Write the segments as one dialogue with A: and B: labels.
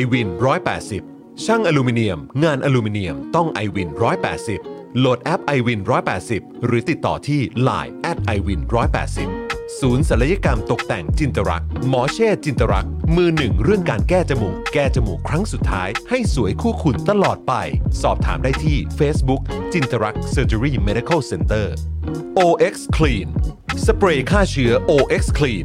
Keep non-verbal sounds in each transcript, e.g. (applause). A: i w วิน180 ช่างอลูมิเนียม งานอลูมิเนียมต้อง i w วิน180 โหลดแอป i w วิน180 หรือติดต่อที่ Line at i w วิน180 ศูนย์ศัลยกรรมตกแต่งจินตรัก หมอเช่จินตรัก มือหนึ่งเรื่องการแก้จมูก แก้จมูกครั้งสุดท้าย ให้สวยคู่คุณตลอดไป สอบถามได้ที่ Facebook จินตรัก Surgery Medical Center OX Clean สเปรย์ฆ่าเชื้อ OX Clean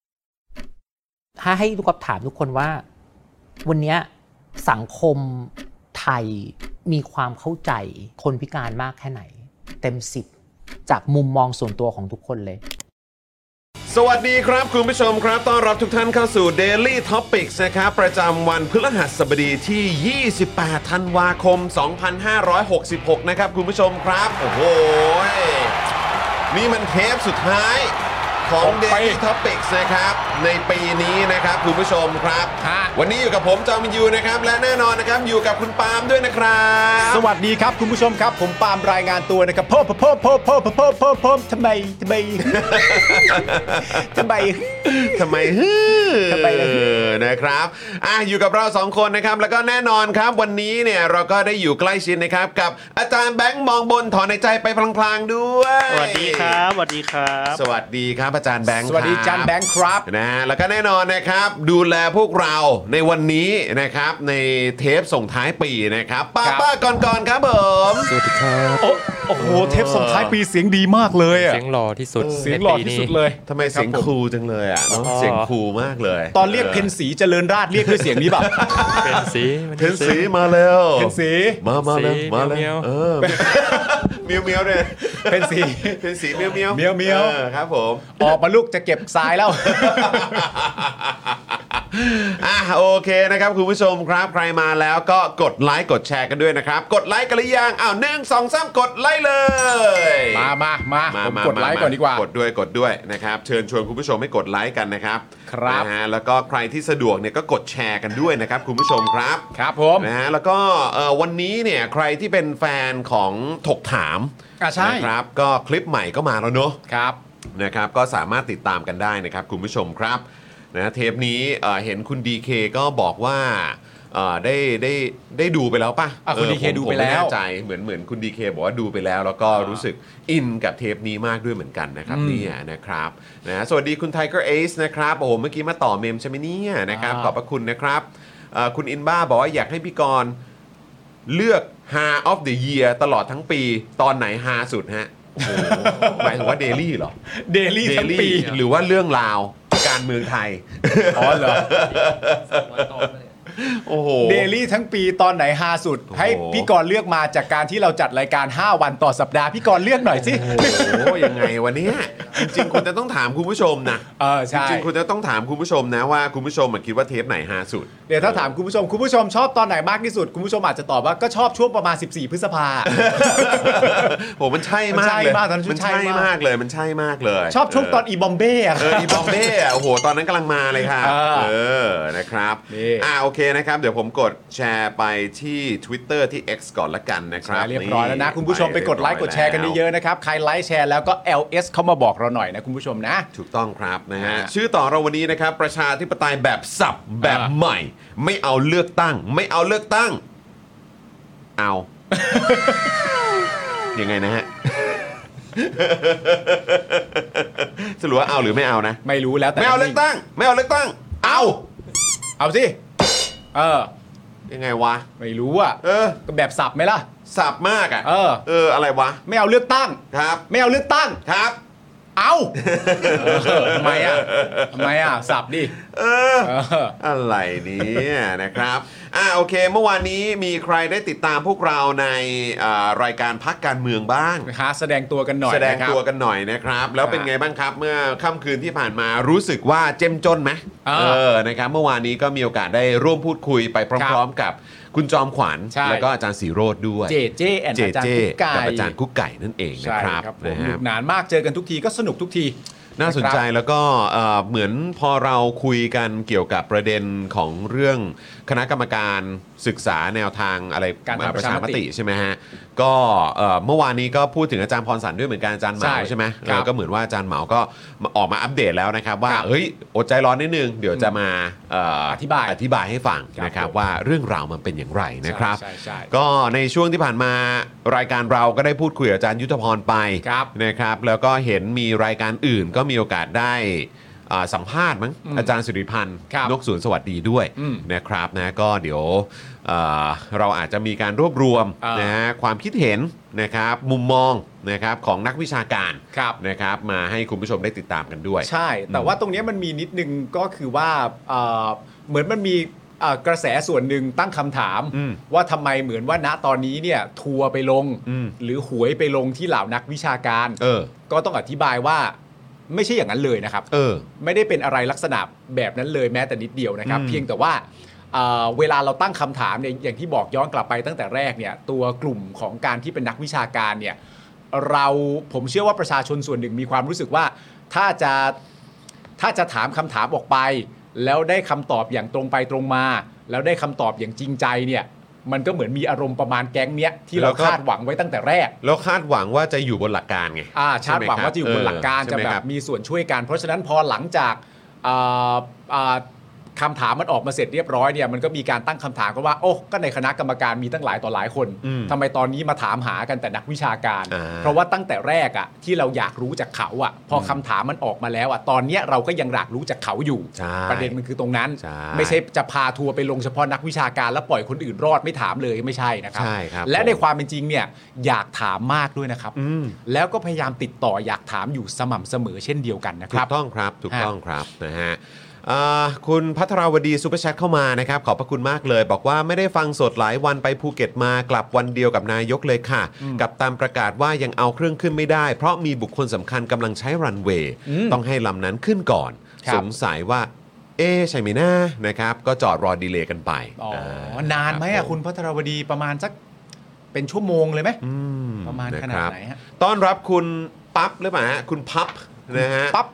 B: ๆ ถ้าให้ทุกคนถามทุกคนว่า วันเนี้ยสังคมไทยมีความเข้าใจคนพิการมากแค่ไหน เต็มสิบจากมุมมองส่วนตัวของทุกคนเลย
C: สวัสดีครับคุณผู้ชมครับ ต้อนรับทุกท่านเข้าสู่ Daily Topics นะครับ ประจำวันพฤหัสบดีที่ 28 ธันวาคม 2566 นะครับ คุณผู้ชมครับ โอ้โห นี่มันเทปสุดท้ายของ Daily Topics นะครับ ในปีนี้นะครับ คุณผู้ชมครับ วันนี้อยู่กับผมจอมยูนะครับ และแน่นอนนะครับ อยู่กับคุณปาล์มด้วยนะครับ
D: สวัสดีครับ คุณผู้ชมครับ ผมปาล์มรายงานตัวนะครับเพิ่มเพิ่มเพิ่มเพิ่มเพิ่มเพิ่มเพิ่มทำไมทำไม ทำไม
C: ทำไมฮึ
D: ทำไมล่ะฮึ
C: นะครับ อ่ะอยู่กับเราสองคนนะครับ แล้วก็แน่นอนครับ วันนี้เนี่ยเราก็ได้อยู่ใกล้ชิดนะครับ กับอาจารย์แบงค์มองบนถอนในใจไปพลางๆด้วย
E: สวัสดีครับสวัสดีครับ
C: สวัสดีครับอาจารย์แบงค์
D: สวัสดี
C: ครับ
D: จานแบงค์ครับ
C: นะฮะแล้วก็แน่นอนนะครับ ดูแลพวกเราในวันนี้นะครับ ในเทปส่งท้ายปีนะครับป้า
D: ครับ
C: ป้าก่อนก่อนๆครับผม
D: โอ้โอ้โหเทปส่งท้ายปีเสียงดีมากเลยอะ
F: เสียงหล่อที่สุด
D: เสียงหล่อที่สุดเลย
C: ทำไมเสียงครูจังเลยอ่ะเนอะเสียงครูมากเลย
D: ตอนเรียกเพนสีเจริญราชเรียกด้วยเสียงนี้แบบ
F: เป็นสีวั
C: เพนสีมาแล้ว
D: เพนสี
C: มามาแล้ว
F: สี
C: มาแล้
F: เยว วๆ
C: เออเมียวเมียวเนี่ย
D: เพนสี
C: เป็นสีเมียวเมียว
D: เมียวเมียว
C: ออครับผม
D: ออกมาลูกจะเก็บทรายแล้ว
C: อ่ะโอเคนะครับคุณผู้ชมครับใครมาแล้วก็กดไลค์กดแชร์กันด้วยนะครับ กดไลค์กันหรือยังอ้าวหนึ่งสองสามกดไลค์เลย
D: มามามา
C: มา
D: ผม
C: มาก
D: ดไลค์ก่อนดีกว่า
C: กดด้วยกดด้วยนะครับ เชิญชวนคุณผู้ชมให้กดไลค์กันนะครับ
D: ครับ
C: นะฮะแล้วก็ใครที่สะดวกเนี่ยก็กดแชร์กันด้วยนะครับคุณผู้ชมครับ
D: ครับผม
C: นะฮะแล้วก็เอ่อวันนี้เนี่ยใครที่เป็นแฟนของถกถาม
D: อ่ะใช่
C: นะครับก็คลิปใหม่ก็มาแล้วเนอะ
D: ครับ
C: นะครับก็สามารถติดตามกันได้นะครับคุณผู้ชมครับนะเทปนี้เอ่อเห็นคุณ DK ก็บอกว่าเอ่อได้ได้ได้ดูไปแล้วป่ะ
D: อ่ะคุณ
C: เออ
D: DK
C: ผม
D: ดูไปแล้ว
C: ผมม่น่ใจเหมือนเหมือนคุณ DK บอกว่าดูไปแล้ว แล้วก็รู้สึกอินกับเทปนี้มากด้วยเหมือนกันนะครับ
D: อืม
C: เนี่ยนะครับนะสวัสดีคุณ Tiger Ace นะครับโอ้โหเมื่อกี้มาต่อเมมใช่ไหมเนี่ยนะครับ
F: อ่า
C: ขอบพระคุณนะครับเอ่อคุณอินบ้าบอกว่าอยากให้พี่กรณ์ เลือก h a of the Year ตลอดทั้งปี ตอนไหนฮาสุดฮะ หมายถึงว่าเดลี่เหรอ
D: เดลี่ทั้งปี
C: หรือว่าเรื่องราวการเมืองไทย
D: อ๋อเหรอ
C: โอ้โห
D: เดลี่ทั้งปีตอนไหนฮาสุด
C: โอ้โห
D: ให้พี่กรณ์เลือกมาจากการที่เราจัดรายการ 5 วันต่อสัปดาห์พี่กรณ์เลือกหน่อยสิ
C: โอ้โหยังไงวันนี้จริงๆคุณจะต้องถามคุณผู้ชมนะ
D: เออ
C: จ
D: ใช่
C: ริงๆคุณจะต้องถามคุณผู้ชมนะว่าคุณผู้ชมอะคิดว่าเทปไหนฮาสุด
D: เดี๋ยวถ้าถามคุณผู้ชม คุณผู้ชมชอบตอนไหนมากที่สุด คุณผู้ชมอาจจะตอบว่าก็ชอบช่วงประมาณ 14 พฤษ
C: (laughs)
D: ภา
C: ผมมันใช่มาก
D: มันใช่
C: เลย
D: มากตอนนั้น
C: มันใช่
D: ใช่มาก
C: มากเลยมันใช่มากเลย
D: ชอบช่วงตอนอีบอมเบ้อะ
C: เอออีบอมเบ้อะโอ้โหตอนนั้นกำลังมาเลยค่ะ
D: เออ
C: เออนะครับ
D: นี่
C: อ่าโอเคนะครับ เดี๋ยวผมกดแชร์ไปที่ Twitter ที่ X ก่อนละกันนะครับ
D: เรียบร้อยแล้วนะ คุณผู้ชมไปกดไลค์กดแชร์กัน
C: แล้ว
D: เยอะๆนะครับ ใครไลค์แชร์แล้วก็ LS เข้ามาบอกเราหน่อยนะคุณผู้ชมนะ
C: ถูกต้องครับนะฮะ
D: อ่า
C: ชื่อต่อเราวันนี้นะครับ ประชาธิปไตยแบบสับแบบ
D: อ่า
C: ใหม่ ไม่เอาเลือกตั้ง ไม่เอาเลือกตั้ง เอา
D: (laughs)
C: ยังไงนะฮะ (laughs) สรุปว่าเอาหรือไม่เอานะ
D: ไม่รู้แล้วแต่
C: ไม่เอาเลือกตั้ง ไม่เอาเลือกตั้ง เอา
D: เอาสิเออ
C: ยังไงวะ
D: ไม่รู้อะ
C: เออ
D: ก็แบบสับไหมล่ะ
C: สับมากอ่ะ
D: เออ
C: เอออะไรวะ
D: ไม่เอาเลือกตั้ง
C: ครับ
D: ไม่เอาเลือกตั้ง
C: ครับ
D: เอาเออทำไมอ่ะทำไมอ่ะ สับดิ
C: เออ
D: เออ
C: อะไรเนี่ยนะครับ อ่าโอเค เมื่อวานนี้มีใครได้ติดตามพวกเราในอ่ารายการพักการเมืองบ้าง
D: หาแสดงตัวกันหน่อย
C: แสดง
D: นะครับ
C: ตัวกันหน่อยนะครับ แล้วเป็นไงบ้างครับเมื่อค่ำคืนที่ผ่านมารู้สึกว่าเจ้มจนไหม
D: เออ
C: นะครับ เมื่อวานนี้ก็มีโอกาสได้ร่วมพูดคุยไปพร้อม ๆ กับคุณจอมขวัญ
D: ใช่
C: แล้วก็อาจารย์สีโรดด้วย
D: เจเจแอนอาจารย์กุ๊กไก่
C: กับอาจารย์กุ๊กไก่นั่นเองนะ
D: ใช่
C: ครับ
D: ครับผม
C: นะ
D: ห
C: ฮะ
D: นุกหนานมากเจอกันทุกทีก็สนุกทุกที
C: น่าสนใจ
D: นะครับ
C: แล้วก็เอ่อเหมือนพอเราคุยกันเกี่ยวกับประเด็นของเรื่องคณะกรรมการศึกษาแนวทางอะไร
D: การทำ
C: ประชาม
D: ประชามติ
C: ติใช่ไหมฮะก็เอ่อเมื่อวานนี้ก็พูดถึงอาจารย์พรสันด้วยเหมือนกันอาจารย์เหมา
D: ใช่
C: ใช่ไหม
D: ครับ
C: เออก็เหมือนว่าอาจารย์เหมาก็ออกมาอัปเดตแล้วนะครับ ว่า
D: ครับ
C: เฮ้ยอดใจร้อนนิดนึงเดี๋ยวจะมาเ
D: อธิบาย
C: อธิบายให้ฟัง
D: ครับ
C: นะครับ
D: ผม
C: ว่าเรื่องราวมันเป็นอย่างไรนะครับ
D: ใช่ใช่ใช่
C: ก็ในช่วงที่ผ่านมารายการเราก็ได้พูดคุยกับอาจารย์ยุทธพรไป
D: ครับ
C: นะครับแล้วก็เห็นมีรายการอื่นก็มีโอกาสได้อ่าสัมภาษณ์มั้ง
D: อืม
C: อาจารย์สุริพันธ์
D: ครับ
C: นกศูนย์สวัสดีด้วย
D: อืม
C: นะครับนะก็เดี๋ยวอ่าเราอาจจะมีการรวบรวม
D: อ่าน
C: นะฮะความคิดเห็นนะครับมุมมองนะครับของนักวิชาการ
D: ครับ
C: นะครับมาให้คุณผู้ชมได้ติดตามกันด้วย
D: ใช่ แต่ว่าตรงเนี้ยมันมีนิดนึงก็คือว่าเอ่อเหมือนมันมีเอ่อกระแสส่วนหนึ่งตั้งคำถาม
C: อืม
D: ว่าทำไมเหมือนว่าณตอนนี้เนี่ยทัวร์ไปลง
C: อืม
D: หรือหวยไปลงที่เหล่านักวิชาการ
C: เออ
D: ก็ต้องอธิบายว่าไม่ใช่อย่างนั้นเลยนะครับ
C: เออ
D: ไม่ได้เป็นอะไรลักษณะแบบนั้นเลยแม้แต่นิดเดียวนะครับ
C: อืม
D: เพียงแต่ว่าเอ่อเวลาเราตั้งคำถามเนี่ยอย่างที่บอกย้อนกลับไปตั้งแต่แรกเนี่ยตัวกลุ่มของการที่เป็นนักวิชาการเนี่ยเราผมเชื่อว่าประชาชนส่วนหนึ่งมีความรู้สึกว่าถ้าจะถ้าจะถามคำถามออกไป แล้วได้คำตอบอย่างตรงไปตรงมา แล้วได้คำตอบอย่างจริงใจเนี่ยมันก็เหมือนมีอารมณ์ประมาณแก๊งเนี้ยที่เรา
C: แล้วก็
D: คาดหวังไว้ตั้งแต่แรก
C: แล้วคาดหวังว่าจะอยู่บนหลักการไง
D: อ่าชา
C: ใช่
D: ติ
C: ไม
D: หวัง
C: คบ
D: ว่าจะอยู่บนหลักการ
C: เออ
D: จะ
C: ใช่ไหม
D: แบ
C: ค
D: บ
C: รับ
D: มีส่วนช่วยกัน เพราะฉะนั้นพอหลังจากอ่าอ่าคำถามมันออกมาเสร็จเรียบร้อยเนี่ยมันก็มีการตั้งคำถามก็ว่า โอ้ก็ในคณะกรรมการมีตั้งหลายต่อหลายคน
C: อืม
D: ทำไมตอนนี้มาถามหากันแต่นักวิชาการ
C: อ่า
D: เพราะว่าตั้งแต่แรกอะที่เราอยากรู้จากเขาอะพอคำถามมันออกมาแล้วอะตอนเนี้ยเราก็ยังอยากรู้จากเขาอยู่
C: ใช่
D: ประเด็นมันคือตรงนั้น
C: ใช่
D: ไม่ใช่จะพาทัวร์ไปลงเฉพาะนักวิชาการแล้วปล่อยคนอื่นรอดไม่ถามเลยไม่ใช่นะครั
C: ใช่ครับ
D: และ
C: ผม
D: ในความเป็นจริงเนี่ยอยากถามมากด้วยนะครับ
C: อืม
D: แล้วก็พยายามติดต่ออยากถามอยู่สม่ำเสมอเช่นเดียวกันนะค
C: ถู
D: รับ
C: กต้องครับถูกต้องครับนะฮะอ่าคุณพัทราวดีซูเปอร์แชทเข้ามานะครับ ขอบพระคุณมากเลย บอกว่าไม่ได้ฟังสดหลายวันไปภูเก็ตมากลับวันเดียวกับนายกเลยค่ะ กับตามประกาศว่ายังเอาเครื่องขึ้นไม่ได้ เพราะมีบุคคลสำคัญกำลังใช้รันเวย์
D: อืม
C: ต้องให้ลำนั้นขึ้นก่อน
D: ครับ
C: สงสัยว่า เอ๊ะใช่ไหมนะนะครับ ก็จอดรอดีเลย์กันไป
D: อ๋อ
C: าน
D: านไหม
C: รั
D: อ่ะ
C: บ
D: คุณพัทรวดีประมาณสักเป็นชั่วโมงเลยไหม
C: อื
D: ประมาณขนาดไหน
C: ค
D: ฮะ
C: รับต้อนรับคุณปั๊บหรือเปล่าฮะคุณพับนะฮะ
D: ปั๊บ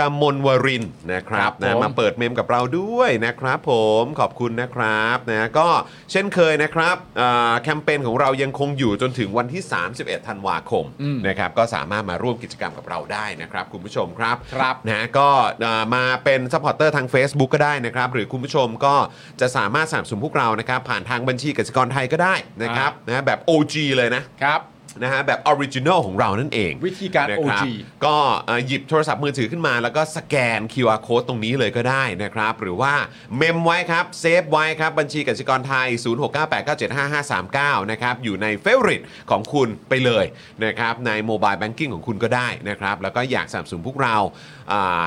C: กมลวรินทร์นะครับ
D: ครั
C: นะ
D: บผม
C: มาเปิดเมมกับเราด้วยนะครับผมขอบคุณนะครับนะก็เช่นเคยนะครับอ่าแคมเปญของเรายังคงอยู่จนถึงวันที่ 31 ธันวาคม
D: อืม
C: นะครับก็สามารถมาร่วมกิจกรรมกับเราได้นะครับ คุณผู้ชมครับ
D: ครับ
C: นะก็อ่ามาเป็นซัพพอร์เตอร์ทาง Facebook ก็ได้นะครับ หรือคุณผู้ชมก็จะสามารถสนับสนุนพวกเรานะครับ ผ่านทางบัญชีกสิกรไทยก็ได้นะครับนะแบบ OG เลยนะ
D: ครับ
C: นะฮะแบบออริจินอลของเรานั่นเอง
D: วิธีการ
C: นะค
D: OG
C: บก็เอ่อหยิบโทรศัพท์มือถือขึ้นมา แล้วก็สแกน QR code ตรงนี้เลยก็ได้นะครับ หรือว่าเมมไว้ครับ เซฟไว้ครับ บัญชีกสิกรไทย 0698975539 นะครับ อยู่ในเฟ v o r ริตของคุณไปเลยนะครับ ในโมบายแบงกิ้งของคุณก็ได้นะครับ แล้วก็อยากสนับสนุนพวกเราอ่า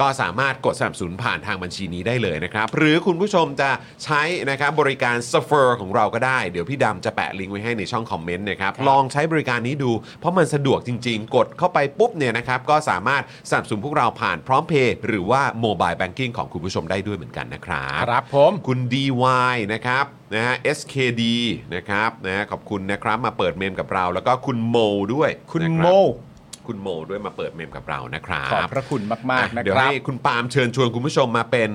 C: ก็สามารถกดสนับสนุนผ่านทางบัญชีนี้ได้เลยนะครับ หรือคุณผู้ชมจะใช้นะครับบริการ s u f f e r ของเราก็ได้ เดี๋ยวพี่ดำจะแปะลิงก์ไว้ให้ในช่องคอมเมนต์นะครับ ลองใช้บริการนี้ดู เพราะมันสะดวกจริง ๆ กดเข้าไปปุ๊บเนี่ยนะครับ ก็สามารถสนับสนุนพวกเราผ่านพร้อมเพย์หรือว่าโมบายแบงกิ้งของคุณผู้ชมได้ด้วยเหมือนกันนะครับ
D: ครับผม
C: คุณ DY นะครับนะฮะ SKD นะครับนะฮะขอบคุณนะครับมาเปิดเมมกับเรา แล้วก็คุณโมด้วย
D: คุณ
C: นะครับ
D: โม
C: คุณโมด้วยมาเปิดเมมกับเรานะครับ
D: ขอบพระคุณมาก ๆ นะ
C: เดี๋ยว
D: ครั
C: ให้
D: บ
C: คุณปาล์มเชิญชวนคุณผู้ชมมาเป็น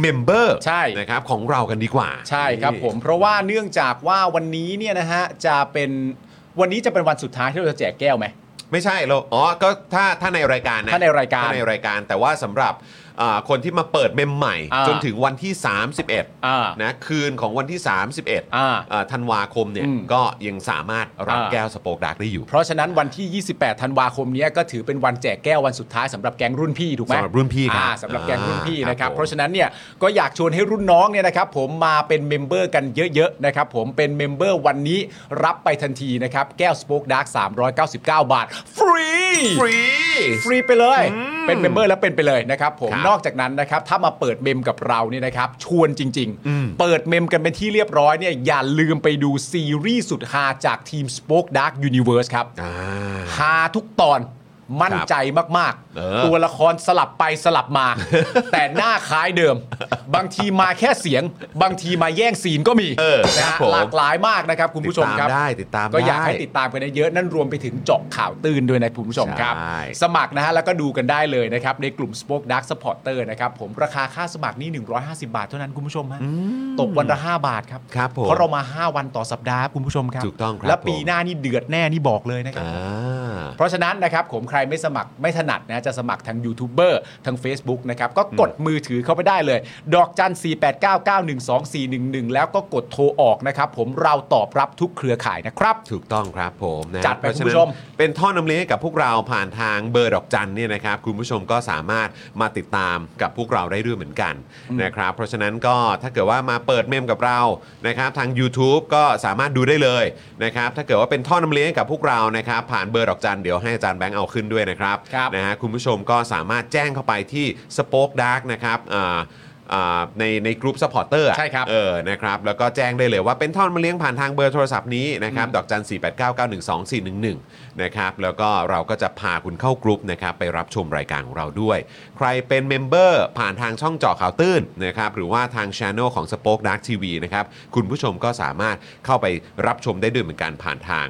C: เมมเบอร์
D: ใช่
C: นะครับของเรากันดีกว่า
D: ใช่ครับผม เพราะว่าเนื่องจากว่าวันนี้เนี่ยนะฮะจะเป็นวันนี้จะเป็นวันสุดท้ายที่เราจะแจกแก้วไหม
C: ไม่ใช่เราอ๋อก็ถ้าถ้าในรายการนะ
D: ถ้าในรายการ
C: ถ้าในรายการแต่ว่าสำหรับอ่าคนที่มาเปิดเมมใหม่
D: อ่า
C: จนถึงวันที่ 31
D: อ่า
C: นะคืนของวันที่ 31
D: อ่า
C: อ่าธันวาคมเนี่ย
D: อืม
C: ก็ยังสามารถรับ
D: อ่า
C: แก้วสโปกดาร์กได้อยู่
D: เพราะฉะนั้นวันที่ 28 ธันวาคมเนี้ยก็ถือเป็นวันแจกแก้ววันสุดท้ายสำหรับแก๊งรุ่นพี่ถูกไหม
C: สำหรับรุ่นพี่ครับ
D: อ่าสำหรับแกงรุ่นพี่
C: อ่า
D: นะครับ
C: ผม
D: เพราะฉะนั้นเนี่ยก็อยากชวนให้รุ่นน้องเนี่ยนะครับผมมาเป็นเมมเบอร์กันเยอะๆนะครับผมเป็นเมมเบอร์วันนี้รับไปทันทีนะครับ แก้วสป o อคดาร์ก399 บาท ฟรี
C: ฟรี
D: ฟรีไปเลย เป็นเมมเบอร์แล้วเป็นไปเลยนะครับผม
C: ครับ
D: นอกจากนั้นนะครับถ้ามาเปิดเมมกับเราเนี่ยนะครับชวนจริง
C: อืม
D: ๆ เปิดเมมกันเป็นที่เรียบร้อยเนี่ยอย่าลืมไปดูซีรีส์สุดฮาจากทีม Spoke Dark Universe ครับ
C: อ่า
D: ฮาทุกตอนมั่นใจมาก
C: เออ
D: ๆ ตัวละครสลับไปสลับมา
C: (laughs)
D: แต่หน้าคล้ายเดิม บางทีมาแค่เสียง บางทีมาแย่งซีนก็มี
C: เออ
D: นะครับ ฮะ
C: ผม
D: หลากหลายมากนะครับ คุณผู้ชมครับ
C: ติดตามได้ติดตาม
D: ก็อยาก
C: ได้
D: ให้ติดตามกันเยอะๆนั่นรวมไปถึงเจาะข่าวตื่นด้วยนะคุณผู้ชมครับ
C: ใช่
D: สมัครนะฮะแล้วก็ดูกันได้เลยนะครับ ในกลุ่ม Spoke Dark Supporter นะครับผมราคาค่าสมัครนี่ 150 บาทเท่านั้นคุณผู้ชมฮะตกวันละ 5 บาทครับ
C: ครับผม
D: เพราะเรามา 5 วันต่อสัปดาห์คุณผู้ชมครับ
C: ถูกต้องครับ
D: และปี
C: ผม
D: หน้านี่เดือดแน่นี่บอกเลยนะครับ
C: อ่า
D: เพราะฉะนั้นนะครับผมใครไม่สมัครไม่ถนัดนะจะสมัครทางยูทูบเบอร์ทาง Facebook นะครับก็กดมือถือเข้าไปได้เลย ดอกจัน 4 8 9 9 1 2 4 1 1 แล้วก็กดโทรออกนะครับผมเราตอบรับทุกเครือข่ายนะครับ
C: ถูกต้องครับผมนะ
D: จัดไป
C: เพราะฉะ
D: คุณ
C: นั้
D: ผู้
C: น
D: ชม
C: เป็นท่อนำเลี้ยงให้กับพวกเราผ่านทางเบอร์ดอกจันเนี่ยนะครับคุณผู้ชมก็สามารถมาติดตามกับพวกเราได้ด้วยเหมือนกันนะครับเพราะฉะนั้นก็ถ้าเกิดว่ามาเปิดเมมกับเรานะครับทาง YouTube ก็สามารถดูได้เลยนะครับถ้าเกิดว่าเป็นท่อนำเลี้ยงให้กับพวกเรานะครับผ่านเบอร์ดอกจันเดี๋ยวให้อาจารย์แบงค์เอาขึ้นด้วยนะครับ
D: ครับ
C: นะฮะคุณผู้ชมก็สามารถแจ้งเข้าไปที่ Spoke Dark นะครับอ่าอ่าในในกลุ่มซัพพอร์เตอร์
D: ใช่ครับ
C: เออ นะครับ แล้วก็แจ้งได้เลยว่าเป็นท่อนมาเลี้ยงผ่านทางเบอร์โทรศัพท์นี้นะครับ ดอกจัน 4 8 9 9 1 2 4 1 1 นะครับ แล้วก็เราก็จะพาคุณเข้ากรุ๊ปนะครับ ไปรับชมรายการของเราด้วย ใครเป็นเมมเบอร์ผ่านทางช่องเจอข่าวตื้นนะครับ หรือว่าทางช anel ของ Spoke Dark TV นะครับ คุณผู้ชมก็สามารถเข้าไปรับชมได้ด้วยเหมือนกันผ่านทาง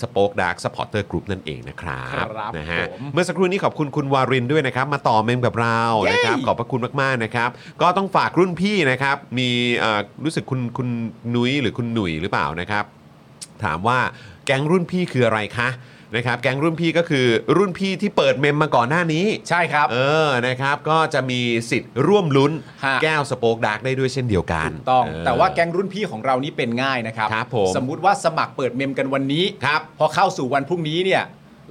C: สป็อคดักสปอร์เตอร์กรุ๊ปนั่นเองนะครับ
D: ครับ
C: นะฮะ
D: ผม
C: เมื่อสักครู่นี้ขอบคุณคุณวารินด้วยนะครับ มาต่อเมมกับเรา
D: เย้
C: นะครับ ขอบพระคุณมาก ๆ นะครับ ก็ต้องฝากรุ่นพี่นะครับ มีเอ่อรู้สึกคุณคุณนุ้ยหรือคุณหนุ่ยหรือเปล่านะครับ ถามว่าแก๊งรุ่นพี่คืออะไรคะนะครับ แก๊งรุ่นพี่ก็คือรุ่นพี่ที่เปิดเมมมาก่อนหน้านี้
D: ใช่ครับ
C: เออ นะครับ ก็จะมีสิทธิ์ร่วมลุ้น
D: ฮะ
C: แก้วสโปกดาร์กได้ด้วยเช่นเดียวกัน
D: ถูกต้อง
C: เ
D: แต่ว่าแก๊งรุ่นพี่ของเรานี่เป็นง่ายนะครับ
C: ครับผม
D: สมมุติว่าสมัครเปิดเมมกันวันนี้
C: ครับ
D: พอเข้าสู่วันพรุ่งนี้เนี่ย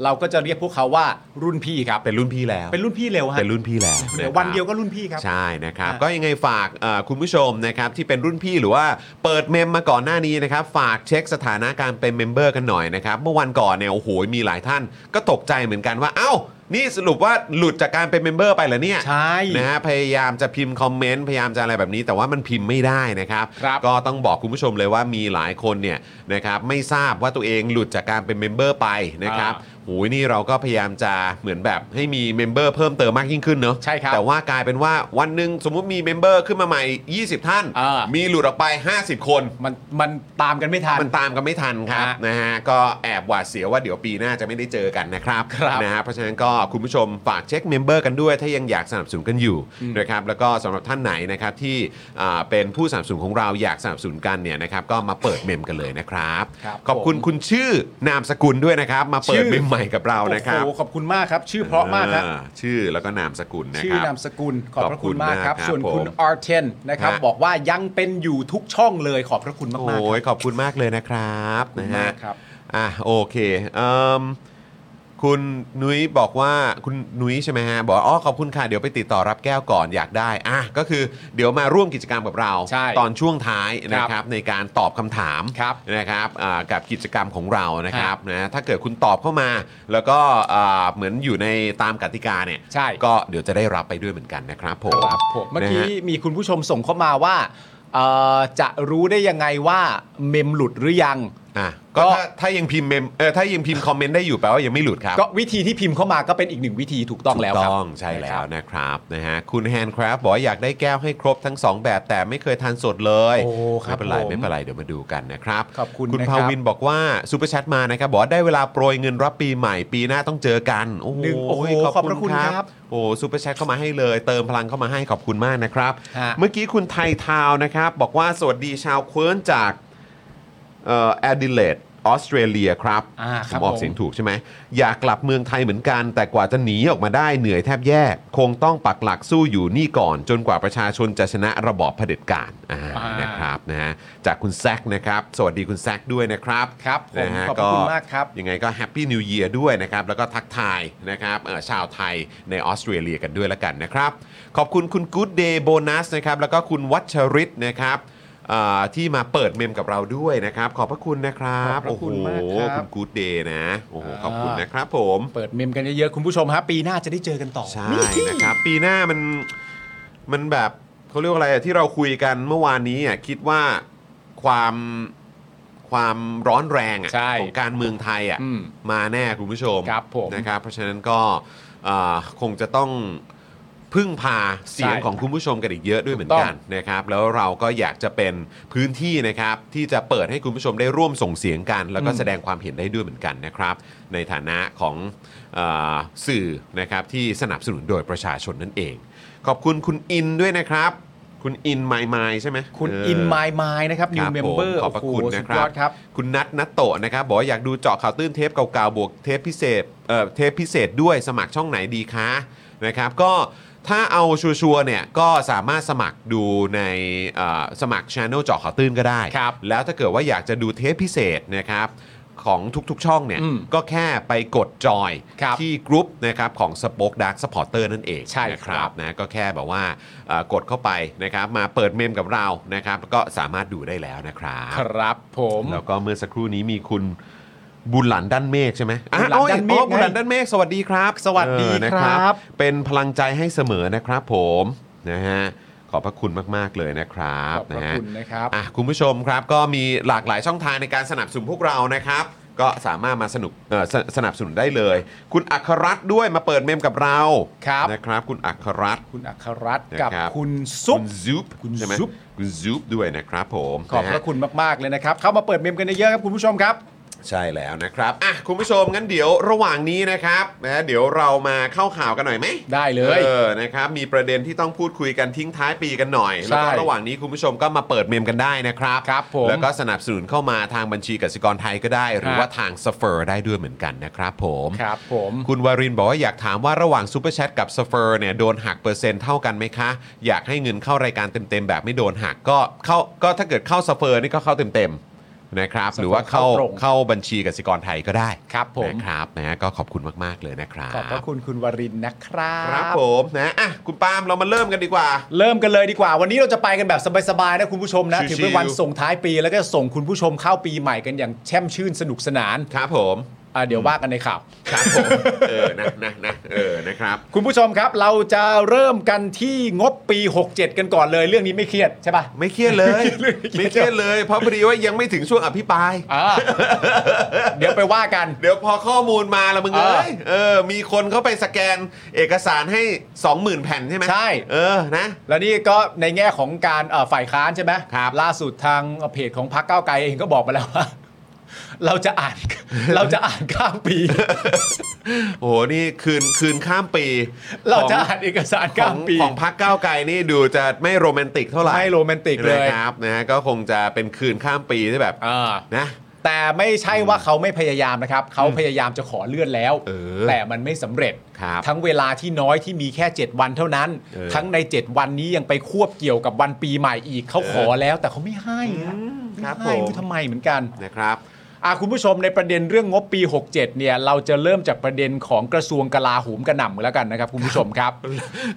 D: เราก็จะเรียกพวกเขาว่ารุ่นพี่ครับ
C: เป็นรุ่นพี่แล้ว
D: เป็นรุ่นพี่เร็วฮะ
C: เป็นรุ่นพี่แล้ว
D: เดี๋ย
C: ะครั
D: ว
C: บ
D: วันเดียวก็รุ่นพี่ครับ
C: ใช่นะครับ
D: อ่ะ
C: ก็ยังไงฝากเอ่อคุณผู้ชมนะครับที่เป็นรุ่นพี่หรือว่าเปิดเมมมาก่อนหน้านี้นะครับ ฝากเช็คสถานะการเป็นเมมเบอร์กันหน่อยนะครับ เมื่อวันก่อนเนี่ยโอ้โหมีหลายท่านก็ตกใจเหมือนกันว่า เอ้า นี่สรุปว่าหลุดจากการเป็นเมมเบอร์ไปเหรอเนี่ย
D: ใช่
C: นะฮะพยายามจะพิมพ์คอมเมนต์พยายามจะอะไรแบบนี้ แต่ว่ามันพิมพ์ไม่ได้นะครับ
D: ครับ
C: ก็ต้องบอกคุณผู้ชมเลยว่ามีหลายคนเนี่ยนะครับไม่ทราบว่าตัวเองหลุดจากการเป็นเมมเบอร์ไปนะครับ
D: อ่า
C: โอ้ยนี่เราก็พยายามจะเหมือนแบบให้มีเมมเบอร์เพิ่มเติมมากยิ่งขึ้นเนอะ
D: ใช่ครับ
C: แต่ว่ากลายเป็นว่าวันหนึ่งสมมุติมีเมมเบอร์ขึ้นมาใหม่ 20 ท่าน
D: อ่ามี
C: มีหลุดออกไป 50 คน
D: มันมันตามกันไม่ทัน
C: มันตามกันไม่ทันครับ
D: ฮะ
C: นะฮะก็แอบหวาดเสียวว่าเดี๋ยวปีหน้าจะไม่ได้เจอกันนะครับ
D: ครับ
C: นะฮะเพราะฉะนั้นก็คุณผู้ชมฝากเช็คเมมเบอร์กันด้วย ถ้ายังอยากสนับสนุนกันอยู่นะครับแล้วก็สำหรับท่านไหนนะครับที่อ่าเป็นผู้สนับสนุนของเราอยากสนับสนุนกันเนี่ยนะครับก็มาเปิดเมมกันเลยนะครับ
D: ครับ
C: ขอบคุณ
D: ผม
C: คุณชื่อนามสกุลด้วยนะครับ มาเปิด
D: ชื่อ
C: เมมใหม่กับเรานะครับ
D: โอ้โหขอบคุณมากครับ ชื่อเพราะมากครับ
C: อ่ชื่อแล้วก็นามสกุลนะ
D: ชื่
C: ค
D: อ
C: รับ
D: นามสกุลขอบพระคุณมากครับ
C: ขอบคุณมากครับ
D: ส่วนคุณ
C: ผม
D: R10 นะครับ
C: ฮะ
D: บอกว่ายังเป็นอยู่ทุกช่องเลยขอบพระคุณมากๆค
C: โอ้
D: รับ
C: ยขอบคุณมากเลยนะครับ
D: ขอบคุณ
C: นะ
D: มา
C: ฮะ
D: กครับ
C: อ่ะโอเคเอิ่มคุณนุ้ยบอกว่าคุณนุ้ยใช่ไหมฮะ บอกว่าอ๋อขอบคุณค่ะ เดี๋ยวไปติดต่อรับแก้วก่อนอยากได้อ่ะก็คือเดี๋ยวมาร่วมกิจกรรมกับเรา
D: ใช่
C: ตอนช่วงท้ายนะค
D: ครั
C: รับบ ในการตอบคำถาม
D: ครับ
C: นะครับอ่ากับกิจกรรมของเรานะครับนะถ้าเกิดคุณตอบเข้ามา แล้วก็อ่าเหมือนอยู่ในตามกติกาเนี่ย
D: ใช่
C: ก็เดี๋ยวจะได้รับไปด้วยเหมือนกันนะครับผม
D: ครับผมเมื่อกี้
C: นะฮะ
D: มีคุณผู้ชมส่งเข้ามาว่าเอ่อจะรู้ได้ยังไงว่าเมมหลุดหรือยัง
C: อ่ะก็
D: ก็
C: ถ้าถ้ายังพิมพ์เมมเออถ้ายังพิมพ์คอมเมนต์ได้อยู่แปลว่ายังไม่หลุดครับ
D: ก็วิธีที่พิมพ์เข้ามาก็เป็นอีกหนึ่งวิธีถูกต้องแล้ว
C: ถู
D: ค
C: ก
D: รับ
C: ต้องใช่
D: นะ
C: แล้
D: คว รับ
C: นะครับนะฮะคุณแฮนคราฟบอกว่าอยากได้แก้วให้ครบทั้ง 2 แบบแต่ไม่เคยทานสดเลย
D: โอ้ครั
C: ไม่
D: บ
C: เป็นไร
D: ผม
C: ไม่เป็นไรเดี๋ยวมาดูกันนะครับ
D: ขอบคุณ
C: คุณ
D: นะครับ
C: ภาวินบอกว่าซูเปอร์แชทมานะครับบอกว่าได้เวลาโปรยเงินรับปีใหม่ปีหน้าต้องเจอกันโอ้โห
D: หนึ่งโอ้โหขอบพระคุณครับ
C: โอ้ซูเปอร์แชทเข้ามาให้เลย เติมพลังเข้ามาให้ขอบคุณมากนะครับ
D: ฮะ
C: เมื่อกี้คุณไทยทาวน์นะครับบอกว่าสวัสดีชาวเควิร์นจาก เอ่อแอดิเลดออสเตรเลียครับ
D: อ่า
C: ผ
D: ครับ
C: มออก
D: ผม
C: เสียงถูกใช่ไหม อยากกลับเมืองไทยเหมือนกัน แต่กว่าจะหนีออกมาได้เหนื่อยแทบแย่ คงต้องปักหลักสู้อยู่นี่ก่อน จนกว่าประชาชนจะชนะระบอบเผด็จการอ่า
D: อ่าน
C: นะครับนะฮะจากคุณแซกนะครับ สวัสดีคุณแซกด้วยนะครับ
D: ครับผม
C: นะฮะ
D: ขอบพระคุณมากครับ
C: ยังไงก็แฮปปี้นิวเ a ียด้วยนะครับ แล้วก็ทักทายนะครับเอ่อชาวไทยในออสเตรเลียกันด้วยละกันนะครับ ขอบคุณคุณกู๊ดเดย์โบนัสนะครับแล้วก็คุณวัชริศนะครับอ่าที่มาเปิดเมมกับเราด้วยนะครับ ขอบพระคุณนะครับ
D: ขอบพระคุณมาก
C: โอ้โห
D: ครับ
C: คุณกู๊ดเดย์นะโอ้โหขอบคุณ
D: อ่าน
C: นะครับผม
D: เปิดเมมกันเยอะๆคุณผู้ชมฮะปีหน้าจะได้เจอกันต่อ
C: ใช่นะครับ ปีหน้ามันมันแบบเขาเรียกว่าอะไรอะที่เราคุยกันเมื่อวานนี้อ่ะคิดว่าความความร้อนแรงอะ
D: ใช่
C: ของการเมืองไทยอ่ะ
D: อืม
C: มาแน่คุณผู้ชม
D: ครับผม
C: นะครับเพราะฉะนั้นก็อ่าคงจะต้องพึ่งพาเสียง
D: ใช่
C: ของคุณผู้ชมกันอีกเยอะด้วยเหมือ
D: ถู
C: น
D: กต้
C: กั
D: อน ง
C: นะครับ แล้วเราก็อยากจะเป็นพื้นที่นะครับ ที่จะเปิดให้คุณผู้ชมได้ร่วมส่งเสียงกัน แล้วก็แสดงความเห็นได้ด้วยเหมือนกันนะครับ ในฐานะของเออสื่อนะครับที่สนับสนุนโดยประชาชนนั่นเอง ขอบคุณคุณอินด้วยนะครับ คุณอินไมล์ไมล์ใช่ไหม
D: คุณ
C: เ
D: อินไมล์ไมล์นะครับ
C: ค
D: new
C: รับผม
D: member
C: ขอบพระ
D: โโห
C: คุณ
D: สุ
C: นะ
D: ด
C: ค
D: ย
C: รั
D: อบ ดครับ
C: คุณนัทนัตโตะนะครับ บอกว่าอยากดูเจาะข่าวตื้นเทปเก่าๆบวกเทปพิเศษเอ่อเทปพิเศษด้วยสมัครช่องไหนดีคะนะครับ ก็ถ้าเอาชัวร์ๆเนี่ยก็สามารถสมัครดูในเอ่อสมัครช anel เจาะข่าวตื้นก็ได้
D: ครับ
C: แล้วถ้าเกิดว่าอยากจะดูเทปพิเศษนะครับของทุกๆช่องเนี่ย
D: อืม
C: ก็แค่ไปกดจอย
D: ครับ
C: ที่กรุ๊ปนะครับของ Spoke Dark Supporter นั่นเอง
D: ใช่
C: นะ
D: ครับ
C: นะก็แค่แบบว่าเอ่อกดเข้าไปนะครับมาเปิดเมมกับเรานะครับแล้วก็สามารถดูได้แล้วนะครับ
D: ครับผม
C: แล้วก็เมื่อสักครู่นี้มีคุณบุญหลันด้านเมฆใช่ไหมอ่ะ
D: บุญห
C: โอ้ย
D: ลันด้านเมฆ
C: อ๋อบุญหลัน
D: ไง
C: ด้านเมฆสวัสดีครับ
D: สวัสดี
C: เออนะครับ เป็นพลังใจให้เสมอนะครับผมนะฮะขอบพระคุณมากๆเลยนะครับ
D: ขอบพระ
C: นะฮะ
D: คุณนะครับ
C: อ่ะคุณผู้ชมครับก็มีหลากหลายช่องทางในการสนับสนุนพวกเรานะครับ ก็สามารถมาสนุกเอ่อสสนับสนุนได้เลย คุณอัครรัตน์ด้วยมาเปิดเมมกับเรา
D: ครับ
C: นะครับ คุณอัครรัตน์
D: คุณอัครรัตน์กับ
C: นะครับ
D: คุณซุป
C: คุณซุป
D: คุณ
C: ใช่ไหม
D: ซุป
C: คุณซุปด้วยนะครับผม
D: ขอบพ
C: นฮ
D: ระคุณมากๆเลยนะครับ เข้ามาเปิดเมมกันเยอะๆครับคุณผู้ชมครับ
C: ใช่แล้วนะครับ อ่ะ คุณผู้ชมงั้นเดี๋ยวระหว่างนี้นะครับนะเดี๋ยวเรามาเข้าข่าวกันหน่อยไหม
D: ได้เลย
C: เออนะครับ มีประเด็นที่ต้องพูดคุยกันทิ้งท้ายปีกันหน่อย แล้วก็
D: ใช่
C: ระหว่างนี้คุณผู้ชมก็มาเปิดเมมกันได้นะครับ
D: ครับผม
C: แล้วก็สนับสนุนเข้ามาทางบัญชีกสิกรไทยก็ได้ หรือ
D: ครับ
C: ว่าทางสเฟอร์ได้ด้วยเหมือนกันนะครับผม
D: ครับผม
C: คุณวารินบอกว่าอยากถามว่าระหว่างซูเปอร์แชทกับสเฟอร์เนี่ยโดนหักเปอร์เซ็นต์เท่ากันไหมคะ อยากให้เงินเข้ารายการเต็มๆแบบไม่โดนหักก็เข้าก็ถ้าเกิดเข้าสเฟอร์นี่ก็เข้าเต็มๆนะครับ หรือว่าเข้า
D: Spur เข้าตรง
C: เข้าบัญชีกสิกรไทยก็ได้
D: ครับผม
C: นะครับนะฮะก็ขอบคุณมาก ๆ เลยนะครับ
D: ขอบพระคุณคุณวรินทร์นะครับ
C: ครับผมนะอ่ะคุณปาล์มเรามาเริ่มกันดีกว่า
D: เริ่มกันเลยดีกว่า วันนี้เราจะไปกันแบบสบายๆนะคุณผู้ชมนะ
C: ชิวๆ
D: ถือเป็นวันส่งท้ายปีแล้วก็ส่งคุณผู้ชมเข้าปีใหม่กันอย่างแช่มชื่นสนุกสนาน
C: ครับผม
D: อ่ะเดี๋ยวว่ากันในข่าว
C: ครับผมเออนะนะนะเออนะครับ
D: (laughs) คุณผู้ชมครับ เราจะเริ่มกันที่งบปี 67 กันก่อนเลย เรื่องนี้ไม่เครียดใช่ปะ
C: ไม่เครียดเลย
D: ไม่
C: ไม่
D: เค
C: เค
D: รีย
C: รีย
D: ด
C: ดเลย เพราะพอดีว่ายังไม่ถึงช่วงอภิปราย
D: อ่ะ เดี๋ยวไปว่ากัน
C: เดี๋ยวพอข้อมูลมาละมึง
D: เอ
C: เอ้
D: อย
C: เออ มีคนเข้าไปสแกนเอกสารให้ 20,000 แผ่นใช่ไหม
D: ใช่
C: เออนะ (laughs)
D: แล้วนี่ก็ในแง่ของการเอ่อฝ่ายค้านใช่ไหม
C: ครับ
D: ล่าสุดทางเพจของพรรคก้าวไกลเองก็บอกมาแล้วว่า (laughs) เราจะอ่าน (laughs) เราจะอ่านข้าม
C: (laughs)
D: ปี
C: โอ้โหนี่คืนคืนข้ามปี
D: เราจะ
C: ของ
D: อ่านเอกสาร
C: ขอ
D: ข้าง มปี
C: ของพักก้าวไกลนี่ดูจะไม่โรแมนติกเท่าไหร่
D: ไม่โรแมนติกเลย
C: นะครับนะฮะก็คงจะเป็นคืนข้ามปีที่แบบ
D: เออ
C: นะ
D: แต่ไม่ใช่ว่าเขาไม่พยายามนะครับ เขาพยายามจะขอเลื่อนแล้ว
C: เออ
D: แต่มันไม่สำเร็จ
C: ครับ
D: ทั้งเวลาที่น้อยที่มีแค่ 7 วันเท่านั้น
C: เออ
D: ทั้งใน 7 วันนี้ยังไปควบเกี่ยวกับวันปีใหม่อีกเขาขอแล้วแต่เขาไม่ให้อะ
C: อืมครับ
D: ไม่ให้
C: ผม
D: ไม่รู้ทำไมเหมือนกัน
C: นะครับ (laughs)
D: อ่ะคุณผู้ชมในประเด็นเรื่องงบปี 67 เนี่ย เราจะเริ่มจากประเด็นของกระทรวงกลาโหมกระหน่ำแล้วกันนะครับคุณผู้ชมครับ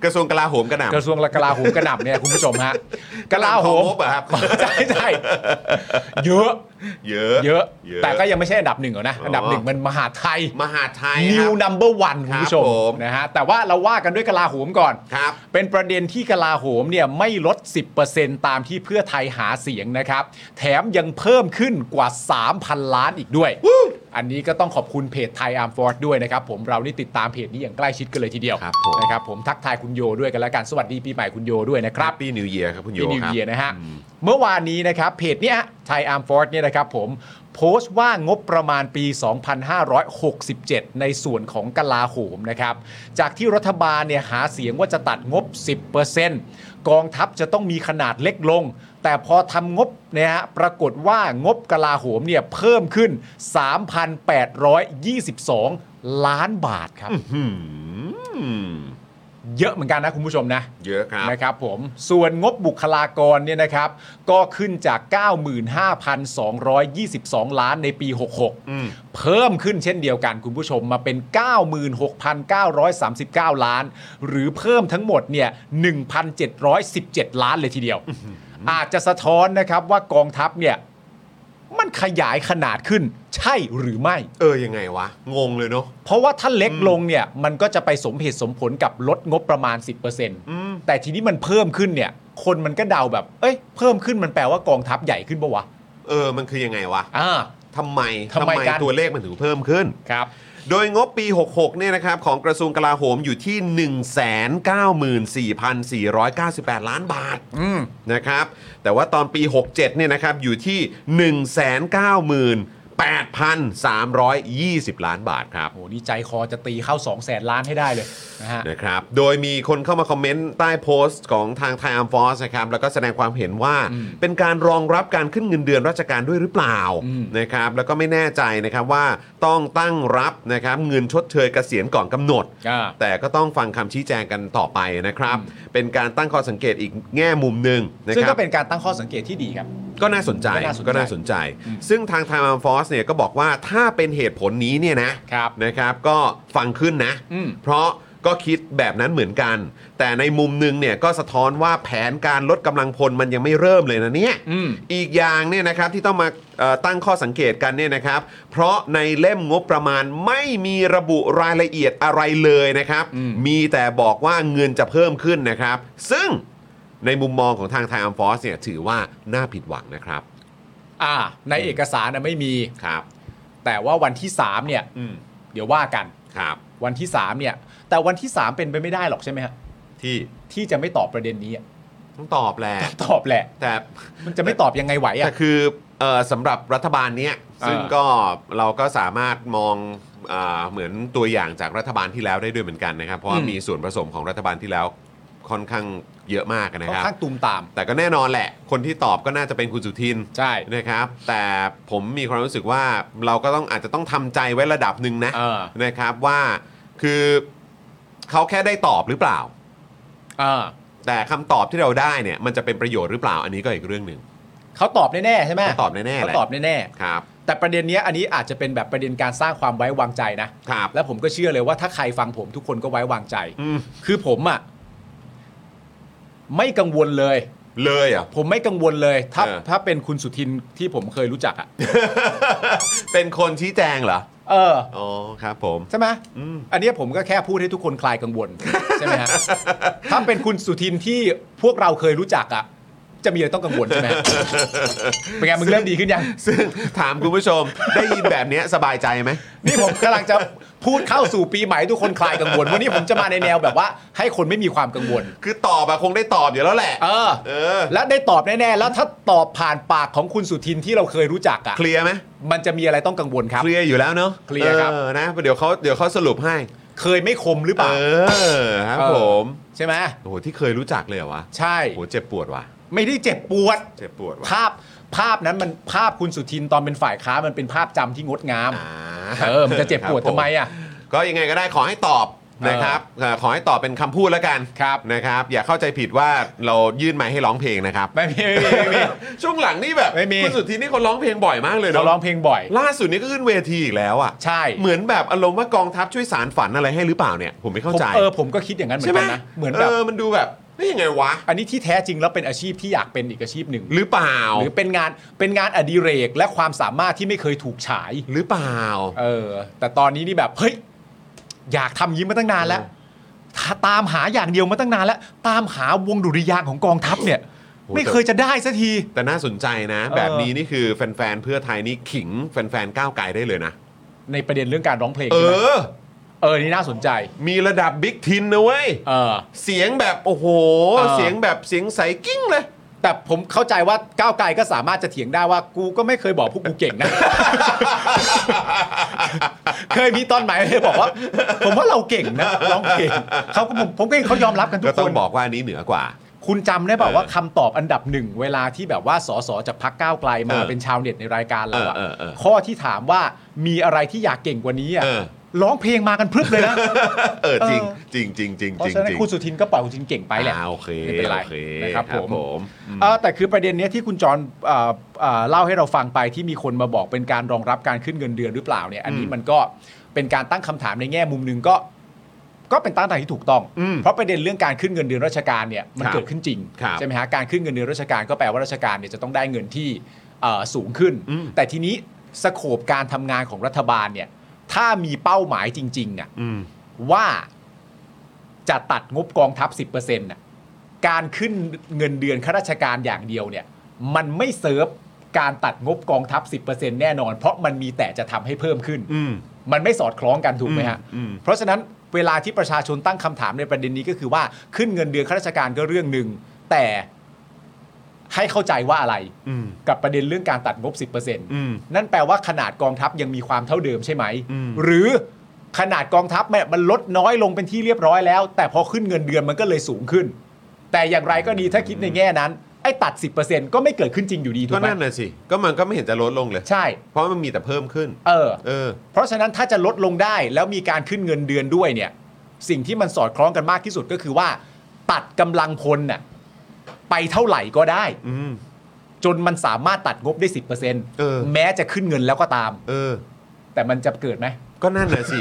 C: กระทรวงกลาโหมกระหน่ำ
D: กระทรวงกลาโหมกระหน่ำเนี่ยคุณผู้ชม
C: (laughs)
D: ฮะกลาโหม
C: งบเหรอครับ
D: ใช่ใช่เยอะ
C: เยอะ
D: เยอะ
C: เยอะ
D: แต่ก็ยังไม่ใช่อันดับหนึ่งหรอกนะ
C: อ๋ออั
D: อันดับหนึ่งมันมหาไทย
C: มหาดไทย
D: New Number One
C: ค
D: คุ
C: รับ
D: ณผู้ช
C: ผม
D: มนะฮะแต่ว่าเราว่ากันด้วยกลาโหมก่อน
C: ครับ
D: เป็นประเด็นที่กลาโหมเนี่ยไม่ลด 10%ตามที่เพื่อไทยหาเสียงนะครับ แถมยังเพิ่มขึ้นกว่า 3,000 ล้านอีกด้วย อันนี้ก็ต้องขอบคุณเพจไทยอาร์มฟอร์ดด้วยนะครับ ผมเรานี่ติดตามเพจนี้อย่างใกล้ชิดกันเลยทีเดียว
C: ครับผม
D: นะครับผมทักทายคุณโยด้วยกันแล้วกันสวัสดีปีใหม่คุณโยด้วยนะค
C: ค
D: รั
C: รับ บปีนิวเยียครับคุณโย
D: ที่นิว
C: ครับ
D: เยียนะฮะ เมื่อวานนี้นะครับเพจเนี้ยไทยอาร์มฟอร์ดเนี่ยนะครับผมโพสต์ว่างบประมาณปี 2567 ในส่วนของกลาโหมนะครับ จากที่รัฐบาลเนี่ยหาเสียงว่าจะตัดงบ 10%กองทัพจะต้องมีขนาดเล็กลง แต่พอทำงบเนี่ยฮะปรากฏว่างบกลาโหมเนี่ยเพิ่มขึ้น 3,822 ล้านบาทครับ
C: อืม
D: เยอะเหมือนกันนะคุณผู้ชมนะ
C: เยอะครับ
D: นะครับผมส่วนงบบุคลากรเนี่ยนะครับ ก็ขึ้นจาก 95,222 ล้านในปี
C: อืม
D: 66 เพิ่มขึ้นเช่นเดียวกันคุณผู้ชมมาเป็น 96,939 ล้าน หรือเพิ่มทั้งหมดเนี่ย 1,717 ล้านเลยทีเดียว อาจจะสะท้อนนะครับว่ากองทัพเนี่ย มันขยายขนาดขึ้นใช่หรือไม่
C: เออ ยังไงวะ งงเลยเนาะ
D: เพราะว่าถ้าเล็กลงเนี่ยมันก็จะไปสมเหตุสมผลกับลดงบประมาณ
C: ม
D: 10%แต่ทีนี้มันเพิ่มขึ้นเนี่ย คนมันก็เดาแบบ เอ้ยเพิ่มขึ้นมันแปลว่ากองทัพใหญ่ขึ้นปะวะ
C: เออ มันคือยังไงวะ
D: อ่า
C: ทำไม
D: ทำไมกัน
C: ตัวเลขมันถึงเพิ่มขึ้น
D: ครับ
C: โดยงบปี 66 เนี่ยนะครับ ของกระทรวงกลาโหมอยู่ที่ 194,498 ล้านบาทนะครับ แต่ว่าตอนปี 67 เนี่ยนะครับ อยู่ที่ 198,320 ล้านบาทครับ
D: โหนี่ใจคอจะตีเข้า 2 0 0แสนล้านให้ได้เลยนะฮะ
C: นะครับ โดยมีคนเข้ามาคอมเมนต์ใต้โพสต์ของทางไทม์ฟอสนะครับ แล้วก็แสดงความเห็นว่า
D: อืม
C: เป็นการรองรับการขึ้นเงินเดือนราชการด้วยหรือเปล่า
D: อืม
C: นะครับ แล้วก็ไม่แน่ใจนะครับว่าต้องตั้งรับนะครับเงินชดเชยเกษียณก่อนกำหนด
D: อ่า
C: แต่ก็ต้องฟังคำชี้แจงกันต่อไปนะครับ
D: อื
C: เป็นการตั้งข้อสังเกตอีกแง่มุมหนึ่งนะ
D: ซึ่ง
C: ครั
D: ก็
C: บ
D: เป็นการตั้งข้อสังเกตที่ดีครับ
C: ก็น่าสนใจ
D: ก็น่าสนใจ
C: ก็น่าสนใจ
D: อืม
C: ซึ่งทาง Time Arm Force เนี่ยก็บอกว่าถ้าเป็นเหตุผลนี้เนี่ยนะ
D: ครับ
C: นะครับก็ฟังขึ้นนะ
D: อืม
C: เพราะก็คิดแบบนั้นเหมือนกัน แต่ในมุมหนึงเนี่ยก็สะท้อนว่าแผนการลดกำลังพลมันยังไม่เริ่มเลยนะเนี่ย
D: อืม
C: อีกอย่างเนี่ยนะครับที่ต้องมาเอ่อตั้งข้อสังเกตกันเนี่ยนะครับ เพราะในเล่มงบประมาณไม่มีระบุรายละเอียดอะไรเลยนะครับ
D: อืม
C: มีแต่บอกว่าเงินจะเพิ่มขึ้นนะครับ ซึ่งในมุมมองของทางไทม์ฟอสเนี่ยถือว่าน่าผิดหวังนะครับ
D: อ่า ในเอกสารนะไม่มี
C: ครับ
D: แต่ว่าวันที่ 3 เนี่ย
C: อืม
D: เดี๋ยวว่ากัน
C: ครับ
D: วันที่ 3 เนี่ย แต่วันที่ 3 เป็นไปไม่ได้หรอกใช่ไหมฮะ
C: ที่
D: ที่จะไม่ตอบประเด็นนี้อะ (laughs)
C: ต้องตอบแหละ
D: ตอบแหละ
C: แต่
D: มันจะไม่ตอบยังไงไหวอ่ะ
C: แต่คือเอ่อสำหรับรัฐบาลเนี้ย
D: อ่า
C: ซึ่งก็เราก็สามารถมองอ่าเหมือนตัวอย่างจากรัฐบาลที่แล้วได้ด้วยเหมือนกันนะครับ เพราะว่ามีส่วนผสมของรัฐบาลที่แล้วค่อนข้างเยอะมากนะ
D: ค่
C: คน
D: อ
C: รับ
D: ข้างตูมตาม
C: แต่ก็แน่นอนแหละ คนที่ตอบก็น่าจะเป็นคุณสุทิน
D: ใช่
C: นะครับ แต่ผมมีความรู้สึกว่าเราก็ต้องอาจจะต้องทำใจไว้ระดับหนึ่งนะ
D: เออ
C: นะครับว่าคือเขาแค่ได้ตอบหรือเปล่า
D: อ่า
C: แต่คำตอบที่เราได้เนี่ยมันจะเป็นประโยชน์หรือเปล่า อันนี้ก็อีกเรื่องหนึ่ง
D: เขาตอบแน่ๆใช่ไหม
C: เขาตอบแน่ๆแหละ
D: เขาตอบแน่
C: ครับ
D: ๆแต่ประเด็นเนี้ยอันนี้อาจจะเป็นแบบประเด็นการสร้างความไว้วางใจนะ
C: ครับ
D: และผมก็เชื่อเลยว่าถ้าใครฟังผมทุกคนก็ไว้วางใจ
C: อืม
D: คือผมอ่ะไม่กังวลเลย
C: เลยเหรอ่ะ (laughs)
D: ผมไม่กังวลเลยถ้า
C: เออ
D: ถ้าเป็นคุณสุทินที่ผมเคยรู้จักอ่ะ
C: เป็นคนชี้แจงเหรอ
D: เออ
C: อ๋อครับผม
D: ใช่ไหม
C: อืม
D: อันเนี้ยผมก็แค่พูดให้ทุกคนคลายกังวล ใช่ไหม
C: (laughs)
D: ฮะถ้าเป็นคุณสุทินที่พวกเราเคยรู้จักอ่ะ จะมีอะไรต้องกังวลใช่ไหมเป็นไงมึงเริ่มดีขึ้นยัง
C: ซึ่งถามคุณผู้ชม ได้ยินแบบเนี้ยสบายใจไหม
D: นี่ผมกำลังจะพูดเข้าสู่ปีใหม่ทุกคนคลายกังวล วันนี้ผมจะมาในแนวแบบว่า ให้คนไม่มีความกังวล
C: คือตอบอะคงได้ตอบอยู่แล้วแหละ
D: เออ
C: เออ
D: และได้ตอบแน่ๆ แล้วถ้าตอบผ่านปากของคุณสุทินที่เราเคยรู้จักอ่ะ
C: เคลียร์ไหม
D: มันจะมีอะไรต้องกังวลครับ
C: เคลียร์อยู่แล้วเนาะ
D: เคลียร์ครับ
C: ออนะ เดี๋ยวเขาเดี๋ยวเขาสรุปให้
D: เคยไม่คมหรือเป
C: เอ
D: ล่า
C: อครับ
D: เออ
C: ผม
D: ใช่ไหม
C: โอ้โหที่เคยรู้จักเลยเหรอวะ
D: ใช่
C: โอ้โหเจ็บปวดว่ะ
D: ไม่ได้เจ็บปวด
C: เจ็บปวดว่ะ
D: ภาพภาพนั้นมันภาพคุณสุทินตอนเป็นฝ่ายค้านมันเป็นภาพจำที่งดงาม
C: อ่า
D: เออมันจะเจ็บปวด
C: ครับผ
D: ทำไมอ่ะ
C: ก็ยังไงก็ได้ขอให้ตอบ นะครับเอ่อขอให้ตอบเป็นคำพูดแล้วกัน
D: ครับ
C: นะครับ อย่าเข้าใจผิดว่าเรายื่นไมค์ให้ร้องเพลงนะครับ
D: ไม่มีไม่มีไม่มี
C: ช่วงหลังนี่แบบ
D: ไม่มี
C: คุณสุทธินี่เขาร้องเพลงบ่อยมากเลยเนาะ
D: เราร้องเพลงบ่อย
C: ล่าสุดนี้ก็ขึ้นเวทีอีกแล้วอ่ะ
D: ใช่
C: เหมือนแบบอารมณ์ว่ากองทัพช่วยสารฝันอะไรให้หรือเปล่าเนี่ยผมไม่เข้า
D: ผม
C: ใจ
D: เออผมก็คิดอย่างนั้นเหมื
C: ใช่
D: อน
C: ไหม
D: กันนะ เหมือนแบบ
C: เออมันดูแบบนี่ยังไงวะ
D: อันนี้ที่แท้จริงแล้วเป็นอาชีพที่อยากเป็นอีกอาชีพหนึ่ง
C: หรือเปล่า
D: หรือเป็นงานเป็นงานอดิเรกและความสามารถที่ไม่เคยถูกฉาย
C: หรือเปล่า
D: เออ แต่ตอนนี้นี่แบบ เฮ้ย อยากทำอยิ้มมาตั้งนานแล้วถ้าตามหาอย่างเดียวมาตั้งนานแล้ว ตามหาวงดุริยางค์ของกองทัพเนี่ย
C: โห
D: ไม่เคยจะได้สักที
C: แต่น่าสนใจนะ
D: เออ
C: แบบนี้นี่คือแฟนๆเพื่อไทยนี่ขิงแฟนๆก้าวไกลได้เลยนะ
D: ในประเด็นเรื่องการร้องเพลง
C: เอ
D: ใช่ไหม
C: อ
D: เออ นี่น่าสนใจ
C: มีระดับบิ๊กทินนะเว้ย
D: เออ
C: เสียงแบบโอ้โห
D: เออ
C: เสียงแบบเสียงใสกิ้งเลย
D: แต่ผมเข้าใจว่าก้าวไกลก็สามารถจะเถียงได้ว่ากูก็ไม่เคยบอกพวกกูเก่งนะ เคยมีตอนไหนเลยบอกว่า ผมว่าเราเก่งนะร้องเก่งเขาก็ผมผมก็เห็นเขายอมรับ (laughs) กันทุ
C: ก็
D: ก
C: ต้อ
D: ค
C: ง
D: น
C: บอกว่าอันนี้เหนือกว่า
D: คุณจำได้เปล่า
C: เออ
D: ว่าคำตอบอันดับหนึ่งเวลาที่แบบว่าสสจากพักก้าวไกลมา
C: เออ
D: เป็นชาวเน็ตในรายการเราอะ
C: เออเออเออ
D: ข้อที่ถามว่ามีอะไรที่อยากเก่งกว่านี้อะ
C: เออ
D: ร้องเพลงมากันพรึบเลยนะ
C: เออจริง
D: เออ
C: จริงจริงจริง
D: เพราะ
C: จริง
D: ฉะ
C: จ
D: นั้
C: ริ
D: น
C: ง
D: คุณสุทินก็เป่าจริงเก่งไปแหละ
C: อ่าโอเค
D: ไม่เป็นไร
C: โอค
D: นะครับผม
C: อืม
D: เออแต่คือประเด็นเนี้ยที่คุณจรเอ่อเอ่อเล่าให้เราฟังไปที่มีคนมาบอกเป็นการรองรับการขึ้นเงินเดือนหรือเปล่าเนี่ยอันนี้
C: อืม
D: มันก็เป็นการตั้งคำถามในแง่มุมหนึ่งก็ ก็เป็นตั้งทางที่ถูกต้อง
C: อืม
D: เพราะประเด็นเรื่องการขึ้นเงินเดือนราชการเนี่ยมั
C: ค
D: น
C: รับ
D: เกิดขึ้นจริง
C: ครับ
D: ใช่ไหมฮะการขึ้นเงินเดือนราชการก็แปลว่าราชการเนี่ยจะต้องได้เงินที่เอ่อสูงขึ้น
C: อืม
D: แต่ทีนี้สโคปการทำงานของรัฐบาลเนี่ยถ้ามีเป้าหมายจริงๆอ่ะ
C: อืม
D: ว่าจะตัดงบกองทัพ 10%น่ะการขึ้นเงินเดือนข้าราชการอย่างเดียวเนี่ย มันไม่เซิร์ฟการตัดงบกองทัพ 10%แน่นอน เพราะมันมีแต่จะทำให้เพิ่มขึ้น
C: อืม
D: มันไม่สอดคล้องกันถูกไหมฮะ
C: อืมอืม
D: เพราะฉะนั้นเวลาที่ประชาชนตั้งคำถามในประเด็นนี้ก็คือว่าขึ้นเงินเดือนข้าราชการก็เรื่องหนึ่งแต่ให้เข้าใจว่าอะไร
C: อืม
D: กับประเด็นเรื่องการตัดงบ 10%
C: ม
D: นั่นแปลว่าขนาดกองทัพยังมีความเท่าเดิมใช่ไหม
C: อืม
D: หรือขนาดกองทัพเนี่ยมันลดน้อยลงเป็นที่เรียบร้อยแล้ว แต่พอขึ้นเงินเดือนมันก็เลยสูงขึ้น แต่อย่างไรก็ดีถ้าคิดในแง่นั้น ไอ้ตัด 10%ก็ไม่เกิดขึ้นจริงอยู่ดีถู
C: ก็
D: กไหม
C: นั่นน่ะสิ ก็มันก็ไม่เห็นจะลดลงเลย
D: ใช่
C: เพราะมันมีแต่เพิ่มขึ้น
D: เออ
C: เออ
D: เพราะฉะนั้นถ้าจะลดลงได้แล้วมีการขึ้นเงินเดือนด้วยเนี่ย สิ่งที่มันสอดคล้องกันมากที่สุดก็คือว่า ตัดกำลังพลน่ะไปเท่าไหร่ก็ได้
C: อืม
D: จนมันสามารถตัดงบได้
C: เออ
D: 10%แม้จะขึ้นเงินแล้วก็ตาม
C: เออ
D: แต่มันจะเกิดไหม
C: ก็นั่นน่ะ
D: (laughs)
C: สิ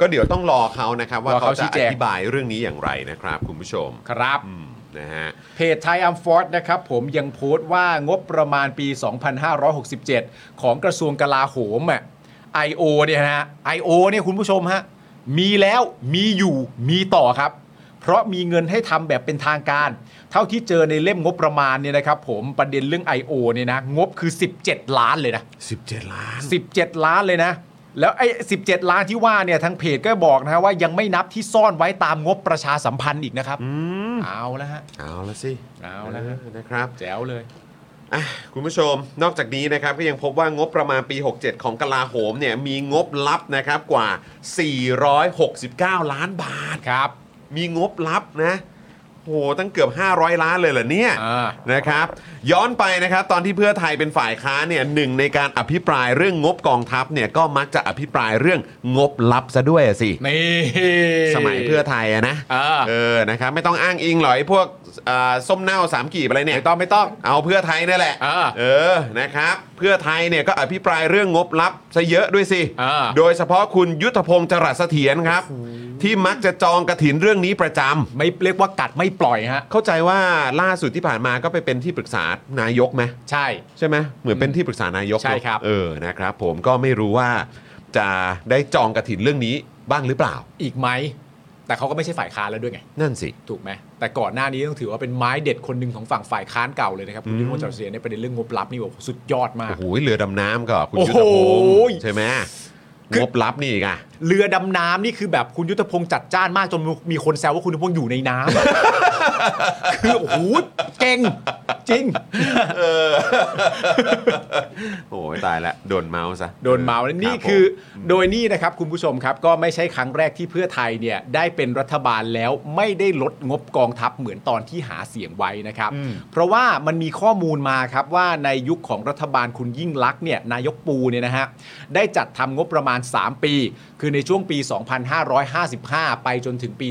C: ก็เดี๋ยวต้องรอเขานะครับ ว่าร
D: อ
C: เขา
D: เขาชี้
C: จะอ
D: แจง
C: ธิบายเรื่องนี้อย่างไรนะครับคุณผู้ชม
D: ครับ
C: อืม นะฮะ
D: เพจไทยอัมฟอร์ดนะครับผมยังโพสต์ว่างบประมาณปี 2567 ของกระทรวงกลาโหมอ่ะ IO เนี่ยนะฮะ IO เนี่ยคุณผู้ชมฮะ มีแล้วมีอยู่มีต่อครับ เพราะมีเงินให้ทำแบบเป็นทางการ เท่าที่เจอในเล่มงบประมาณเนี่ยนะครับผมประเด็นเรื่อง IO เนี่ยนะ งบคือ 17 ล้านเลยนะ
C: 17 ล้าน
D: 17 ล้านเลยนะ แล้วไอ้17 ล้านที่ว่าเนี่ยทางเพจก็บอกนะฮะว่ายังไม่นับที่ซ่อนไว้ตามงบประชาสัมพันธ์อีกนะครับ
C: อืม
D: เอาแล้วฮะ
C: เอาละสิ
D: เอาละฮะ
C: เออนะครับ
D: แจ๋วเลย
C: อ่ะคุณผู้ชม นอกจากนี้นะครับก็ยังพบว่างบประมาณปี 67 ของกลาโหมเนี่ยมีงบลับนะครับกว่า 469 ล้านบาทครับ มีงบลับนะโหตั้งเกือบ 500 ล้านเลยเหรอเนี่ย
D: อ่า
C: นะครับ ย้อนไปนะครับตอนที่เพื่อไทยเป็นฝ่ายค้านเนี่ยหนึ่งในการอภิปรายเรื่องงบกองทัพเนี่ยก็มักจะอภิปรายเรื่องงบลับซะด้วยอะสิ
D: นี่
C: สมัยเพื่อไทยอะนะ
D: อ่า
C: เออนะครับไม่ต้องอ้างอิงหรอกไอ้พวกอ่าส้มเน่าสามกีบอะไรเนี่ย
D: ไม่ต้องไม่ต้อง
C: เอาเพื่อไทยนี่แหละ
D: อ่า
C: เออ นะครับ เพื่อไทยเนี่ยก็อภิปรายเรื่องงบลับซะเยอะด้วยสิ
D: อ่า
C: โดยเฉพาะคุณยุทธพงศ์จรัสเสถียรครับ ที่มักจะจองกระถินเรื่องนี้ประจำ
D: ไม่เรียกว่ากัดไม่ปล่อยฮะ
C: เข้าใจว่าล่าสุดที่ผ่านมาก็ไปเป็นที่ปรึกษานายกไหม
D: ใช่
C: ใช่ไหมเหมือนเป็นที่ปรึกษานายก
D: ใช่ครับ
C: เนอะเออ นะครับ ผมก็ไม่รู้ว่าจะได้จองกระถินเรื่องนี้บ้างหรือเปล่า
D: อีกไหม แต่เขาก็ไม่ใช่ฝ่ายค้านแล้วด้วยไง
C: นั่นสิ
D: ถูกไหม แต่ก่อนหน้านี้ต้องถือว่าเป็นไม้เด็ดคนหนึ่งของฝั่งฝ่ายค้านเก่าเลยนะครับ คุณยุทธพงศ์จรัสเสียรในประเด็นเรื่องงบลับนี่บอกสุดยอดมาก
C: โอ้โห เรือดำน้ำก็คุณยุทธ
D: โอ้
C: พ
D: โห
C: งศ์ใช่ไหม
D: คือ
C: งบลับนี่อีกอ่ะ
D: เรือดำน้ำนี่คือแบบคุณยุทธพงศ์จัดจ้านมากจนมีคนแซวว่าคุณยุทธพงศ์อยู่ในน้ำอะ คือโอ้โหเก่งจริง
C: โอ้ยตายละโดนเมาส์ซะ
D: โดนเมาส์แล้วนี่
C: รับผม
D: คือโดยนี่นะครับคุณผู้ชมครับก็ไม่ใช่ครั้งแรกที่เพื่อไทยเนี่ยได้เป็นรัฐบาลแล้วไม่ได้ลดงบกองทัพเหมือนตอนที่หาเสียงไว้นะครับ เพราะว่ามันมีข้อมูลมาครับว่าในยุคของรัฐบาลคุณยิ่งลักษณ์เนี่ยนายกปูเนี่ยนะฮะได้จัดทำงบประมาณ 3 ปี คือในช่วงปี 2555 ไปจนถึงปี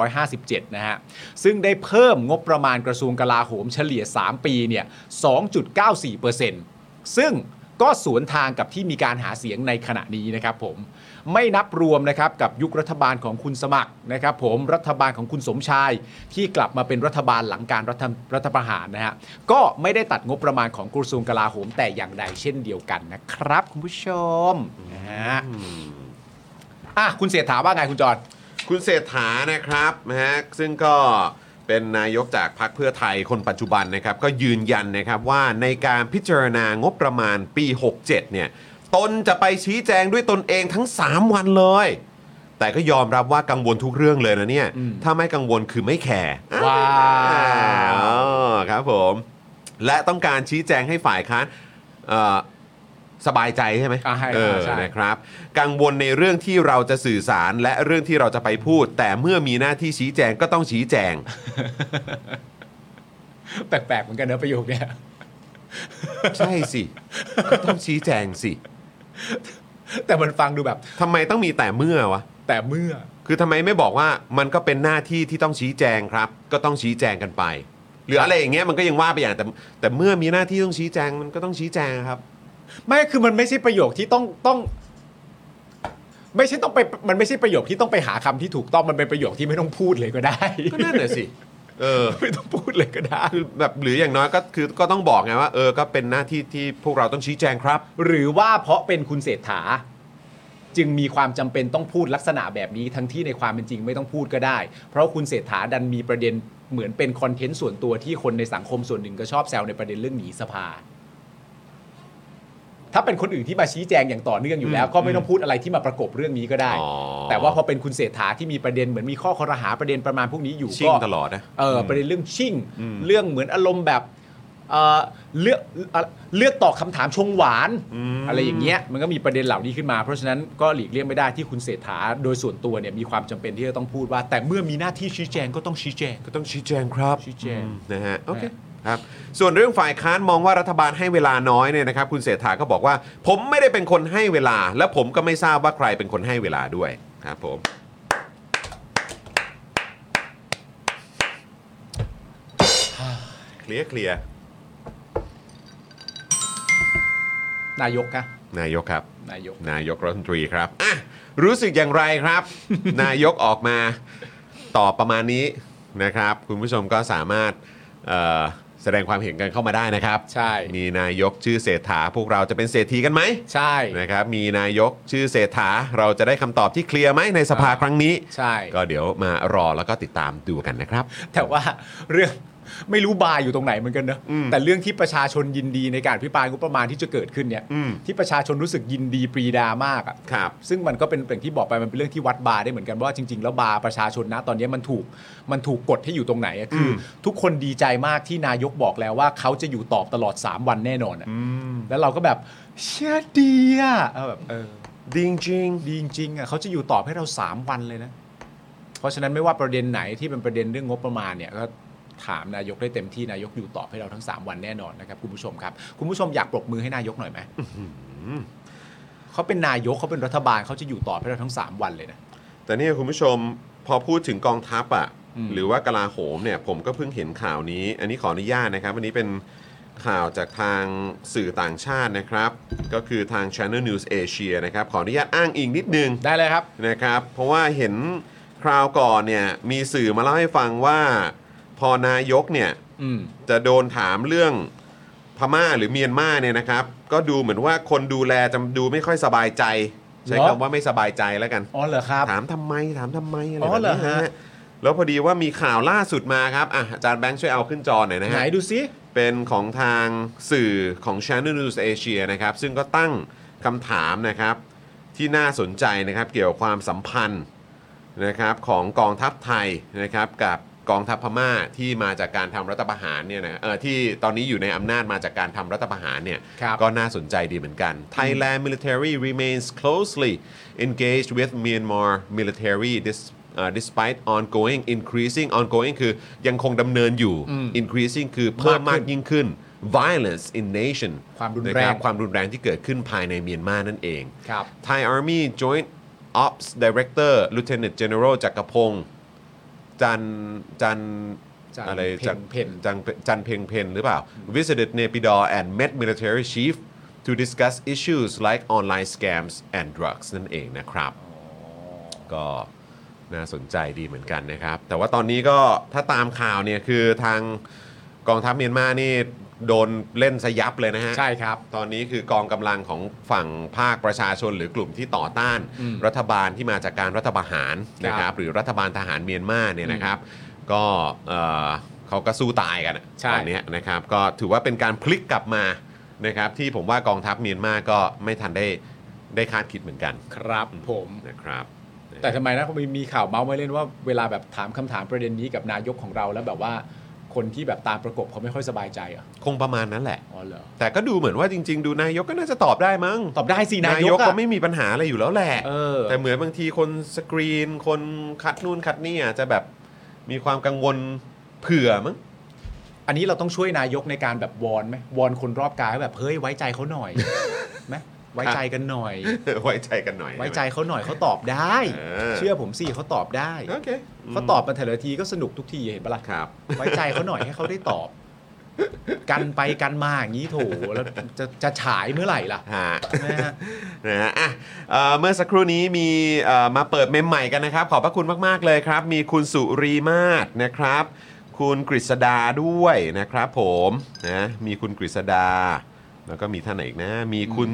D: 2557 นะฮะ ซึ่งได้เพิ่มงบประมาณกระทรวงกลาโหมเฉลี่ย 3 ปีเนี่ย 2.94%ซึ่งก็สวนทางกับที่มีการหาเสียงในขณะนี้นะครับผม ไม่นับรวมนะครับกับยุครัฐบาลของคุณสมัครนะครับผมรัฐบาลของคุณสมชาย ที่กลับมาเป็นรัฐบาลหลังการรัฐรัฐประหารนะฮะก็ไม่ได้ตัดงบประมาณของกระทรวงกลาโหมแต่อย่างใดเช่นเดียวกันนะครับ คุณผู้ชมนะฮะอ่ะคุณเสียถาว่าไงคุณจอน
C: คุณเศรษฐานะครับนะฮะซึ่งก็เป็นนายกจากพรรคเพื่อไทยคนปัจจุบันนะครับ ก็ยืนยันนะครับว่าในการพิจารณางบประมาณปี 67 เนี่ย ตนจะไปชี้แจงด้วยตนเองทั้ง 3 วันเลย แต่ก็ยอมรับว่ากังวลทุกเรื่องเลยนะเนี่ย
D: อืม
C: ถ้าไม่กังวลคือไม่แคร์
D: ว้า
C: อ้าว วครับผมและต้องการชี้แจงให้ฝ่ายค้านเอ่อสบายใจใช่ไหม
D: อ่าใช่
C: เออ
D: ใช่
C: นะครับ กังวลในเรื่องที่เราจะสื่อสารและเรื่องที่เราจะไปพูด แต่เมื่อมีหน้าที่ชี้แจงก็ต้องชี้แจง
D: แปลกๆเหมือนกันนะประโยคเนี้ย
C: ใช่สิ ก็ต้องชี้แจงสิ
D: (laughs) แต่มันฟังดูแบบ
C: ทำไมต้องมีแต่เมื่อวะ
D: แต่เมื่อ
C: คือทำไมไม่บอกว่ามันก็เป็นหน้าที่ที่ต้องชี้แจงครับ ก็ต้องชี้แจงกันไป หรืออะไรอย่างเงี้ยมันก็ยังว่าไปอย่างแต่แต่เมื่อมีหน้าที่ต้องชี้แจงมันก็ต้องชี้แจงครับ
D: ไม่คือมันไม่ใช่ประโยคที่ต้องต้อง ไม่ใช่ต้องไปมันไม่ใช่ประโยคที่ต้องไปหาคำที่ถูกต้องมันเป็นประโยคที่ไม่ต้องพูดเลยก็ได้
C: ก็นั่นแหละสิ เออ
D: (laughs) ไม่ต้องพูดเลยก็ได้
C: คือแบบหรืออย่างน้อยก็คือก็ต้องบอกไงว่าเออก็เป็นหน้าที่ที่พวกเราต้องชี้แจงครับ
D: หรือว่าเพราะเป็นคุณเศรษฐา จึงมีความจำเป็นต้องพูดลักษณะแบบนี้ทั้งที่ในความเป็นจริงไม่ต้องพูดก็ได้ เพราะคุณเศรษฐาดันมีประเด็นเหมือนเป็นคอนเทนต์ส่วนตัวที่คนในสังคมส่วนหนึ่งก็ชอบแซวในประเด็นเรื่องหนีสภา ถ้าเป็นคนอื่นที่มาชี้แจงอย่างต่อเนื่องอยู่แล้ว ก็ไม่ต้องพูดอะไรที่มาประกบเรื่องนี้ก็ได้
C: อ๋อ
D: แต่ว่าพอเป็นคุณเศรษฐาที่มีประเด็นเหมือนมีข้อคอรหาประเด็นประมาณพวกนี้อยู่
C: ชิ่
D: ก็
C: งตลอดนะ
D: เออประเด็นเรื่องชิ่ง เรื่องเหมือนอารมณ์แบบเอ่อเลือกเอ่อเลือกตอบคำถามชงหวาน อะไรอย่างเงี้ยมันก็มีประเด็นเหล่านี้ขึ้นมา เพราะฉะนั้นก็หลีกเลี่ยงไม่ได้ที่คุณเศรษฐาโดยส่วนตัวเนี่ยมีความจำเป็นที่จะต้องพูดว่า แต่เมื่อมีหน้าที่ชี้แจงก็ต้องชี้แจง
C: ก็ต้องชี้แจงครับ
D: ชี้แจง
C: อืมนะฮะโอเคครับ ส่วนเรื่องฝ่ายค้านมองว่ารัฐบาลให้เวลาน้อยเนี่ยนะครับ คุณเศรษฐาก็บอกว่า ผมไม่ได้เป็นคนให้เวลา และผมก็ไม่ทราบว่าใครเป็นคนให้เวลาด้วยครับผม เคลียร์เคลียร์
D: นายกคะ
C: นายกครับ
D: นายก
C: นายกรัฐมนตรีครับอ่ะรู้สึกอย่างไรครับ (laughs) นายกออกมาตอบประมาณนี้นะครับ คุณผู้ชมก็สามารถเอ่อแสดงความเห็นกันเข้ามาได้นะครับ
D: ใช่
C: มีนายกชื่อเศรษฐาพวกเราจะเป็นเศรษฐีกันไหม
D: ใช่
C: นะครับมีนายกชื่อเศรษฐาเราจะได้คำตอบที่เคลียร์ไหมในสภา
D: อ่า
C: ครั้งนี้
D: ใช่
C: ก็เดี๋ยวมารอแล้วก็ติดตามดูกันนะครับ
D: แต่ว่าเรื่องไม่รู้บายอยู่ตรงไหนเหมือนกันเนอะแต่เรื่องที่ประชาชนยินดีในการพิปรายงบประมาณที่จะเกิดขึ้นเนี่ย
C: อืม
D: ที่ประชาชนรู้สึกยินดีปรีดามากอ่ะ
C: ครับ
D: ซึ่งมันก็เป็นอย่างที่บอกไปมันเป็นเรื่องที่วัดบาร์ได้เหมือนกันว่าจริง ๆ แล้วบาร์ประชาชนนะตอนนี้มันถูกมันถูกกดให้อยู่ตรงไหนอะคืออทุกคนดีใจมากที่นายกบอกแล้วว่าเขาจะอยู่ตอบตลอด 3 วันแน่นอนอะแล้วเราก็แบบเชื่อดีอะเออแบบเออ
C: ดิงจริง
D: ดีจริงๆอะเขาจะอยู่ตอบให้เรา 3 วันเลยนะ เพราะฉะนั้นไม่ว่าประเด็นไหนที่เป็นประเด็นเรื่องงบประมาณเนี่ยก็ถามนายกได้เต็มที่นายกอยู่ตอบให้เราทั้ง 3 วันแน่นอนนะครับคุณผู้ชมครับคุณผู้ชมอยากปรบมือให้นายกหน่อยไหมเขาเป็นนายกเขาเป็นรัฐบาลเขาจะอยู่ตอบให้เราทั้ง 3 วันเลยนะ
C: แต่เนี่ยคุณผู้ชมพอพูดถึงกองทัพอ่ะ
D: อืม
C: หรือว่ากลาโหมเนี่ยผมก็เพิ่งเห็นข่าวนี้ อันนี้ขออนุญาตนะครับ อันนี้เป็นข่าวจากทางสื่อต่างชาตินะครับ ก็คือทาง Channel News Asia นะครับ ขออนุญาตอ้างอิงนิดนึง
D: ได้เลยครับ
C: นะครับ เพราะว่าเห็นคราวก่อนเนี่ยมีสื่อมาเล่าให้ฟังว่า พอนายกเนี่ย
D: อืม
C: จะโดนถามเรื่องพม่าหรือเมียนมาเนี่ยนะครับ ก็ดูเหมือนว่าคนดูแลจะดูไม่ค่อยสบายใจ ใช้
D: เหรอ
C: คำว่าไม่สบายใจแล้วกัน
D: อ๋อเหรอครับ
C: ถามทำไมถามทำไมอะไร
D: อ๋
C: แบ
D: อบ เหรอ
C: นี้
D: ฮะ
C: ฮะแล้วพอดีว่ามีข่าวล่าสุดมาครับอ่ะอาจารย์แบงค์ช่วยเอาขึ้นจอหน่อยนะ
D: ไหน
C: ฮะ
D: ดูซิ
C: เป็นของทางสื่อของ Channel News Asia นะครับ ซึ่งก็ตั้งคำถามนะครับที่น่าสนใจนะครับ เกี่ยวกับความสัมพันธ์นะครับของกองทัพไทยนะครับ กับกองทัพพม่าที่มาจากการทำรัฐประหารเนี่ยนะเออที่ตอนนี้อยู่ในอำนาจมาจากการทำรัฐประหารเนี่ย
D: ครับ
C: ก็น่าสนใจดีเหมือนกัน Thailand military remains closely engaged with Myanmar military dis- เอ่อ despite ongoing increasing ongoing คือยังคงดำเนินอยู่ increasing คือเพิ่มมากยิ่งขึ้น violence in nation
D: ความรุนแรง
C: ะคบความรุนแรงที่เกิดขึ้นภายในเมียนมานั่นเอง
D: ครับ
C: Thai Army Joint Ops Director Lieutenant General จักรพงศ์จันจัน
D: จัน
C: อะไร
D: เพ็ญ
C: จัน
D: เพ็ญ
C: จันจันเพงเพนหรือเปล่า visited Naypyidaw and met military chief to discuss issues like online scams and drugs นั่นเองนะครับ ก็น่าสนใจดีเหมือนกันนะครับ แต่ว่าตอนนี้ก็ถ้าตามข่าวเนี่ยคือทางกองทัพเมียนมานี่โดนเล่นสยับเลยนะฮะ
D: ใช่ครับ
C: ตอนนี้คือกองกำลังของฝั่งภาคประชาชนหรือกลุ่มที่ต่อต้าน
D: อืม
C: รัฐบาลที่มาจากการรัฐประหารนะค
D: ครั
C: รับบหรือรัฐบาลทหารเมียนมาเนี่ยนะครับ ก็เอ่อเขาก็สู้ตายกันอะ
D: ใช่
C: ตอนเนี้ยนะครับก็ถือว่าเป็นการพลิกกลับมานะครับที่ผมว่ากองทัพเมียนมาก็ไม่ทันได้ได้คาดคิดเหมือนกัน
D: ครับผม
C: นะครับ
D: แต่ทำไมนะมีมีข่าวเมาส์มาเล่นว่าเวลาแบบถามคำถามประเด็นนี้กับนายกของเราแล้วแบบว่าคนที่แบบตามประกบเขาไม่ค่อยสบายใจเหรอ
C: คงประมาณนั้นแหละ
D: อ๋อเหรอ
C: แต่ก็ดูเหมือนว่าจริง ๆ ดูนายกก็น่าจะตอบได้มั้ง
D: ตอบได้สินาน
C: าย
D: ย
C: ก
D: กอะ
C: ก็ไม่มีปัญหาอะไรอยู่แล้วแหละ
D: เออ
C: แต่เหมือนบางทีคนสกรีน คนคัดนู่นคัดนี่อาจจะแบบมีความกังวลเผื่อมั้ง (laughs)
D: อันนี้เราต้องช่วยนายกในการแบบวอนไหมวอนคนรอบกายว่าแบบเฮ้ยไว้ใจเขาหน่อย (laughs) ไหมไว้ใจกันหน่อย
C: ไว้ใจกันหน่อย
D: ไว้ใจเขาหน่อยเขาตอบได้
C: เออ
D: เชื่อผมสิเขาตอบได้
C: โอเคม
D: เขาตอบมาแต่ละทีก็สนุกทุกทีเห็นปะล่ะ
C: ครับ
D: ไว้ใจเขาหน่อยให้เขาได้ตอบ กันไปกันมาอย่างนี้โถแล้วจะจะฉายเมื่อไหร่ล่ะ
C: ฮะ
D: นะฮะ
C: นะฮะอ่ะเอ่อเมื่อสักครู่นี้มีเอ่อมาเปิดเมมใหม่กันนะครับ ขอบพระคุณมาก ๆ เลยครับ มีคุณสุรีมาศนะครับ คุณกฤษดาด้วยนะครับผมนะมีคุณกฤษดา แล้วก็มีท่านไหนอีกนะ มีคุณ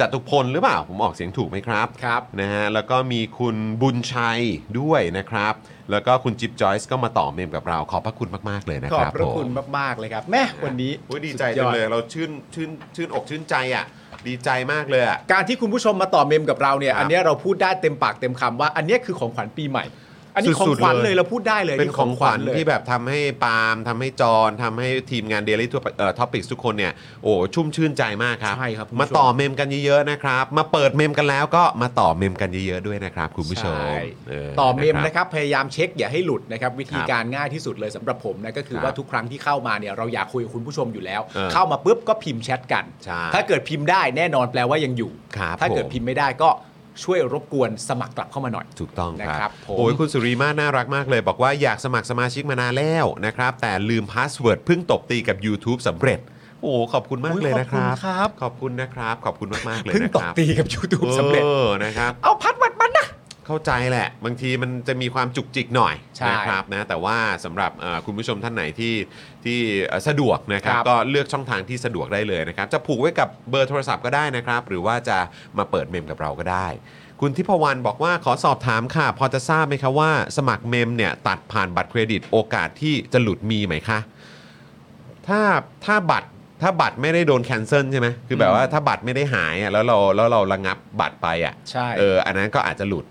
C: จตุพลหรือเปล่า ผมออกเสียงถูกไหมครับ
D: ครับ
C: นะฮะแล้วก็มีคุณบุญชัยด้วยนะครับ แล้วก็คุณจิ๊บจอยส์ก็มาต่อเมมกับเรา ขอบพระคุณมาก ๆ เลยนะ
D: ข
C: ค
D: อบ
C: รับ
D: พระ
C: ผม
D: คุณมาก ๆ เลยครับ แม่วันนี้
C: โอ้ยดีใจ
D: สุ
C: จัง
D: อ
C: เลยเราชื่นชื่นชื่นอกชื่นใจอ่ะ ดีใจมากเลยอ่ะ
D: การที่คุณผู้ชมมาต่อเมมกับเราเนี่
C: ค
D: ย
C: รับ
D: อันเนี้ยเราพูดได้เต็มปากเต็มคำว่า อันเนี้ยคือของขวัญปีใหม่ อันนี้ของ
C: สุดๆ
D: ขวัญ
C: เล
D: เลย ยเราพูดได้เลย
C: เป็นของขวัญ
D: เลย
C: ที่แบบทำให้ปาล์มทำให้จอนทำให้ทีมงาน Daily ทั่วเอ่อท็อปิกทุกคนเนี่ยโอ้ชุ่มชื่นใจมากครับ
D: ใช่ครับคุณผู้ชม
C: มาต่อเมมกันเยอะๆนะครับ มาเปิดเมมกันแล้วก็มาต่อเมมกันเยอะๆด้วยนะครับ คุณผู้ชม
D: ใช่
C: เ
D: ต่อเมมนะครับพยายามเช็คอย่าให้หลุดนะครับวิธีการง่ายที่สุดเลยสำหรับผมนะก็คือ
C: ครับ
D: ว่าทุกครั้งที่เข้ามาเนี่ยเราอยากคุยกับคุณผู้ชมอยู่แล้ว
C: เออ
D: เข้ามาปุ๊บก็พิมพ์แชทกัน
C: ใช่
D: ถ้าเกิดพิมพ์ได้แน่นอนแปลว่ายังอยู่
C: ครับ
D: ถ้าเกิด
C: ผม
D: พิมพ์ไม่ได้ก็ช่วยรบกวนสมัครกลับเข้ามาหน่อย
C: ถูกต้องค
D: นะค
C: รั
D: รั
C: บบ
D: ผม
C: โอ้ยคุณสุรีมาน่ารักมากเลยบอกว่าอยากสมัครสมาชิกมานานแล้วนะครับ แต่ลืมพาสเวิร์ดเพิ่งตบตีกับ YouTube สำเร็จ โอ้ขอบคุณมาก
D: โอ้ย
C: เลยนะครับ
D: ขอบคุณครับ
C: ขอบคุณนะครับ ขอบคุณมากๆเลย
D: เพิ่ง
C: นะ
D: ต
C: ค
D: บ
C: รับ
D: ตีกับ YouTube สำเร็จ
C: ออนะครับ
D: เอาพัดวัดมันนะ
C: เข้าใจแหละ บางทีมันจะมีความจุกจิกหน่อย
D: ใช่
C: นะครับนะแต่ว่าสำหรับเอ่อคุณผู้ชมท่านไหนที่ที่เอ่อสะดวกนะครับ
D: ครับ
C: ก็เลือกช่องทางที่สะดวกได้เลยนะครับ จะผูกไว้กับเบอร์โทรศัพท์ก็ได้นะครับ หรือว่าจะมาเปิดเมมกับเราก็ได้ คุณทิพวรรณบอกว่าขอสอบถามค่ะ พอจะทราบไหมคะว่า สมัครเมมเนี่ยตัดผ่านบัตรเครดิตโอกาสที่จะหลุดมีไหมคะ ถ้าถ้าบัตรถ้าบัตรไม่ได้โดนแคนเซิลใช่ไหมคือแบบว่าถ้าบัตรไม่ได้หายอ่ะแล้วเราแล้วเราระงับบัตรไปอ่ะ
D: ใช่
C: เอออันนั้นก็อาจจะหลุด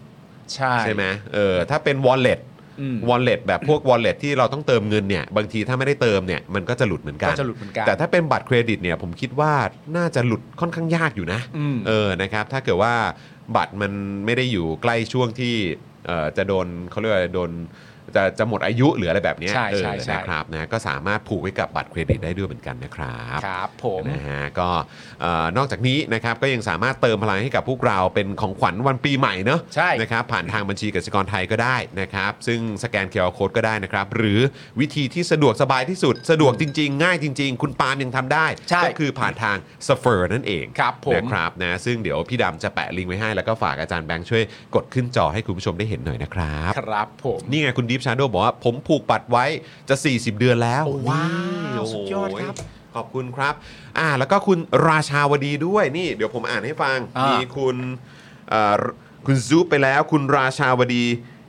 D: ใช่
C: ใช่ไหมเออ ถ้าเป็น wallet
D: อืม
C: wallet แบบพวก wallet ที่เราต้องเติมเงินเนี่ย บางทีถ้าไม่ได้เติมเนี่ย มันก็จะหลุดเหมือนกัน
D: ก็จะหลุดเหมือนกัน
C: แต่ถ้าเป็นบัตรเครดิตเนี่ย ผมคิดว่าน่าจะหลุดค่อนข้างยากอยู่นะ
D: อืม
C: เออ นะครับ ถ้าเกิดว่าบัตรมันไม่ได้อยู่ใกล้ช่วงที่ เอ่อ จะโดนเขาเรียกว่าอะไรโดน จะจะหมดอายุหรืออะไรแบบเนี้ย
D: ใช่
C: เออ
D: ใช่ใช่
C: นะครับ นะ ก็สามารถผูกไว้กับบัตรเครดิตได้ด้วยเหมือนกันนะครับ
D: ครับผม
C: นะฮะก็เอ่อนอกจากนี้นะครับก็ยังสามารถเติมพลังให้กับพวกเราเป็นของขวัญวันปีใหม่เนอะ
D: ใช่
C: นะครับผ่านทางบัญชีกสิกรไทยก็ได้นะครับ ซึ่งสแกนเคอร์โคดก็ได้นะครับ หรือวิธีที่สะดวกสบายที่สุด สะดวกจริง ๆ ง่ายจริง ๆ คุณปาล์มยังทำได้
D: ใช่
C: ก็คือผ่านทางสเฟอร์นั่นเอง
D: ครับผม
C: นะครับนะซึ่งเดี๋ยวพี่ดำจะแปะลิงก์ไว้ให้ แล้วก็ฝากอาจารย์แบงค์ช่วยกดขึ้นจอให้คุณผู้ชมได้เห็นหน่อยนะครับ
D: ครับผม
C: นี่ไงคุณดิฟชาโดบอกว่าผมผูกบัตรไว้จะ 40 เดือนแล้ว
D: โอ้ว้าว
C: นี่โโห
D: สุดยอดครับ
C: ขอบคุณครับ อ่า แล้วก็คุณราชาวดีด้วยนี่ เดี๋ยวผมอ่านให้ฟัง
D: อ่ามี
C: มีคุณเอ่อคุณซูปไปแล้ว คุณราชาวดี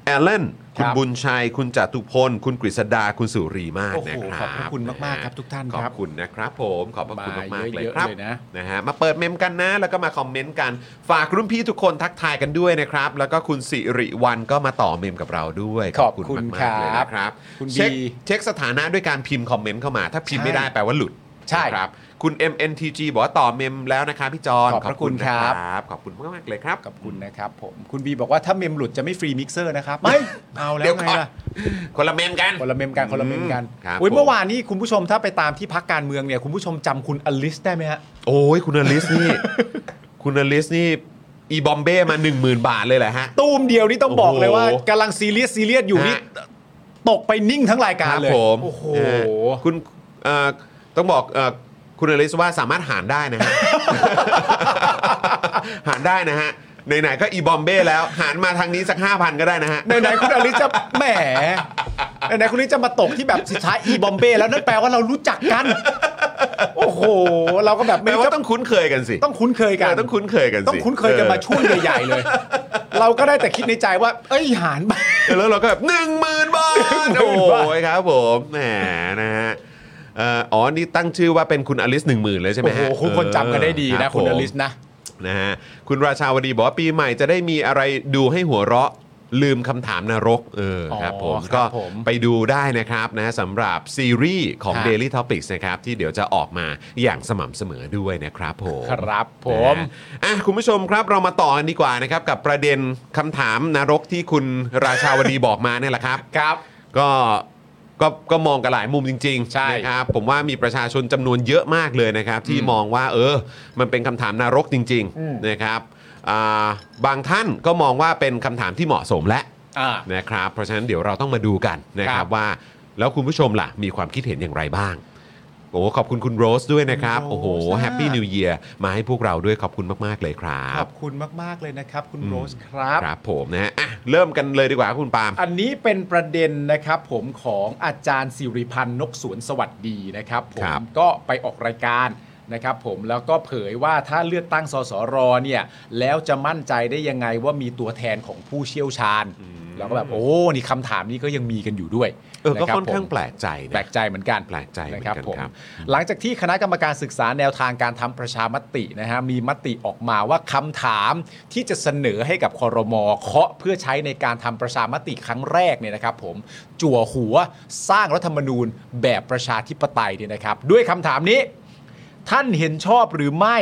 C: แอลเลน
D: ค
C: คุ
D: รั
C: ณ
D: บ
C: บุญชัย คุณจตุพล คุณกฤษดาคุณสุรีมาศ
D: โอ้โห
C: นะครับ
D: ขอบพระคุณมากๆครับทุกท่าน
C: ขอ
D: ครับ บ
C: คุณนะครับผมขอบพระคุณ
D: มาม
C: ากๆเลย
D: เยอะๆ
C: ครับ
D: เลยนะ
C: นะฮะมาเปิดเมมกันนะ แล้วก็มาคอมเมนต์กันฝากรุ่นพี่ทุกคนทักทายกันด้วยนะครับ แล้วก็คุณสิริวันก็มาต่อเมมกับเราด้วย
D: ขอบคุณ
C: มากๆเลย
D: ครับ
C: นะครับ
D: คุณ
C: เช็ค
D: B
C: เช็คสถานะด้วยการพิมพ์คอมเมนต์เข้ามา ถ้าพิมพ์ไม่ได้แปลว่าหลุด
D: ใช่
C: นะครับคุณ MNTG บอกว่าต่อเมมแล้วนะคะพี่จอน
D: ขอบพระคุณครั
C: ขอ
D: บ
C: ณนะขอบคุณมากๆเลยครับ
D: ขอบคุณนะครับผม คุณบีบอกว่าถ้าเมมหลุดจะไม่ฟรีมิกเซอร์นะครับ ไม่เอาแล้ว
C: เดี๋ยว
D: ไง
C: ก่อน
D: ล่ะ
C: คนละเมมกัน
D: คนละเมมกันคนละเมมกัน
C: ครับ
D: อุย
C: ผม
D: เมื่อวานนี้คุณผู้ชมถ้าไปตามที่พักการเมืองเนี่ยคุณผู้ชมจำคุณอลิสได้ไหมฮะ
C: โอ้ยคุณอลิสนี่ คุณอลิสนี่ อีบอมเบ้มา 10,000 บาทเลยแหละฮะ
D: ตูมเดียวนี่ต้องบอกเลยว่า
C: โอ้โห
D: กำลังซีเรียสซีเรียสอยู่นี่
C: ฮะ
D: ตกไปนิ่งทั้งรายการเลย
C: คบผม
D: โอ้โห
C: นะฮะคุณเอ่อต้องบอกเอ่อคุณอลิสว่าสามารถหารได้
D: (laughs)
C: นะฮะ หารได้นะฮะ ไหนๆก็อีบอมเบ้แล้ว หารมาทางนี้สัก 5,000 ก็ได้นะฮะ
D: ไหนๆคุณอลิซจะแหมไหนๆคุณอลิซจะมาตกที่แบบสุดท้ายอีบอมเบ้แล้วนั่นแปลว่าเรารู้จักกัน โอ้โห เราก็แบบ
C: แปล
D: ไม่รู้
C: ว่า
D: จะ
C: ต้องคุ้นเคยกันสิ
D: ต้องคุ้นเคยกัน
C: เออต้องคุ้นเคยกันสิ
D: ต้องคุ้นเคยกันมาช่วงใหญ่ๆเลย เราก็ได้แต่คิดในใจว่า เอ้ยหานไป
C: เออแล้วเราก็แบบหนึ่งหมื่นบาท โอ้ยครับผมแหมนะฮะเอ่ออ๋อ นี่ตั้งชื่อว่าเป็นคุณอลิสหนึ่งหมื่นเลยใช่ไหม
D: โอ้
C: ฮะ
D: โหคุณคนจำกันได้ดี
C: เรั
D: นะ
C: บ
D: คุณ
C: ผม
D: อลิซนะ
C: นะฮะคุณราชาวดีบอกว่าปีใหม่จะได้มีอะไรดูให้หัวเราะลืมคำถามนรกเอออ
D: อ
C: ครับผม
D: ครั
C: ก็
D: บผม
C: ไปดูได้นะครับนะสำหรับซีรีส์ของ
D: ฮะ
C: Daily Topics นะครับ ที่เดี๋ยวจะออกมาอย่างสม่ำเสมอด้วยนะครับผม
D: ครับผม
C: นะฮะอ่ะคุณผู้ชมครับเรามาต่อกันดีกว่านะครับ กับประเด็นคำถามนรกที่คุณราชาวดีบอกมาเนี่ยแหละครับ
D: ครับ
C: ก็ก็ก็มองกันหลายมุมจริง
D: ใช่
C: ๆนะครับผมว่ามีประชาชนจำนวนเยอะมากเลยนะครับ ที่มองว่าเออ มันเป็นคำถามนรกจริงๆนะครับอ่าบางท่านก็มองว่าเป็นคำถามที่เหมาะสมและ
D: อ่า
C: นะครับ เพราะฉะนั้นเดี๋ยวเราต้องมาดูกันนะค
D: ครั
C: รับบ ว่าแล้วคุณผู้ชมล่ะ มีความคิดเห็นอย่างไรบ้างโอ้ขอบคุณคุณโรสด้วยนะครับ โอ้โหแฮปปี้นิวเยียร์มาให้พวกเราด้วยขอบคุณมากๆเลยครั
D: ข
C: บ
D: อบคุณมากๆเลยนะครับ คุณโรสครั
C: ครับผมนะฮะอ่ะเริ่มกันเลยดีกว่าครับคุณปาล์ม
D: อันนี้เป็นประเด็นนะครับผมของอาจารย์สิริพันธ์นกสวนสวัสดีนะครับผ
C: ค
D: ม
C: รับ
D: ก็ไปออกรายการนะครับผมแล้วก็เผยว่าถ้าเลือกตั้งสสรเนี่ยแล้วจะมั่นใจได้ยังไงว่ามีตัวแทนของผู้เชี่ยวชาญ แล้วก็แบบโอ้นี่คำถามนี้ก็ยังมีกันอยู่ด้วย
C: เออก็
D: รับ
C: ค่อนข้าง
D: ผม
C: แปลกใจนะ
D: แปลกใจเหมือนกัน
C: แปลกใจเหมือน
D: นะ
C: กั
D: คนรับผม
C: ครับ
D: หลังจากที่คณะกรรมการศึกษาแนวทางการทำประชามตินะฮะมีมติออกมาว่าคำถามที่จะเสนอให้กับคอรมอเคาะเพื่อใช้ในการทำประชามติครั้งแรกเนี่ยนะครับผมจั่วหัวสร้างรัฐธรรมนูญแบบประชาธิปไตยเนี่ยนะครับ ด้วยคำถามนี้ ท่านเห็นชอบหรือไม่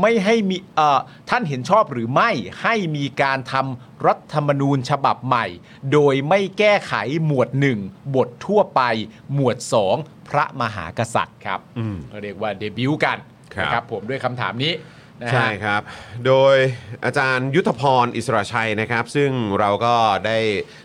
D: ไม่ให้มีเอ่อท่านเห็นชอบหรือไม่ให้มีการทำรัฐธรรมนูญฉบับใหม่ โดยไม่แก้ไขหมวด 1 บททั่วไป หมวด 2 พระมหากษัตริย์ครับ
C: อืม
D: เรียกว่าเดบิวต์กัน
C: ครับ
D: นะครับผมด้วยคำถามนี้นะฮะ
C: ใช่ครับ โดยอาจารย์ยุทธพรอิสระชัยนะครับ ซึ่งเราก็ได้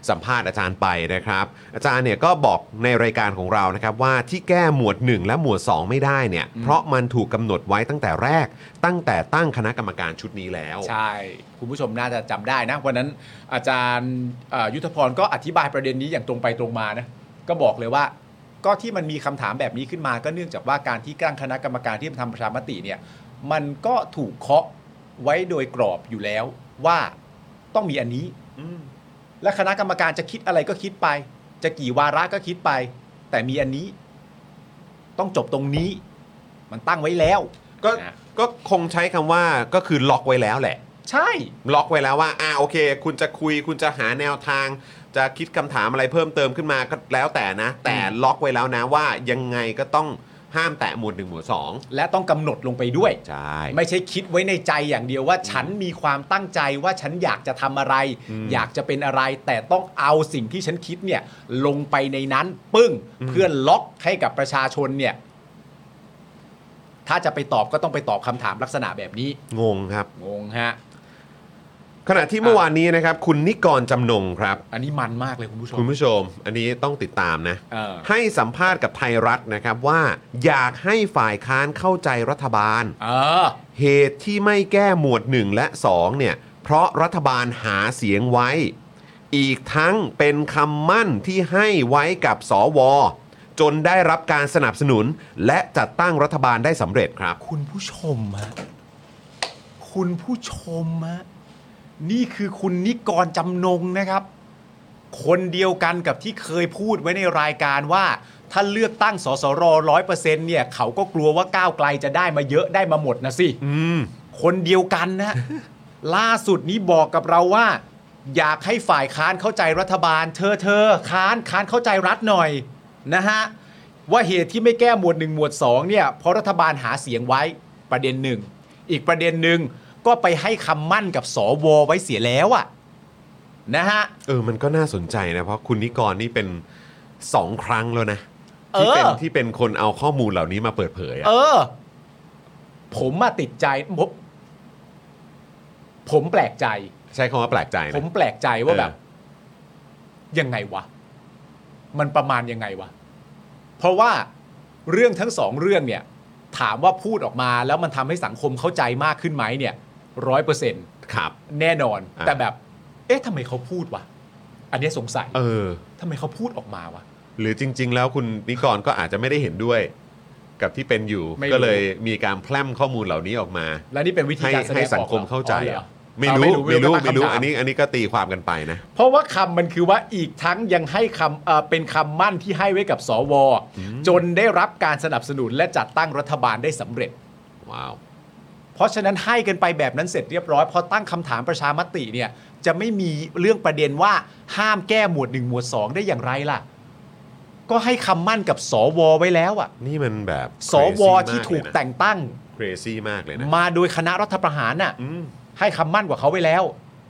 C: สัมภาษณ์อาจารย์ไปนะครับ อาจารย์เนี่ยก็บอกในรายการของเรานะครับว่าที่แก้หมวด 1 และหมวด 2 ไม่ได้เนี่ย เพราะมันถูกกำหนดไว้ตั้งแต่แรก ตั้งแต่ตั้งคณะกรรมการชุดนี้แล้ว
D: ใช่ คุณผู้ชมน่าจะจำได้นะวันนั้นอาจารย์เอ่อยุทธพรก็อธิบายประเด็นนี้อย่างตรงไปตรงมานะก็บอกเลยว่า ก็ที่มันมีคำถามแบบนี้ขึ้นมา ก็เนื่องจากว่าการที่ตั้งคณะกรรมการที่ทำประชามติเนี่ยมันก็ถูกเคาะไว้โดยกรอบอยู่แล้วว่าต้องมีอันนี้ และคณะกรรมการจะคิดอะไรก็คิดไป จะกี่วาระก็คิดไป แต่มีอันนี้ ต้องจบตรงนี้ มันตั้งไว้แล้ว
C: ก็
D: อ่ะ
C: ก็คงใช้คำว่าก็คือล็อกไว้แล้วแหละ
D: ใช่
C: ล็อกไว้แล้วว่าอ่าโอเค คุณจะคุยคุณจะหาแนวทาง จะคิดคำถามอะไรเพิ่มเติมขึ้นมาก็แล้วแต่นะ แต่ล็อกไว้แล้วนะว่ายังไงก็ต้องห้ามแตะหมวดหนึ่งหมวดสอง
D: และต้องกำหนดลงไปด้วย
C: ใช่
D: ไม่ใช่คิดไว้ในใจอย่างเดียวว่า ฉันมีความตั้งใจว่าฉันอยากจะทำอะไร อยากจะเป็นอะไร แต่ต้องเอาสิ่งที่ฉันคิดเนี่ย ลงไปในนั้นปึ้ง เพื่อล็อกให้กับประชาชนเนี่ย ถ้าจะไปตอบก็ต้องไปตอบคำถามลักษณะแบบนี้
C: งงครับ
D: งงฮะ
C: ขณะที่เมื่อวานนี้นะครับ คุณนิกรจำนงครับ
D: อันนี้มันมากเลยคุณผู้ชม
C: คุณผู้ชม อันนี้ต้องติดตามนะ
D: เออ
C: ให้สัมภาษณ์กับไทยรัฐนะครับว่าอยากให้ฝ่ายค้านเข้าใจรัฐบาล
D: เออ
C: เหตุที่ไม่แก้หมวด 1 และ 2 เนี่ย เพราะรัฐบาลหาเสียงไว้ อีกทั้งเป็นคำมั่นที่ให้ไว้กับสว จนได้รับการสนับสนุน และจัดตั้งรัฐบาลได้สำเร็จครับ
D: คุณผู้ชมฮะคุณผู้ชมฮะนี่คือคุณนิกรจำนงนะครับ คนเดียวกันกับที่เคยพูดไว้ในรายการว่า ถ้าเลือกตั้งสสรร้อยเปอร์เซ็นต์เนี่ยเขาก็กลัวว่าก้าวไกลจะได้มาเยอะได้มาหมดนะสิ
C: อืม
D: คนเดียวกันนะ (laughs) ล่าสุดนี้บอกกับเราว่า อยากให้ฝ่ายค้านเข้าใจรัฐบาล เธอเธอค้านค้านเข้าใจรัฐหน่อยนะฮะว่าเหตุที่ไม่แก้หมวด 1 หมวด 2 เนี่ยเพราะรัฐบาลหาเสียงไว้ประเด็นหนึ่ง อีกประเด็นหนึ่งก็ไปให้คำมั่นกับสวไว้เสียแล้วอะนะฮะ
C: เออ มันก็น่าสนใจนะ เพราะคุณนิกรนี่เป็นสองครั้งแล้วนะ ที่เป็น
D: เออ
C: ที่เป็นคนเอาข้อมูลเหล่านี้มาเปิดเผยอะ
D: เออ ผมมาติดใจผม ผมแปลกใจ
C: ใช้คำว่าแปลกใจ
D: ผ
C: นะ
D: มแปลกใจว่า
C: เออ
D: แบบ ยังไงวะ มันประมาณยังไงวะ เพราะว่าเรื่องทั้งสองเรื่องเนี่ย ถามว่าพูดออกมาแล้วมันทำให้สังคมเข้าใจมากขึ้นไหมเนี่ยร้อยเปอร์เซ็นต์
C: ครับ
D: แน่นอน
C: อ่า
D: แต่แบบ เอ๊ะทำไมเขาพูดวะ อันเนี้ยสงสัย
C: เออ
D: ทำไมเขาพูดออกมาวะ
C: หรือจริง ๆ แล้วคุณนิกรก็อาจจะไม่ได้เห็นด้วย กับที่เป็นอยู่
D: ไม่รู้
C: ก็เลยมีการแพร่มข้อมูลเหล่านี้ออกมา
D: และนี่เป็นวิธี
C: ให้
D: การแสดงออก
C: ให้สังคม
D: หรอ
C: เข้าใจ
D: อ๋อหรอ
C: อะไม่รู้
D: อ่า
C: ไม่รู้
D: ก็ตั้ง
C: ไม่รู้
D: คำถา
C: อันนี้อันนี้ก็ตีความกันไปนะ
D: เพราะว่าคำมันคือว่าอีกทั้งยังให้คำเอ่อเป็นคำมั่นที่ให้ไว้กับสว จนได้รับการสนับสนุนและจัดตั้งรัฐบาลได้สำเร็จ
C: ว้าว
D: เพราะฉะนั้นให้กันไปแบบนั้นเสร็จเรียบร้อยพอตั้งคำถามประชามติเนี่ย จะไม่มีเรื่องประเด็นว่าห้ามแก้หมวด1หมวด2 ได้อย่างไรล่ะ ก็ให้คำมั่นกับสวไว้แล้วอะ
C: นี่มันแบบ
D: สว
C: crazy
D: ที่ถูก
C: มาก
D: แต่งตั้ง
C: เลยนะ crazy มากเลยนะ
D: มาโดยคณะรัฐประหารน่ะ
C: อืม
D: ให้คำมั่นกับเขาไว้แล้ว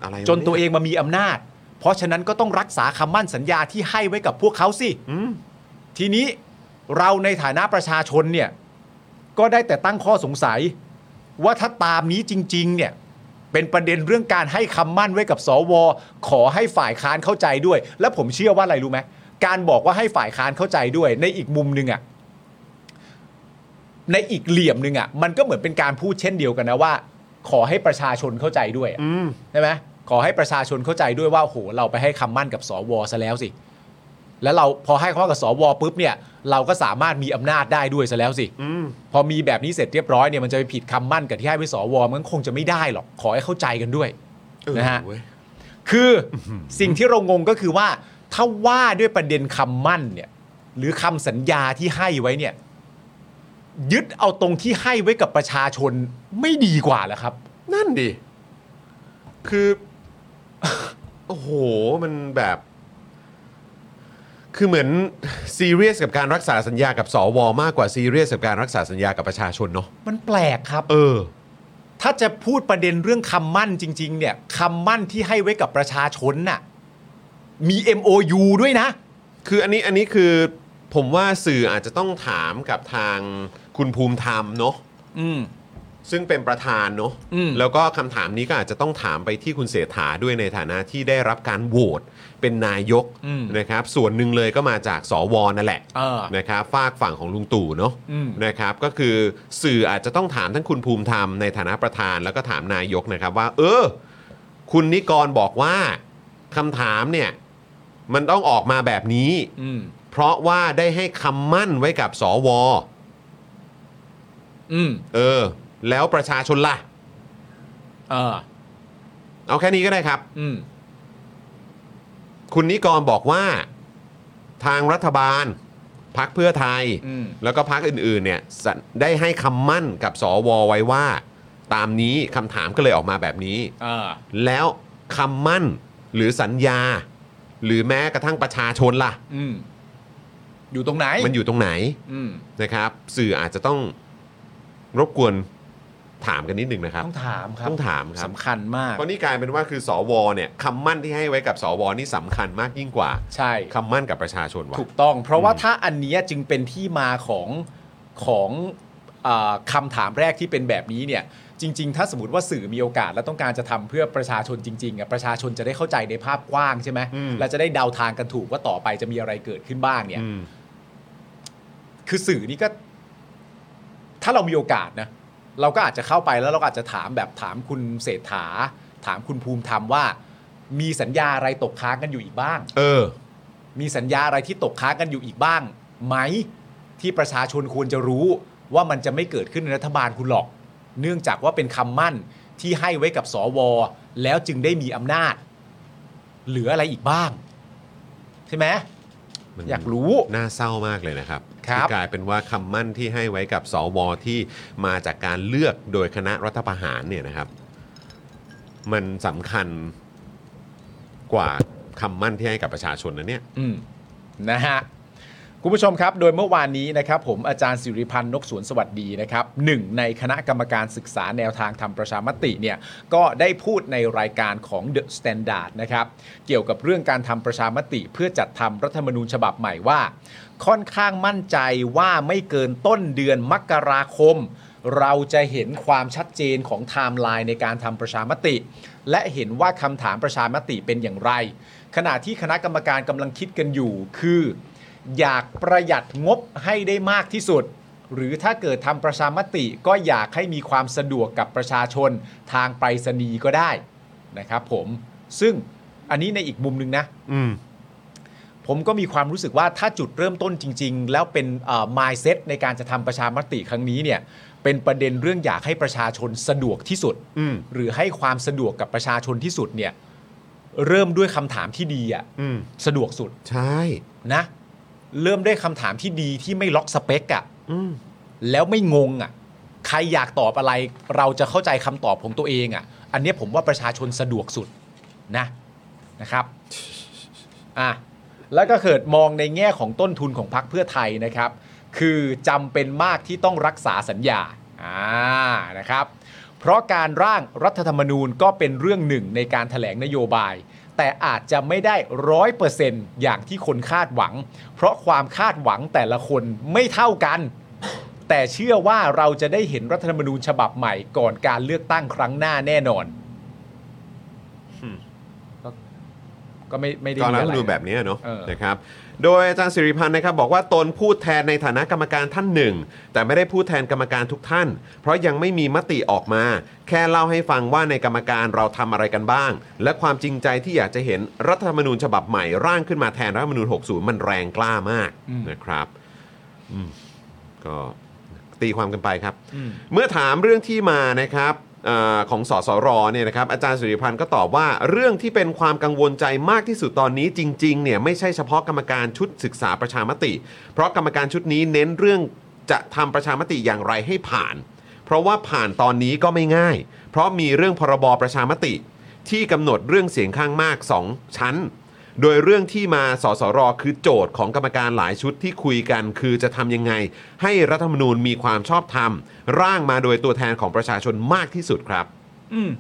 C: อะไระ
D: จนตัวเองมามีอำนาจ เพราะฉะนั้นก็ต้องรักษาคำมั่นสัญญาที่ให้ไว้กับพวกเขาสิ
C: อืม
D: ทีนี้เราในฐานะประชาชนเนี่ย ก็ได้แต่ตั้งข้อสงสัย ว่าถ้าตามนี้จริง ๆ เนี่ย เป็นประเด็นเรื่องการให้คำมั่นไว้กับสว ขอให้ฝ่ายค้านเข้าใจด้วย และผมเชื่อว่าอะไรรู้ไหมการบอกว่าให้ฝ่ายค้านเข้าใจด้วย ในอีกมุมหนึ่งอะในอีกเหลี่ยมหนึ่งอะมันก็เหมือนเป็นการพูดเช่นเดียวกันนะว่า ขอให้ประชาชนเข้าใจด้วยอะ
C: อืม
D: ใช่ไหมขอให้ประชาชนเข้าใจด้วยว่าโอ้โหเราไปให้คำมั่นกับสวซะแล้วสิ แล้วเราพอให้คำมั่นกับสวปุ๊บเนี่ย เราก็สามารถมีอำนาจได้ด้วยซะแล้วสิ
C: อืม
D: พอมีแบบนี้เสร็จเรียบร้อยเนี่ยมันจะไปผิดคำมั่นกับที่ให้ไว้สวมันคงจะไม่ได้หรอก ขอให้เข้าใจกันด้วย
C: เออ
D: นะฮะ
C: เว้ย
D: คือสิ่งที่เรางงก็คือว่า ถ้าว่าด้วยประเด็นคำมั่นเนี่ย หรือคำสัญญาที่ให้ไว้เนี่ย ยึดเอาตรงที่ให้ไว้กับประชาชนไม่ดีกว่าเหรอครับ
C: นั่นดิ คือ (laughs) โอ้โห มันแบบ คือเหมือนซีเรียสกับการรักษาสัญญากับสวมากกว่าซีเรียสกับการรักษาสัญญากับประชาชนเนาะ
D: มันแปลกครับ
C: เออ
D: ถ้าจะพูดประเด็นเรื่องคำมั่นจริง ๆ เนี่ยคำมั่นที่ให้ไว้กับประชาชนน่ะมี MOU ด้วยนะ
C: คืออันนี้อันนี้คือผมว่าสื่ออาจจะต้องถามกับทางคุณภูมิธรรมเนาะ
D: อืม
C: ซึ่งเป็นประธานเนาะ
D: อืม
C: แล้วก็คำถามนี้ก็อาจจะต้องถามไปที่คุณเสถาด้วยในฐานะที่ได้รับการโหวตเป็นนายกนะครับ ส่วนหนึ่งเลยก็มาจากสวนั่นแหละ
D: เออ
C: นะครับฝากฝั่งของลุงตู่เนาะ
D: อืม
C: นะครับ ก็คือสื่ออาจจะต้องถามทั้งคุณภูมิธรรมในฐานะประธานแล้วก็ถามนายกนะครับว่า เออ คุณนิกรบอกว่าคำถามเนี่ย มันต้องออกมาแบบนี้
D: อืม
C: เพราะว่าได้ให้คำมั่นไว้กับสว
D: อืม
C: เออ แล้วประชาชนล่ะ
D: เออ
C: เอาแค่นี้ก็ได้ครับ
D: อืม
C: คุณนิกรบอกว่าทางรัฐบาลพักเพื่อไทย
D: อืม
C: แล้วก็พักอื่นๆเนี่ยสัญได้ให้คำมั่นกับสวไว้ว่า ตามนี้คำถามก็เลยออกมาแบบนี้
D: เออ
C: แล้วคำมั่นหรือสัญญา หรือแม้กระทั่งประชาชนล่ะ
D: อืม อยู่ตรงไหน
C: มันอยู่ตรงไหน
D: อืม
C: นะครับ สื่ออาจจะต้องรบกวนถามกันนิดหนึ่งนะครับ
D: ต้องถามครับ
C: ต้องถามครับ
D: สำคัญมาก
C: เพราะนี่กลายเป็นว่าคือสวเนี่ยคำมั่นที่ให้ไว้กับสวนี่สำคัญมากยิ่งกว่า
D: ใช่
C: คำมั่นกับประชาชนว่ะ
D: ถูกต้อง เพราะว่าถ้าอันเนี้ยจึงเป็นที่มาของของเออคำถามแรกที่เป็นแบบนี้เนี่ย จริง ๆ ถ้าสมมติว่าสื่อมีโอกาส และต้องการจะทำเพื่อประชาชนจริงๆอะประชาชนจะได้เข้าใจในภาพกว้างใช่ไหม
C: อืม
D: และจะได้เดาทางกันถูกว่าต่อไปจะมีอะไรเกิดขึ้นบ้างเนี่ย
C: อืม
D: คือสื่อนี่ก็ ถ้าเรามีโอกาสนะ เราก็อาจจะเข้าไปแล้วเราก็อาจจะถามแบบถามคุณเศรษฐา ถามคุณภูมิธรรมว่า มีสัญญาอะไรตกค้างกันอยู่อีกบ้าง
C: เออ
D: มีสัญญาอะไรที่ตกค้างกันอยู่อีกบ้าง ไหมที่ประชาชนควรจะรู้ว่ามันจะไม่เกิดขึ้นในรัฐบาลคุณหรอก เนื่องจากว่าเป็นคำมั่นที่ให้ไว้กับสว แล้วจึงได้มีอำนาจ เหลืออะไรอีกบ้าง ใช่ไหม
C: มัน
D: อยากรู้
C: น่าเศร้ามากเลยนะครับ
D: ครับ
C: ที่กลายเป็นว่าคำมั่นที่ให้ไว้กับสวที่มาจากการเลือกโดยคณะรัฐประหารเนี่ยนะครับ มันสำคัญกว่าคำมั่นที่ให้กับประชาชนนะเนี่ย
D: อืมนะฮะ คุณผู้ชมครับ โดยเมื่อวานนี้นะครับ ผมอาจารย์สิริพันธ์นกสวนสวัสดีนะครับหนึ่งในคณะกรรมการศึกษาแนวทางทำประชามติเนี่ยก็ได้พูดในรายการของ The Standard นะครับเกี่ยวกับเรื่องการทำประชามติ เพื่อจัดทำรัฐธรรมนูญฉบับใหม่ว่า ค่อนข้างมั่นใจว่าไม่เกินต้นเดือนมกราคม เราจะเห็นความชัดเจนของไทม์ไลน์ในการทำประชามติ และเห็นว่าคำถามประชามติเป็นอย่างไร ขณะที่คณะกรรมการกำลังคิดกันอยู่คือ อยากประหยัดงบให้ได้มากที่สุด หรือถ้าเกิดทำประชามติก็อยากให้มีความสะดวกกับประชาชนทางไปรษณีย์ก็ได้นะครับผมซึ่งอันนี้ในอีกมุมหนึงนะ
C: อืม
D: ผมก็มีความรู้สึกว่าถ้าจุดเริ่มต้นจริง ๆ แล้วเป็นเอ่อ mindset ในการจะทำประชามติครั้งนี้เนี่ยเป็นประเด็นเรื่องอยากให้ประชาชนสะดวกที่สุด
C: อืม
D: หรือให้ความสะดวกกับประชาชนที่สุดเนี่ยเริ่มด้วยคำถามที่ดีอะ
C: อืม
D: สะดวกสุด
C: ใช่
D: นะ เริ่มด้วยคำถามที่ดีที่ไม่ล็อกสเปกอะ
C: อืม
D: แล้วไม่งงอะใครอยากตอบอะไร เราจะเข้าใจคำตอบของตัวเองอะอันเนี้ยผมว่าประชาชนสะดวกสุดนะนะครับ อ่ะแล้วก็เกิดมองในแง่ของต้นทุนของพรรคเพื่อไทยนะครับ คือจำเป็นมากที่ต้องรักษาสัญญาอ่านะครับ เพราะการร่างรัฐธรรมนูญก็เป็นเรื่องหนึ่งในการถแถลงนโยบาย แต่อาจจะไม่ได้ร้อยเปอร์เซนต์อย่างที่คนคาดหวัง เพราะความคาดหวังแต่ละคนไม่เท่ากัน แต่เชื่อว่าเราจะได้เห็นรัฐธรรมนูญฉบับใหม่ก่อนการเลือกตั้งครั้งหน้าแน่นอนก็ก็ไม่ไม่ได้
C: ก่อน
D: มี
C: รัฐธร
D: อะ
C: รม
D: ไร
C: นูญแบบนี้เนอะ
D: เออ
C: นะครับโดยอาจารย์สิริพันธ์นะครับบอกว่าตนพูดแทนในฐานะกรรมการท่านหนึ่ง แต่ไม่ได้พูดแทนกรรมการทุกท่าน เพราะยังไม่มีมติออกมา แค่เล่าให้ฟังว่าในกรรมการเราทำอะไรกันบ้าง และความจริงใจที่อยากจะเห็นรัฐธรรมนูญฉบับใหม่ร่างขึ้นมาแทนรัฐธรรมนูญ 60 มันแรงกล้ามากนะครับอืมก็ตีความกันไปครับ
D: อืม
C: เมื่อถามเรื่องที่มานะครับเออของสสรเนี่ยนะครับอาจารย์สุริพันธ์ก็ตอบว่าเรื่องที่เป็นความกังวลใจมากที่สุดตอนนี้จริงๆเนี่ยไม่ใช่เฉพาะกรรมการชุดศึกษาประชามติ เพราะกรรมการชุดนี้เน้นเรื่องจะทำประชามติอย่างไรให้ผ่าน เพราะว่าผ่านตอนนี้ก็ไม่ง่าย เพราะมีเรื่องพรบประชามติ ที่กำหนดเรื่องเสียงข้างมาก 2 ชั้น โดยเรื่องที่มาสสรคือโจทย์ของกรรมการหลายชุดที่คุยกัน คือจะทำยังไง ให้รัฐธรรมนูญมีความชอบธรรม ร่างมาโดยตัวแทนของประชาชนมากที่สุดครับ
D: อืม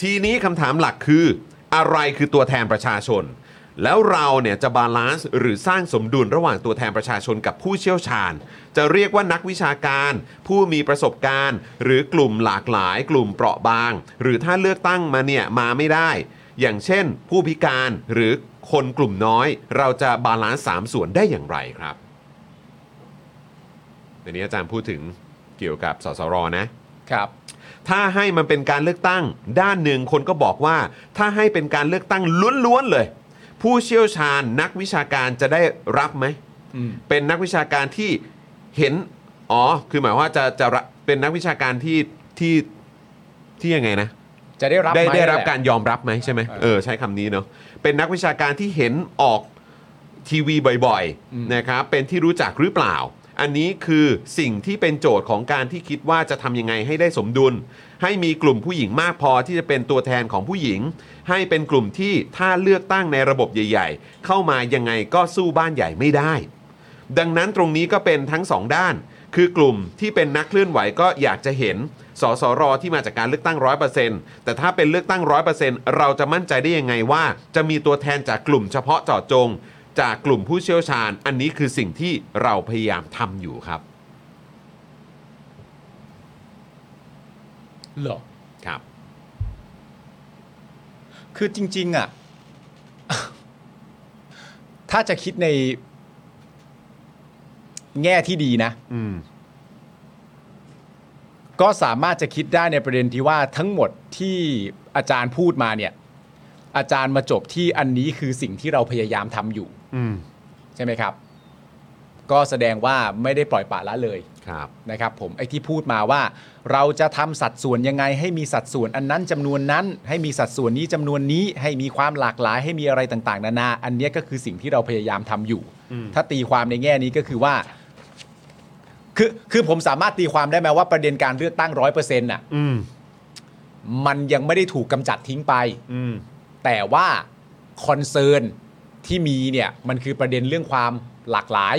C: ทีนี้คำถามหลักคืออะไรคือตัวแทนประชาชน แล้วเราเนี่ยจะบาลานซ์หรือสร้างสมดุลระหว่างตัวแทนประชาชนกับผู้เชี่ยวชาญ จะเรียกว่านักวิชาการ ผู้มีประสบการณ์ หรือกลุ่มหลากหลาย กลุ่มเปราะบาง หรือถ้าเลือกตั้งมาเนี่ยมาไม่ได้ อย่างเช่น ผู้พิการหรือคนกลุ่มน้อย เราจะบาลานซ์สามส่วนได้อย่างไรครับในนี้อาจารย์พูดถึงเกี่ยวกับสสรนะ
D: ครับ
C: ถ้าให้มันเป็นการเลือกตั้ง ด้านหนึ่งคนก็บอกว่า ถ้าให้เป็นการเลือกตั้งล้วนๆเลย ผู้เชี่ยวชาญนักวิชาการจะได้รับไหม
D: อืม
C: เป็นนักวิชาการที่เห็น อ๋อ คือหมายว่าจะจะรับเป็นนักวิชาการที่ที่ที่ยังไงนะ
D: จะได้รับ
C: ได้
D: หม
C: ได้รับ
D: นั่นแหละ
C: การยอมรับไหมใช่ไหม
D: เออ
C: เออใช้คำนี้เนาะเป็นนักวิชาการที่เห็นออกทีวีบ่อย
D: อืม
C: ๆนะครับเป็นที่รู้จักหรือเปล่า อันนี้คือสิ่งที่เป็นโจทย์ของการที่คิดว่าจะทำยังไงให้ได้สมดุล ให้มีกลุ่มผู้หญิงมากพอที่จะเป็นตัวแทนของผู้หญิง ให้เป็นกลุ่มที่ถ้าเลือกตั้งในระบบใหญ่ ๆ เข้ามายังไงก็สู้บ้านใหญ่ไม่ได้ ดังนั้นตรงนี้ก็เป็นทั้งสองด้าน คือกลุ่มที่เป็นนักเคลื่อนไหวก็อยากจะเห็นสสรที่มาจากการเลือกตั้ง 100%แต่ถ้าเป็นเลือกตั้ง 100%เราจะมั่นใจได้ยังไงว่า จะมีตัวแทนจากกลุ่มเฉพาะเจาะจง จากกลุ่มผู้เชี่ยวชาญ อันนี้คือสิ่งที่เราพยายามทำอยู่ครับ
D: เหรอ
C: ครับ
D: คือจริง ๆ อ่ะ (coughs) ถ้าจะคิดใน แง่ที่ดีนะ
C: อืม
D: ก็สามารถจะคิดได้ในประเด็นที่ว่าทั้งหมดที่อาจารย์พูดมาเนี่ย อาจารย์มาจบที่อันนี้คือสิ่งที่เราพยายามทำอยู่
C: อืม
D: ใช่ไหมครับ ก็แสดงว่าไม่ได้ปล่อยปละละเลย
C: ครับ
D: นะครับผมไอ้ที่พูดมาว่าเราจะทำสัดส่วนยังไง ให้มีสัดส่วนอันนั้นจำนวนนั้น ให้มีสัดส่วนนี้จำนวนนี้ ให้มีความหลากหลาย ให้มีอะไรต่างๆ นานา อันเนี้ยก็คือสิ่งที่เราพยายามทำอยู่ ถ้าตีความในแง่นี้ก็คือว่า คือคือผมสามารถตีความได้ไหมว่าประเด็นการเลือกตั้งร้อยเปอร์เซ็นต์น่ะ
C: อืม
D: มันยังไม่ได้ถูกกำจัดทิ้งไป
C: อืม
D: แต่ว่าคอนเซิร์นที่มีเนี่ยมันคือประเด็นเรื่องความหลากหลาย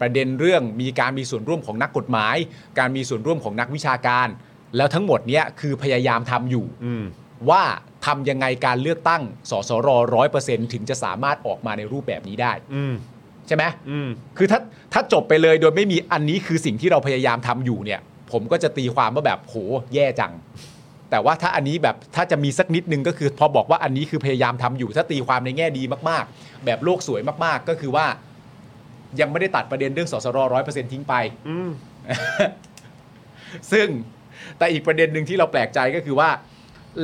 D: ประเด็นเรื่องมีการมีส่วนร่วมของนักกฎหมาย การมีส่วนร่วมของนักวิชาการ แล้วทั้งหมดเนี้ยคือพยายามทำอยู่
C: อืม
D: ว่าทำยังไงการเลือกตั้งสสรร้อยเปอร์เซ็นต์ถึงจะสามารถออกมาในรูปแบบนี้ได้
C: อืม
D: ใช่ไหม
C: อืม
D: คือถ้าถ้าจบไปเลยโดยไม่มีอันนี้คือสิ่งที่เราพยายามทำอยู่เนี่ยผ ผมก็จะตีความว่าแบบโหแย่จัง แต่ว่าถ้าอันนี้แบบถ้าจะมีสักนิดนึงก็คือ พอบอกว่าอันนี้คือพยายามทำอยู่ถ้าตีความในแง่ดีมากๆ แบบโลกสวยมากๆ ก็คือว่า ยังไม่ได้ตัดประเด็นเรื่องสสรร้อยเปอร์เซ็นต์ทิ้งไป
C: อืม
D: ซึ่งแต่อีกประเด็นหนึ่งที่เราแปลกใจก็คือว่า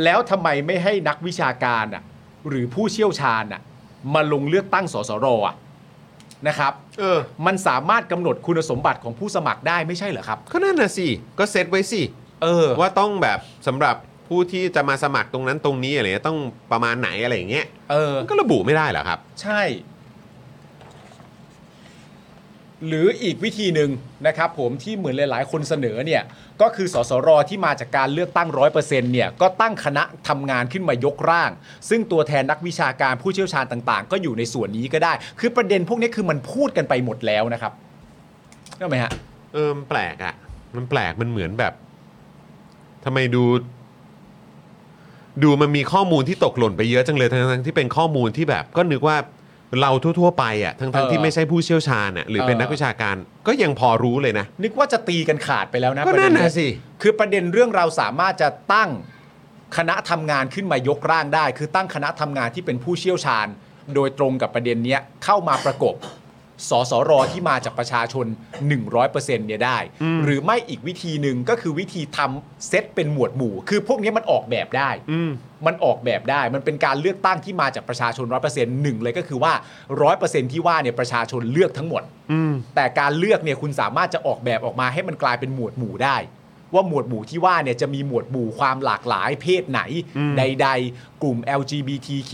D: แล้วทำไมไม่ให้นักวิชาการอ่ะหรือผู้เชี่ยวชาญอ่ะมาลงเลือกตั้งสสรอ่ะนะครับ
C: เออ
D: มันสามารถกำหนดคุณสมบัติของผู้สมัครได้ไม่ใช่เหรอครับ
C: ก็นั่นน่ะสิ ก็เซตไว้สิ
D: เออ
C: ว่าต้องแบบสำหรับผู้ที่จะมาสมัครตรงนั้นตรงนี้อะไรเงี้ยต้องประมาณไหนอะไรอย่างเงี้ย
D: เออ
C: มันก็ระบุไม่ได้เหรอครับ
D: ใช่ หรืออีกวิธีหนึ่งนะครับผมที่เหมือนหลาย ๆ คนเสนอเนี่ยก็คือสสรที่มาจากการเลือกตั้งร้อยเปอร์เซ็นต์เนี่ยก็ตั้งคณะทำงานขึ้นมายกร่าง ซึ่งตัวแทนนักวิชาการผู้เชี่ยวชาญต่าง ๆ ก็อยู่ในส่วนนี้ก็ได้ คือประเด็นพวกนี้คือมันพูดกันไปหมดแล้วนะครับได้ไหมฮะ
C: เออมันแปลกอะ่ะ มันแปลกมันเหมือนแบบทำไมดู ดูมันมีข้อมูลที่ตกหล่นไปเยอะจังเลยทั้งๆที่เป็นข้อมูลที่แบบ ก็นึกว่าเราทั่วๆไปอะ่ะทั้งๆ
D: เออ
C: ที่ไม่ใช่ผู้เชี่ยวชาญอะ่ะหรือเป็น
D: เออ
C: นักวิชาการก็ยังพอรู้เลยนะ
D: นึกว่าจะตีกันขาดไปแล้วนะ
C: ก็
D: ประเด็
C: นั่น
D: นเย
C: น่ะสิ
D: คือประเด็นเรื่องเราสามารถจะตั้งคณะทำงานขึ้นมายกร่างได้ คือตั้งคณะทำงานที่เป็นผู้เชี่ยวชาญ โดยตรงกับประเด็นเนี้ยเข้ามาประกบสสรที่มาจากประชาชน 100%เนี่ยได้ หรือไม่อีกวิธีหนึ่งก็คือวิธีทำเซตเป็นหมวดหมู่ คือพวกนี้มันออกแบบได้
C: อืม
D: มันออกแบบได้ มันเป็นการเลือกตั้งที่มาจากประชาชนร้อยเปอร์เซ็นต์หนึ่งเลยก็คือว่าร้อยเปอร์เซ็นต์ที่ว่าเนี่ยประชาชนเลือกทั้งหมด
C: อืม
D: แต่การเลือกเนี่ยคุณสามารถจะออกแบบออกมาให้มันกลายเป็นหมวดหมู่ได้ ว่าหมวดหมู่ที่ว่าเนี่ยจะมีหมวดหมู่ความหลากหลายเพศไหน ใด ๆ กลุ่ม LGBTQ+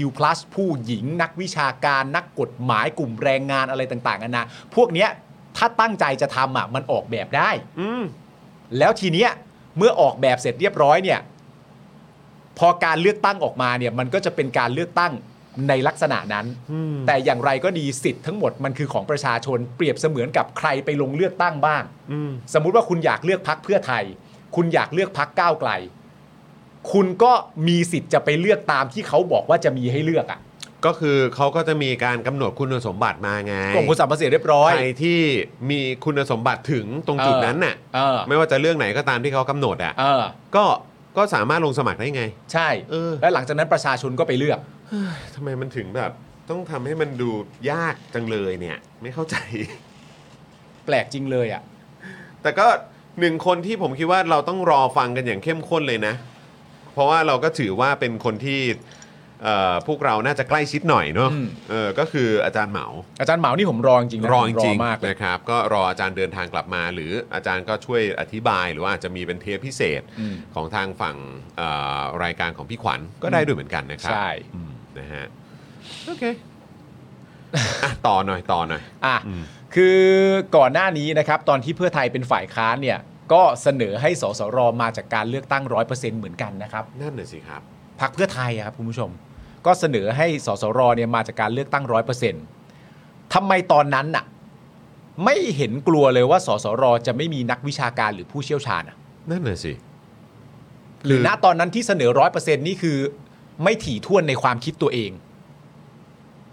D: ผู้หญิง นักวิชาการนักกฎหมายกลุ่มแรงงานอะไรต่างๆกันานะพวกเนี้ยถ้าตั้งใจจะทำอ่ะมันออกแบบได้
C: อืม
D: แล้วทีเนี้ยเมื่อออกแบบเสร็จเรียบร้อยเนี่ย พอการเลือกตั้งออกมาเนี่ย มันก็จะเป็นการเลือกตั้งในลักษณะนั้น แต่อย่างไรก็ดีสิทธิ์ทั้งหมดมันคือของประชาชนเปรียบเสมือนกับใครไปลงเลือกตั้งบ้าง
C: อืม
D: สมมุติว่าคุณอยากเลือกพักเพื่อไทย คุณอยากเลือกพักก้าวไกล คุณก็มีสิทธิ์จะไปเลือกตามที่เขาบอกว่าจะมีให้เลือกอ่ะ
C: ก็คือเขาก็จะมีการกำหนดคุณสมบัติมาไง
D: กรมคุณสามภาษีเรียบร้อย
C: ใครที่มีคุณสมบัติถึงตรงจุดนั้นน่ะ
D: เออ
C: ไม่ว่าจะเรื่องไหนก็ตามที่เขากำหนดอ่ะ
D: เออ
C: ก็ก็สามารถลงสมัครได้ไง
D: ใช่
C: เออ
D: และหลังจากนั้นประชาชนก็ไปเลือก
C: ทำไมมันถึงแบบต้องทำให้มันดูยากจังเลยเนี่ย ไม่เข้าใจ (laughs)
D: แปลกจริงเลยอ่ะ
C: แต่ก็หนึ่งคนที่ผมคิดว่าเราต้องรอฟังกันอย่างเข้มข้นเลยนะ เพราะว่าเราก็ถือว่าเป็นคนที่เอ่อพวกเราน่าจะใกล้ชิดหน่อยเนาะ
D: อืม
C: เออก็คืออาจารย์เหมา
D: อาจารย์เหมานี่ผมรอจริงๆนะ
C: รอจ
D: ผม
C: ริง
D: มาก
C: ๆ
D: เลย
C: นะครับ ก็รออาจารย์เดินทางกลับมา หรืออาจารย์ก็ช่วยอธิบายหรือว่าอาจจะมีเป็นเทปพิเศษ
D: อืม
C: ของทางฝั่งเอ่อรายการของพี่ขวัญก็ได้ด้วยเหมือนกันนะครั
D: ใช่
C: อืมนะฮะโอเคอ่ะต่อหน่อยต่อหน่อย
D: อ่ะ
C: อืม
D: คือก่อนหน้านี้นะครับ ตอนที่เพื่อไทยเป็นฝ่ายค้านเนี่ย ก็เสนอให้สสรมาจากการเลือกตั้งร้อยเปอร์เซ็นต์เหมือนกันนะครับ
C: นั่นน่ะสิครับ
D: พักเพื่อไทยอะครับคุณผู้ชม ก็เสนอให้สสรเนี่ยมาจากการเลือกตั้งร้อยเปอร์เซ็นต์ทำไมตอนนั้นน่ะ ไม่เห็นกลัวเลยว่าสสรจะไม่มีนักวิชาการหรือผู้เชี่ยวชาญอะ
C: นั่นน่ะสิ
D: หรือณตอนนั้นที่เสนอร้อยเปอร์เซ็นต์นี่คือไม่ถี่ถ้วนในความคิดตัวเอง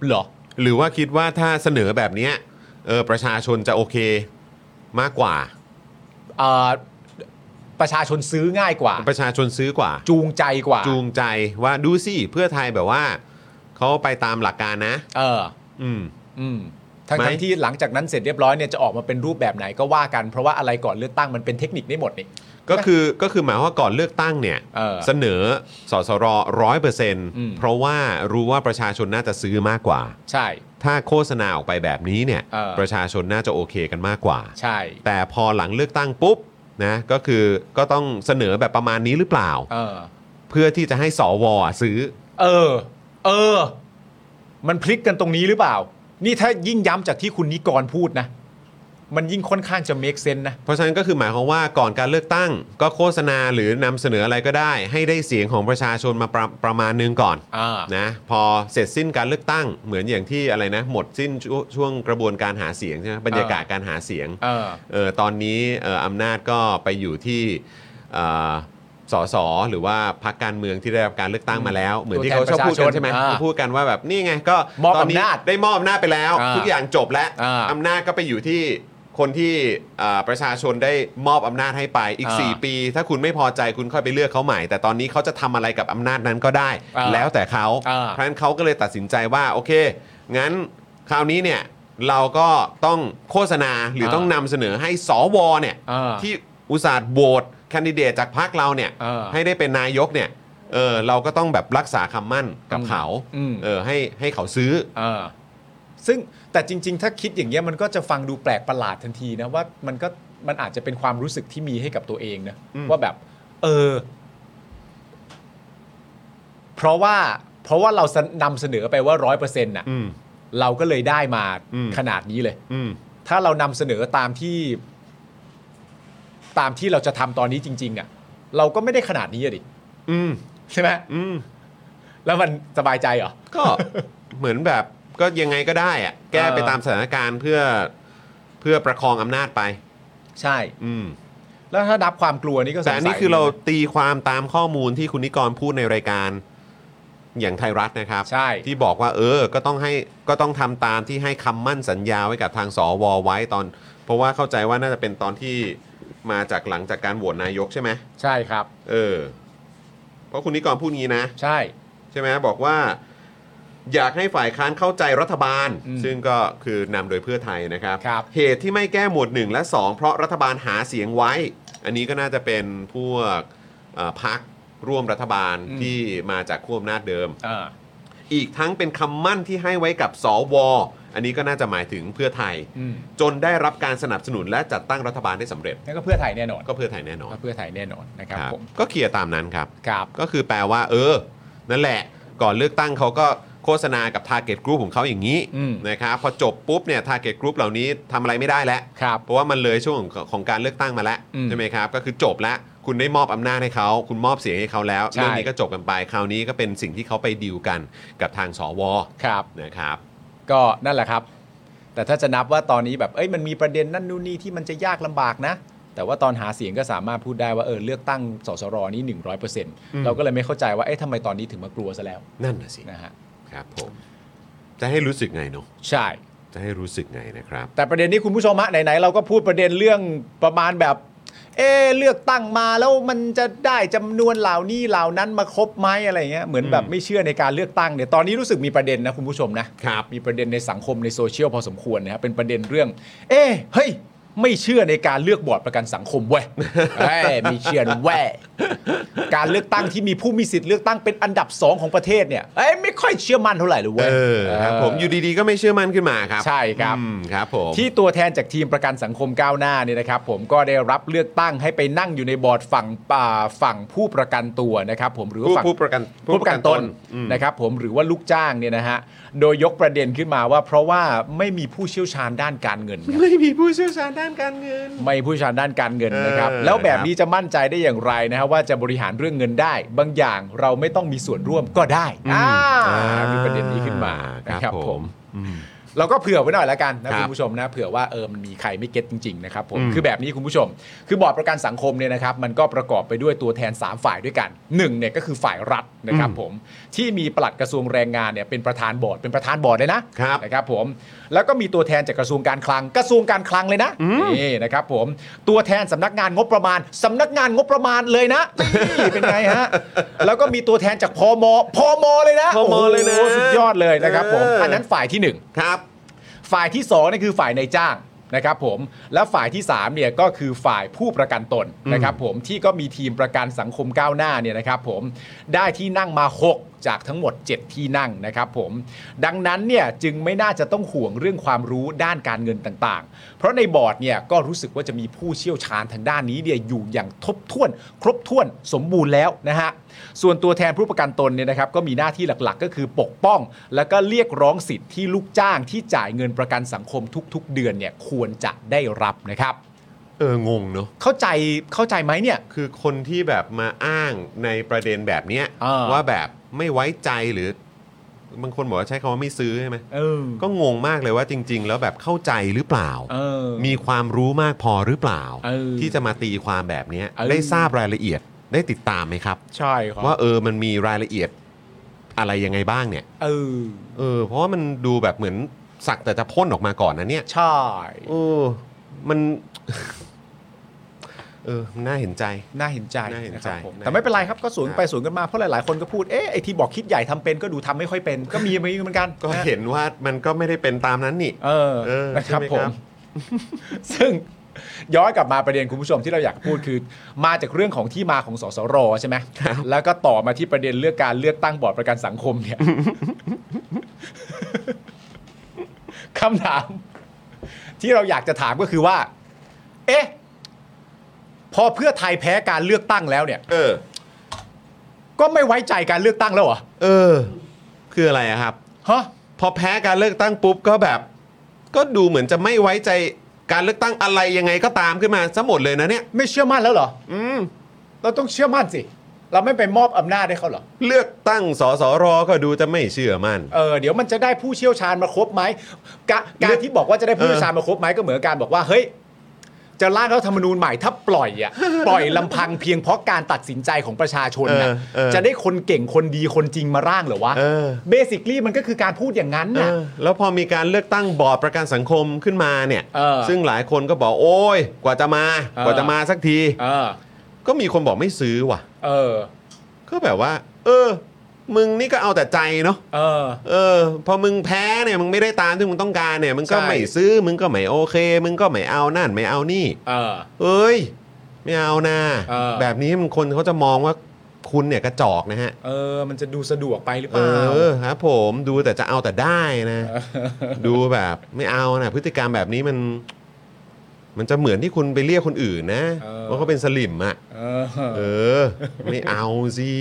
D: เหรอ
C: หรือว่าคิดว่าถ้าเสนอแบบเนี้ยเออประชาชนจะโอเคมากกว่า
D: เอ่อประชาชนซื้อง่ายกว่า
C: ประชาชนซื้อกว่า
D: จูงใจกว่า
C: จูงใจว่าดูสิเพื่อไทยแบบว่าเขาไปตามหลักการนะ
D: เออ
C: อืม
D: อืมทั้ง
C: ไหม
D: ทั้งที่หลังจากนั้นเสร็จเรียบร้อยเนี่ยจะออกมาเป็นรูปแบบไหนก็ว่ากันเพราะว่าอะไรก่อนเลือกตั้งมันเป็นเทคนิคได้หมดนี่
C: ก็คือก็คือหมายความว่าก่อนเลือกตั้งเนี่ย
D: เออ
C: เสนอสสรร้อยเปอร์เซ็นต์
D: ม
C: เพราะว่ารู้ว่าประชาชนน่าจะซื้อมากกว่า
D: ใช่
C: ถ้าโฆษณาออกไปแบบนี้เนี่ย
D: เออ
C: ประชาชนน่าจะโอเคกันมากกว่า
D: ใช่
C: แต่พอหลังเลือกตั้งปุ๊บนะก็คือก็ต้องเสนอแบบประมาณนี้หรือเปล่า
D: เออ
C: เพื่อที่จะให้สวซื้อ
D: เออ เออ มันพลิกกันตรงนี้หรือเปล่า นี่ถ้ายิ่งย้ำจากที่คุณนิกรพูดนะ มันยิ่งค่อนข้างจะ make sense นะ
C: เพราะฉะนั้นก็คือหมายความว่าก่อนการเลือกตั้ง ก็โฆษณาหรือนำเสนออะไรก็ได้ ให้ได้เสียงของประชาชนมาประประมาณนึงก่อน
D: อ่า
C: นะพอเสร็จสิ้นการเลือกตั้งเหมือนอย่างที่อะไรนะหมดสิ้นชวช่วงกระบวนการหาเสียงใช่ไหมบรรยากาศการหาเสียง
D: เออ
C: เออตอนนี้เอออำนาจก็ไปอยู่ที่เอ่อสสหรือว่าพรรคการเมืองที่ได้รับการเลือกตั้งมาแล้ว เหมือนที่เขาชอบพูดกันใช่ไหม
D: อ่า
C: เขาพูดกันว่าแบบนี่ไงก็
D: มอบ
C: ตอนนี้
D: อำนาจ
C: ได้มอบอำนาจไปแล้ว
D: อ่า
C: ทุกอย่างจบแล้ว
D: อ่า
C: อำนาจก็ไปอยู่ที่ คนที่อ่าประชาชนได้มอบอำนาจให้ไปอีก
D: อ่า
C: 4 ปี ถ้าคุณไม่พอใจคุณค่อยไปเลือกเขาใหม่ แต่ตอนนี้เขาจะทำอะไรกับอำนาจนั้นก็ได้
D: อ่า
C: แล้วแต่เขา
D: อ่า
C: เพราะฉะนั้นเขาก็เลยตัดสินใจว่าโอเค งั้นคราวนี้เนี่ยเราก็ต้องโฆษณาหรือต้องนำเสนอให้สวเนี่ย
D: เออ
C: ที่อุตส่าห์โหวตแคนดิเดตจากพรรคเราเนี่ย
D: เออ
C: ให้ได้เป็นนายกเนี่ยเออเราก็ต้องแบบรักษาคำมั่นกับ
D: อืม
C: เขา
D: อืม
C: เออให้ให้เขาซื้อ
D: เออซึ่งแต่จริง ๆ ถ้าคิดอย่างเงี้ยมันก็จะฟังดูแปลกประหลาดทันทีนะว่ามันก็มันอาจจะเป็นความรู้สึกที่มีให้กับตัวเองนะ
C: อืม
D: ว่าแบบ เออ เพราะว่า เพราะว่าเรานำเสนอไปว่าร้อยเปอร์เซ็นต์น่ะ
C: อืม
D: เราก็เลยได้มา
C: อืม
D: ขนาดนี้เลย
C: อืม
D: ถ้าเรานำเสนอตามที่ ตามที่เราจะทำตอนนี้จริง ๆ อ่ะ เราก็ไม่ได้ขนาดนี้อะดิ
C: อืม
D: ใช่ไหม
C: อืม
D: แล้วมันสบายใจเหรอ
C: ก็ (laughs) เหมือนแบบก็ยังไงก็ได้อะแก้ไป
D: เออ
C: ตามสถานการณ์เพื่อเพื่อประคองอำนาจไป
D: ใช่
C: อืม
D: แล้วถ้านับความกลัวนี่ก็สง
C: แต่
D: สัย
C: อันนี่คือเราตีความตามข้อมูลที่คุณนิกรพูดในรายการอย่างไทยรัฐนะครับ
D: ใช่
C: ที่บอกว่าเออ ก็ต้องให้ก็ต้องทำตามที่ให้คำมั่นสัญญาไว้กับทางสวไว้ตอน เพราะว่าเข้าใจว่าน่าจะเป็นตอนที่มาจากหลังจากการโหวตนายกใช่ไหม
D: ใช่ครับ
C: เออ เพราะคุณนิกรพูดงี้นะ
D: ใช่
C: ใช่ไหมบอกว่า อยากให้ฝ่ายค้านเข้าใจรัฐบาล
D: อืม
C: ซึ่งก็คือนำโดยเพื่อไทยนะครับ
D: ครับ
C: เหตุที่ไม่แก้หมวด 1 และ 2 เพราะรัฐบาลหาเสียงไว้ อันนี้ก็น่าจะเป็นพวกเอ่อพักร่วมรัฐบาลที่มาจากขั้วอำนาจเดิม
D: เออ
C: อีกทั้งเป็นคำมั่นที่ให้ไว้กับสว อันนี้ก็น่าจะหมายถึงเพื่อไทย
D: อืม
C: จนได้รับการสนับสนุนและจัดตั้งรัฐบาลได้สำเร็จ
D: นั่นก็เพื่อไทยแน่นอน
C: ก็เพื่อไทยแน่นอน
D: ก็เพื่อไทยแน่นอนนะครับ
C: ครับ
D: ผม
C: ก็เคลียร์ตามนั้นครับ
D: ครับ
C: ก็คือแปลว่า เออ นั่นแหละ ก่อนเลือกตั้งเขาก็โฆษณากับ Target Group ของเขาอย่างนี้
D: อืม
C: นะครับพอจบปุ๊บเนี่ย Target Group เหล่านี้ทำอะไรไม่ได้แล้ว
D: ครับ
C: เพราะว่ามันเลยช่วงของของการเลือกตั้งมาแล้ว
D: อืม
C: ใช่ไหมครับ ก็คือจบแล้ว คุณได้มอบอำนาจให้เขา คุณมอบเสียงให้เขาแล้ว
D: ใช่
C: เรื่องนี้ก็จบกันไป คราวนี้ก็เป็นสิ่งที่เขาไปดีลกันกับทางสว
D: ครับ
C: นะครับ
D: ก็นั่นแหละครับ แต่ถ้าจะนับว่าตอนนี้แบบ เอ้ยมันมีประเด็นนั่นนู่นนี่ที่มันจะยากลำบากนะ แต่ว่าตอนหาเสียงก็สามารถพูดได้ว่าเออเลือกตั้งสสรนี่ 100%เราก็เลยไม่เข้าใจว่าเอ๊ะทำไมตอนนี้ถึงมากลัวซะแล้ว
C: นั่นน่ะสิ
D: นะฮะ
C: ครับผม จะให้รู้สึกไงเนาะ
D: ใช่
C: จะให้รู้สึกไงนะครับ
D: แต่ประเด็นนี้คุณผู้ชมฮะไหนๆเราก็พูดประเด็นเรื่องประมาณแบบ เออเลือกตั้งมาแล้วมันจะได้จำนวนเหล่านี้เหล่านั้นมาครบไหมอะไรเงี้ยเหมือนแบบไม่เชื่อในการเลือกตั้งเนี่ยตอนนี้รู้สึกมีประเด็นนะคุณผู้ชมนะครับ มีประเด็นในสังคมในโซเชียลพอสมควรนะครับเป็นประเด็นเรื่อง เอ้เฮ้ยไม่เชื่อในการเลือกบอร์ดประกันสังคมเว้ย เอ้ยมีเชื่อนะแว่การเลือกตั้งที่มีผู้มีสิทธิ์เลือกตั้งเป็นอันดับสองของประเทศเนี่ยเอ้ยไม่ค่อยเชื่อมั่นเท่าไหร่เลยเว้
C: เอย อครับผมอยู่ดีๆก็ไม่เชื่อมั่นขึ้นมาครับ
D: ใช่ครับ
C: อืมครับผม
D: ที่ตัวแทนจากทีมประกันสังคมก้าวหน้าเนี่ยนะครับ ผมก็ได้รับเลือกตั้งให้ไปนั่งอยู่ในบอร์ดฝั่งป่าฝั่งผู้ประกันตัวนะครับ ผมหรือว่า
C: ผู้
D: ฝั่ง
C: ผู้ประกัน
D: ผู้ประกันตน
C: อืม
D: นะครับ ผมหรือว่าลูกจ้างเนี่ยนะฮะโดยยกประเด็นขึ้นมาว่า เพราะว่าไม่มีผู้เชี่ยวชาญด้านการเงินครับ
C: ไม่มีผู้เชี่ยวชาญด้านการเงิน
D: ไม่ผู้เชี่ยวชาญด้านการเงินนะครับ
C: เออ
D: แล้วแบบนี้จะมั่นใจได้อย่างไรนะฮะว่าจะบริหารเรื่องเงินได้ บางอย่างเราไม่ต้องมีส่วนร่วมก็ได้อ่ามีประเด็นนี้ขึ้นมา
C: ค
D: นะ
C: รับ
D: ครับ
C: ผ
D: ผม ม เราก็เผื่อไว้หน่อยละกันนะครับ คุณผู้ชมนะเผื่อว่าเออมันมีใครไม่เก็ตจริงๆนะครับผม
C: อืม
D: คือแบบนี้คุณผู้ชม คือบอร์ดประกันสังคมเนี่ยนะครับมันก็ประกอบไปด้วยตัวแทน 3 ฝ่ายด้วยกันหนึ่งเนี่ยก็คือฝ่ายรัฐนะครับ
C: อืม
D: ผมที่มีปลัดกระทรวงแรงงานเนี่ยเป็นประธานบอร์ดเป็นประธานบอร์ดเลยนะครับ นะครับผมแล้วก็มีตัวแทนจากกระทรวงการคลังกระทรวงการคลังเลยนะนี่นะครับผมตัวแทนสำนักงานงบประมาณสำนักงานงบประมาณเลยนะนี่เป็นไง
C: (laughs)
D: ฮะแล้วก็มีตัวแทนจากพมพมเลยนะ
C: พมเลยนะ
D: โอ้โหสุดยอดเลยนะครับผม
C: เอออั
D: อันนั้นฝ่ายที่หนึ่ง
C: ครับ
D: ฝ่ายที่2นี่คือฝ่ายนายจ้างนะครับผมและฝ่ายที่3เนี่ยก็คือฝ่ายผู้ประกันตนนะครับผมที่ก็มีทีมประกันสังคมก้าวหน้าเนี่ยนะครับผมได้ที่นั่งมา 6 จากทั้งหมด 7 ที่นั่งนะครับผมดังนั้นเนี่ยจึงไม่น่าจะต้องห่วงเรื่องความรู้ด้านการเงินต่างๆ เพราะในบอร์ดเนี่ยก็รู้สึกว่าจะมีผู้เชี่ยวชาญทางด้านนี้เนี่ยอยู่อย่างทบถ้วน ครบถ้วนสมบูรณ์แล้วนะฮะ ส่วนตัวแทนผู้ประกันตนเนี่ยนะครับก็มีหน้าที่หลักๆ ก็คือปกป้อง แล้วก็เรียกร้องสิทธิ์ที่ลูกจ้างที่จ่ายเงินประกันสังคมทุก ๆ เดือนเนี่ยควรจะได้รับนะครับ
C: เออ งงเนอะ
D: เข้าใจเข้าใจไหมเนี่ย
C: คือคนที่แบบมาอ้างในประเด็นแบบเนี้ย
D: เออ
C: ว่าแบบไม่ไว้ใจหรือ บางคนบอกว่าใช้คำว่าไม่ซื้อใช่ไหม
D: เออ
C: ก็งงมากเลยว่าจริง ๆ แล้วแบบเข้าใจหรือเปล่า
D: เออ
C: มีความรู้มากพอหรือเปล่า
D: เออ
C: ที่จะมาตีความแบบเนี้ย
D: เออ
C: ได้ทราบรายละเอียดได้ติดตามไหมครับ
D: ใช่ครับ
C: ว่าเออมันมีรายละเอียดอะไรยังไงบ้างเนี่ย
D: เออ
C: เออ เพราะว่ามันดูแบบเหมือนสักแต่จะพ่นออกมาก่อนนะเนี่ย
D: ใช่
C: โอ้ มัน (laughs) เออมันน่าเห็นใจ
D: น่าเห็นใจ
C: น่าเห็นใจ
D: นะครับผม
C: น่าเห็นใจ
D: แต่ไม่เป็นไรครับก็สวนไปสวนกันมาเพราะหลาย ๆ คนก็พูดเอ๊ะไอที่บอกคิดใหญ่ทำเป็นก็ดูทำไม่ค่อยเป็น ก็มีมาเหมือนกัน
C: ก็
D: นะ
C: เห็นว่ามันก็ไม่ได้เป็นตามนั้นนี่
D: เออ
C: เออ
D: นะ
C: ใช่
D: ครับ
C: ไหมค
D: ผ
C: รับ
D: มซึ่งย้อนกลับมาประเด็นคุณผู้ชมที่เราอยากพูดคือ มาจากเรื่องของที่มาของสสรใช่ไหมแล้วก็ต่อมาที่ประเด็นเลือกการเลือกตั้งบอร์ดประกันสังคมเนี่ย คำถาม ที่เราอยากจะถามก็คือว่า เอ๊ะ พอเพื่อไทยแพ้การเลือกตั้งแล้วเนี่ย
C: เออ
D: ก็ไม่ไว้ใจการเลือกตั้งแล้วเหรอ
C: เออ คืออะไรอะครับ
D: ฮะ
C: พอแพ้การเลือกตั้งปุ๊บก็แบบ ก็ดูเหมือนจะไม่ไว้ใจการเลือกตั้งอะไรยังไงก็ตามขึ้นมาซะหมดเลยนะเนี่ย
D: ไม่เชื่อมั่นแล้วเหรอ
C: อืม
D: เราต้องเชื่อมั่นสิ เราไม่ไปมอบอำนาจให้เขาเหรอ
C: เลือกตั้งสสรก็ดูจะไม่เชื่อมั่น
D: เออเดี๋ยวมันจะได้ผู้เชี่ยวชาญมาครบไหมกะการที่บอกว่าจะได้ผู้เชี่ยวชาญมาครบไหมก็เหมือนการบอกว่าเฮ้ยจะร่างรัฐธรรมนูญใหม่ถ้าปล่อยอ่ะ ปล่อยลำพังเพียงเพราะการตัดสินใจของประชาชนนะ
C: เออเออ
D: จะได้คนเก่งคนดีคนจริงมาร่างเหรอวะ
C: เออ
D: เบสิคลี่มันก็คือการพูดอย่างนั้น
C: เอ
D: นะ
C: อแล้วพอมีการเลือกตั้งบอร์ดประกันสังคมขึ้นมาเนี่ย
D: เออ
C: ซึ่งหลายคนก็บอกโอ้ย กว่าจะมา
D: เออ
C: กว่าจะมาสักที
D: เออ
C: ก็มีคนบอกไม่ซื้อว่ะ
D: เออ
C: ก็แบบว่า เออ มึงนี่ก็เอาแต่ใจเนาะ
D: เออ
C: เออ พอมึงแพ้เนี่ยมึงไม่ได้ตามที่มึงต้องการเนี่ย มึงก็
D: ใช่
C: ไม่ซื้อ มึงก็ไม่โอเค มึงก็ไม่เอานั่น ไม่เอานี่
D: เออ
C: เอ้ย ไม่เอานะ
D: เออ
C: แบบนี้มันคนเขาจะมองว่าคุณเนี่ยกระจอกนะฮะ
D: เออ มันจะดูสะดวกไปหรือเป
C: เอ
D: ล่า
C: อครับผมดูแต่จะเอาแต่ได้นะ ดูแบบไม่เอานะพฤติกรรมแบบนี้มัน มันจะเหมือนที่คุณไปเรียกคนอื่นนะ
D: เออ
C: ว่าเขาเป็นสลิมอ่ะ
D: เออ
C: เออ ไม่เอาสิ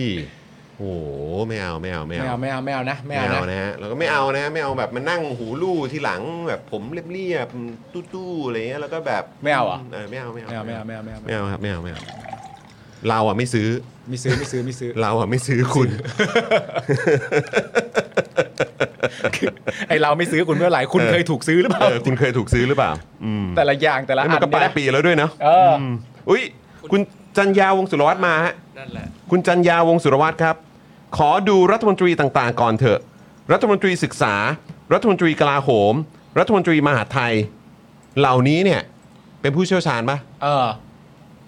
C: โอ้โหไม่เอาไม่เอาไม่เอา
D: ไม่เอาไม่เอาไม่เอานะไม่
C: ไม่
D: เอา
C: เอา
D: นะ
C: นะฮะแล้วก็ไม่เอานะไม่เอาแบบมานั่งหูลู่ทีหลังแบบผมเรียบๆตู้ๆอะไรเงี้ยแล้วก็แบบ
D: ไม่เอาเหรอ่ะ
C: เออไม่เอาไม่เอา
D: ไม่เอาไม่เอาไม่
C: ไม่
D: เอาไม่เอา
C: เอาครับไม่เอาไม่เอาเราอ่ะไม่ซื้อ
D: ไม่ซื้อไม่ซื้อไม่ซื้อ
C: เราอ่ะไม่ซื้อคุณ
D: ไอเราไม่ซื้อคุณเมื่อไหร่คุณ
C: เออ
D: เคยถูกซื้อหรือเปล่า
C: เออคุณเคยถูกซื้อหรือเปล่า อืม
D: แต่ละอย่างแต่ละ
C: แล้ว
D: อั
C: มัน
D: น
C: ก็ปลาย
D: เยะ
C: ปีแล้วด้วยเนาะ
D: เอออื
C: มอุ้ย คุณจันยาวงศ์สุรวัตรมาฮะ
F: นั่นแหละ
C: คุณจันยาวงศ์สุรวัตรครับ ขอดูรัฐมนตรีต่างๆ ก่อนเถอะ รัฐมนตรีศึกษา รัฐมนตรีกลาโหม รัฐมนตรีมหาดไทย เหล่านี้เนี่ย เป็นผู้เชี่ยวชาญปะ
D: เออ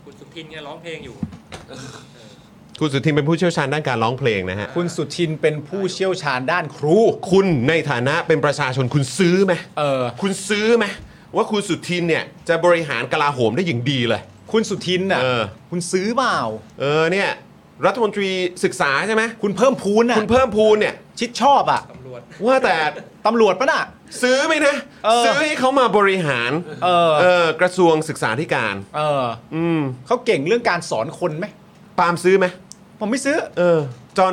F: คุณสุทินเนี่ยร้องเพลงอยู่
C: คุณสุทินเป็นผู้เชี่ยวชาญด้านการร้องเพลงนะฮะ
D: คุณสุทินเป็นผู้เชี่ยวชาญด้านครู
C: คุณในฐานะเป็นประชาชนคุณซื้อไหม
D: เออ
C: คุณซื้อไหมว่าคุณสุทินเนี่ยจะบริหารกลาโหมได้อย่างดีเลย
D: คุณสุทินน่ะ
C: เออ
D: คุณซื้อเปล่า
C: เออเนี่ยรัฐมนตรีศึกษาใช่ไหม
D: คุณเพิ่มพูนน่ะ
C: คุณเพิ่มพูนเนี่ย
D: ชิดชอบอ่ะ
C: ว่าแต่
D: ตำรวจปะน่ะ
C: ซื้อไหมนะ
D: เออ
C: ซื้อให้เขามาบริหาร
D: เออ
C: เออกระทรวงศึกษาธิการ
D: เออ
C: อืม
D: เขาเก่งเรื่องการสอนคนไหม
C: ปาล์มซื้อไหม
D: ผมไม่ซื้อ
C: เออจอน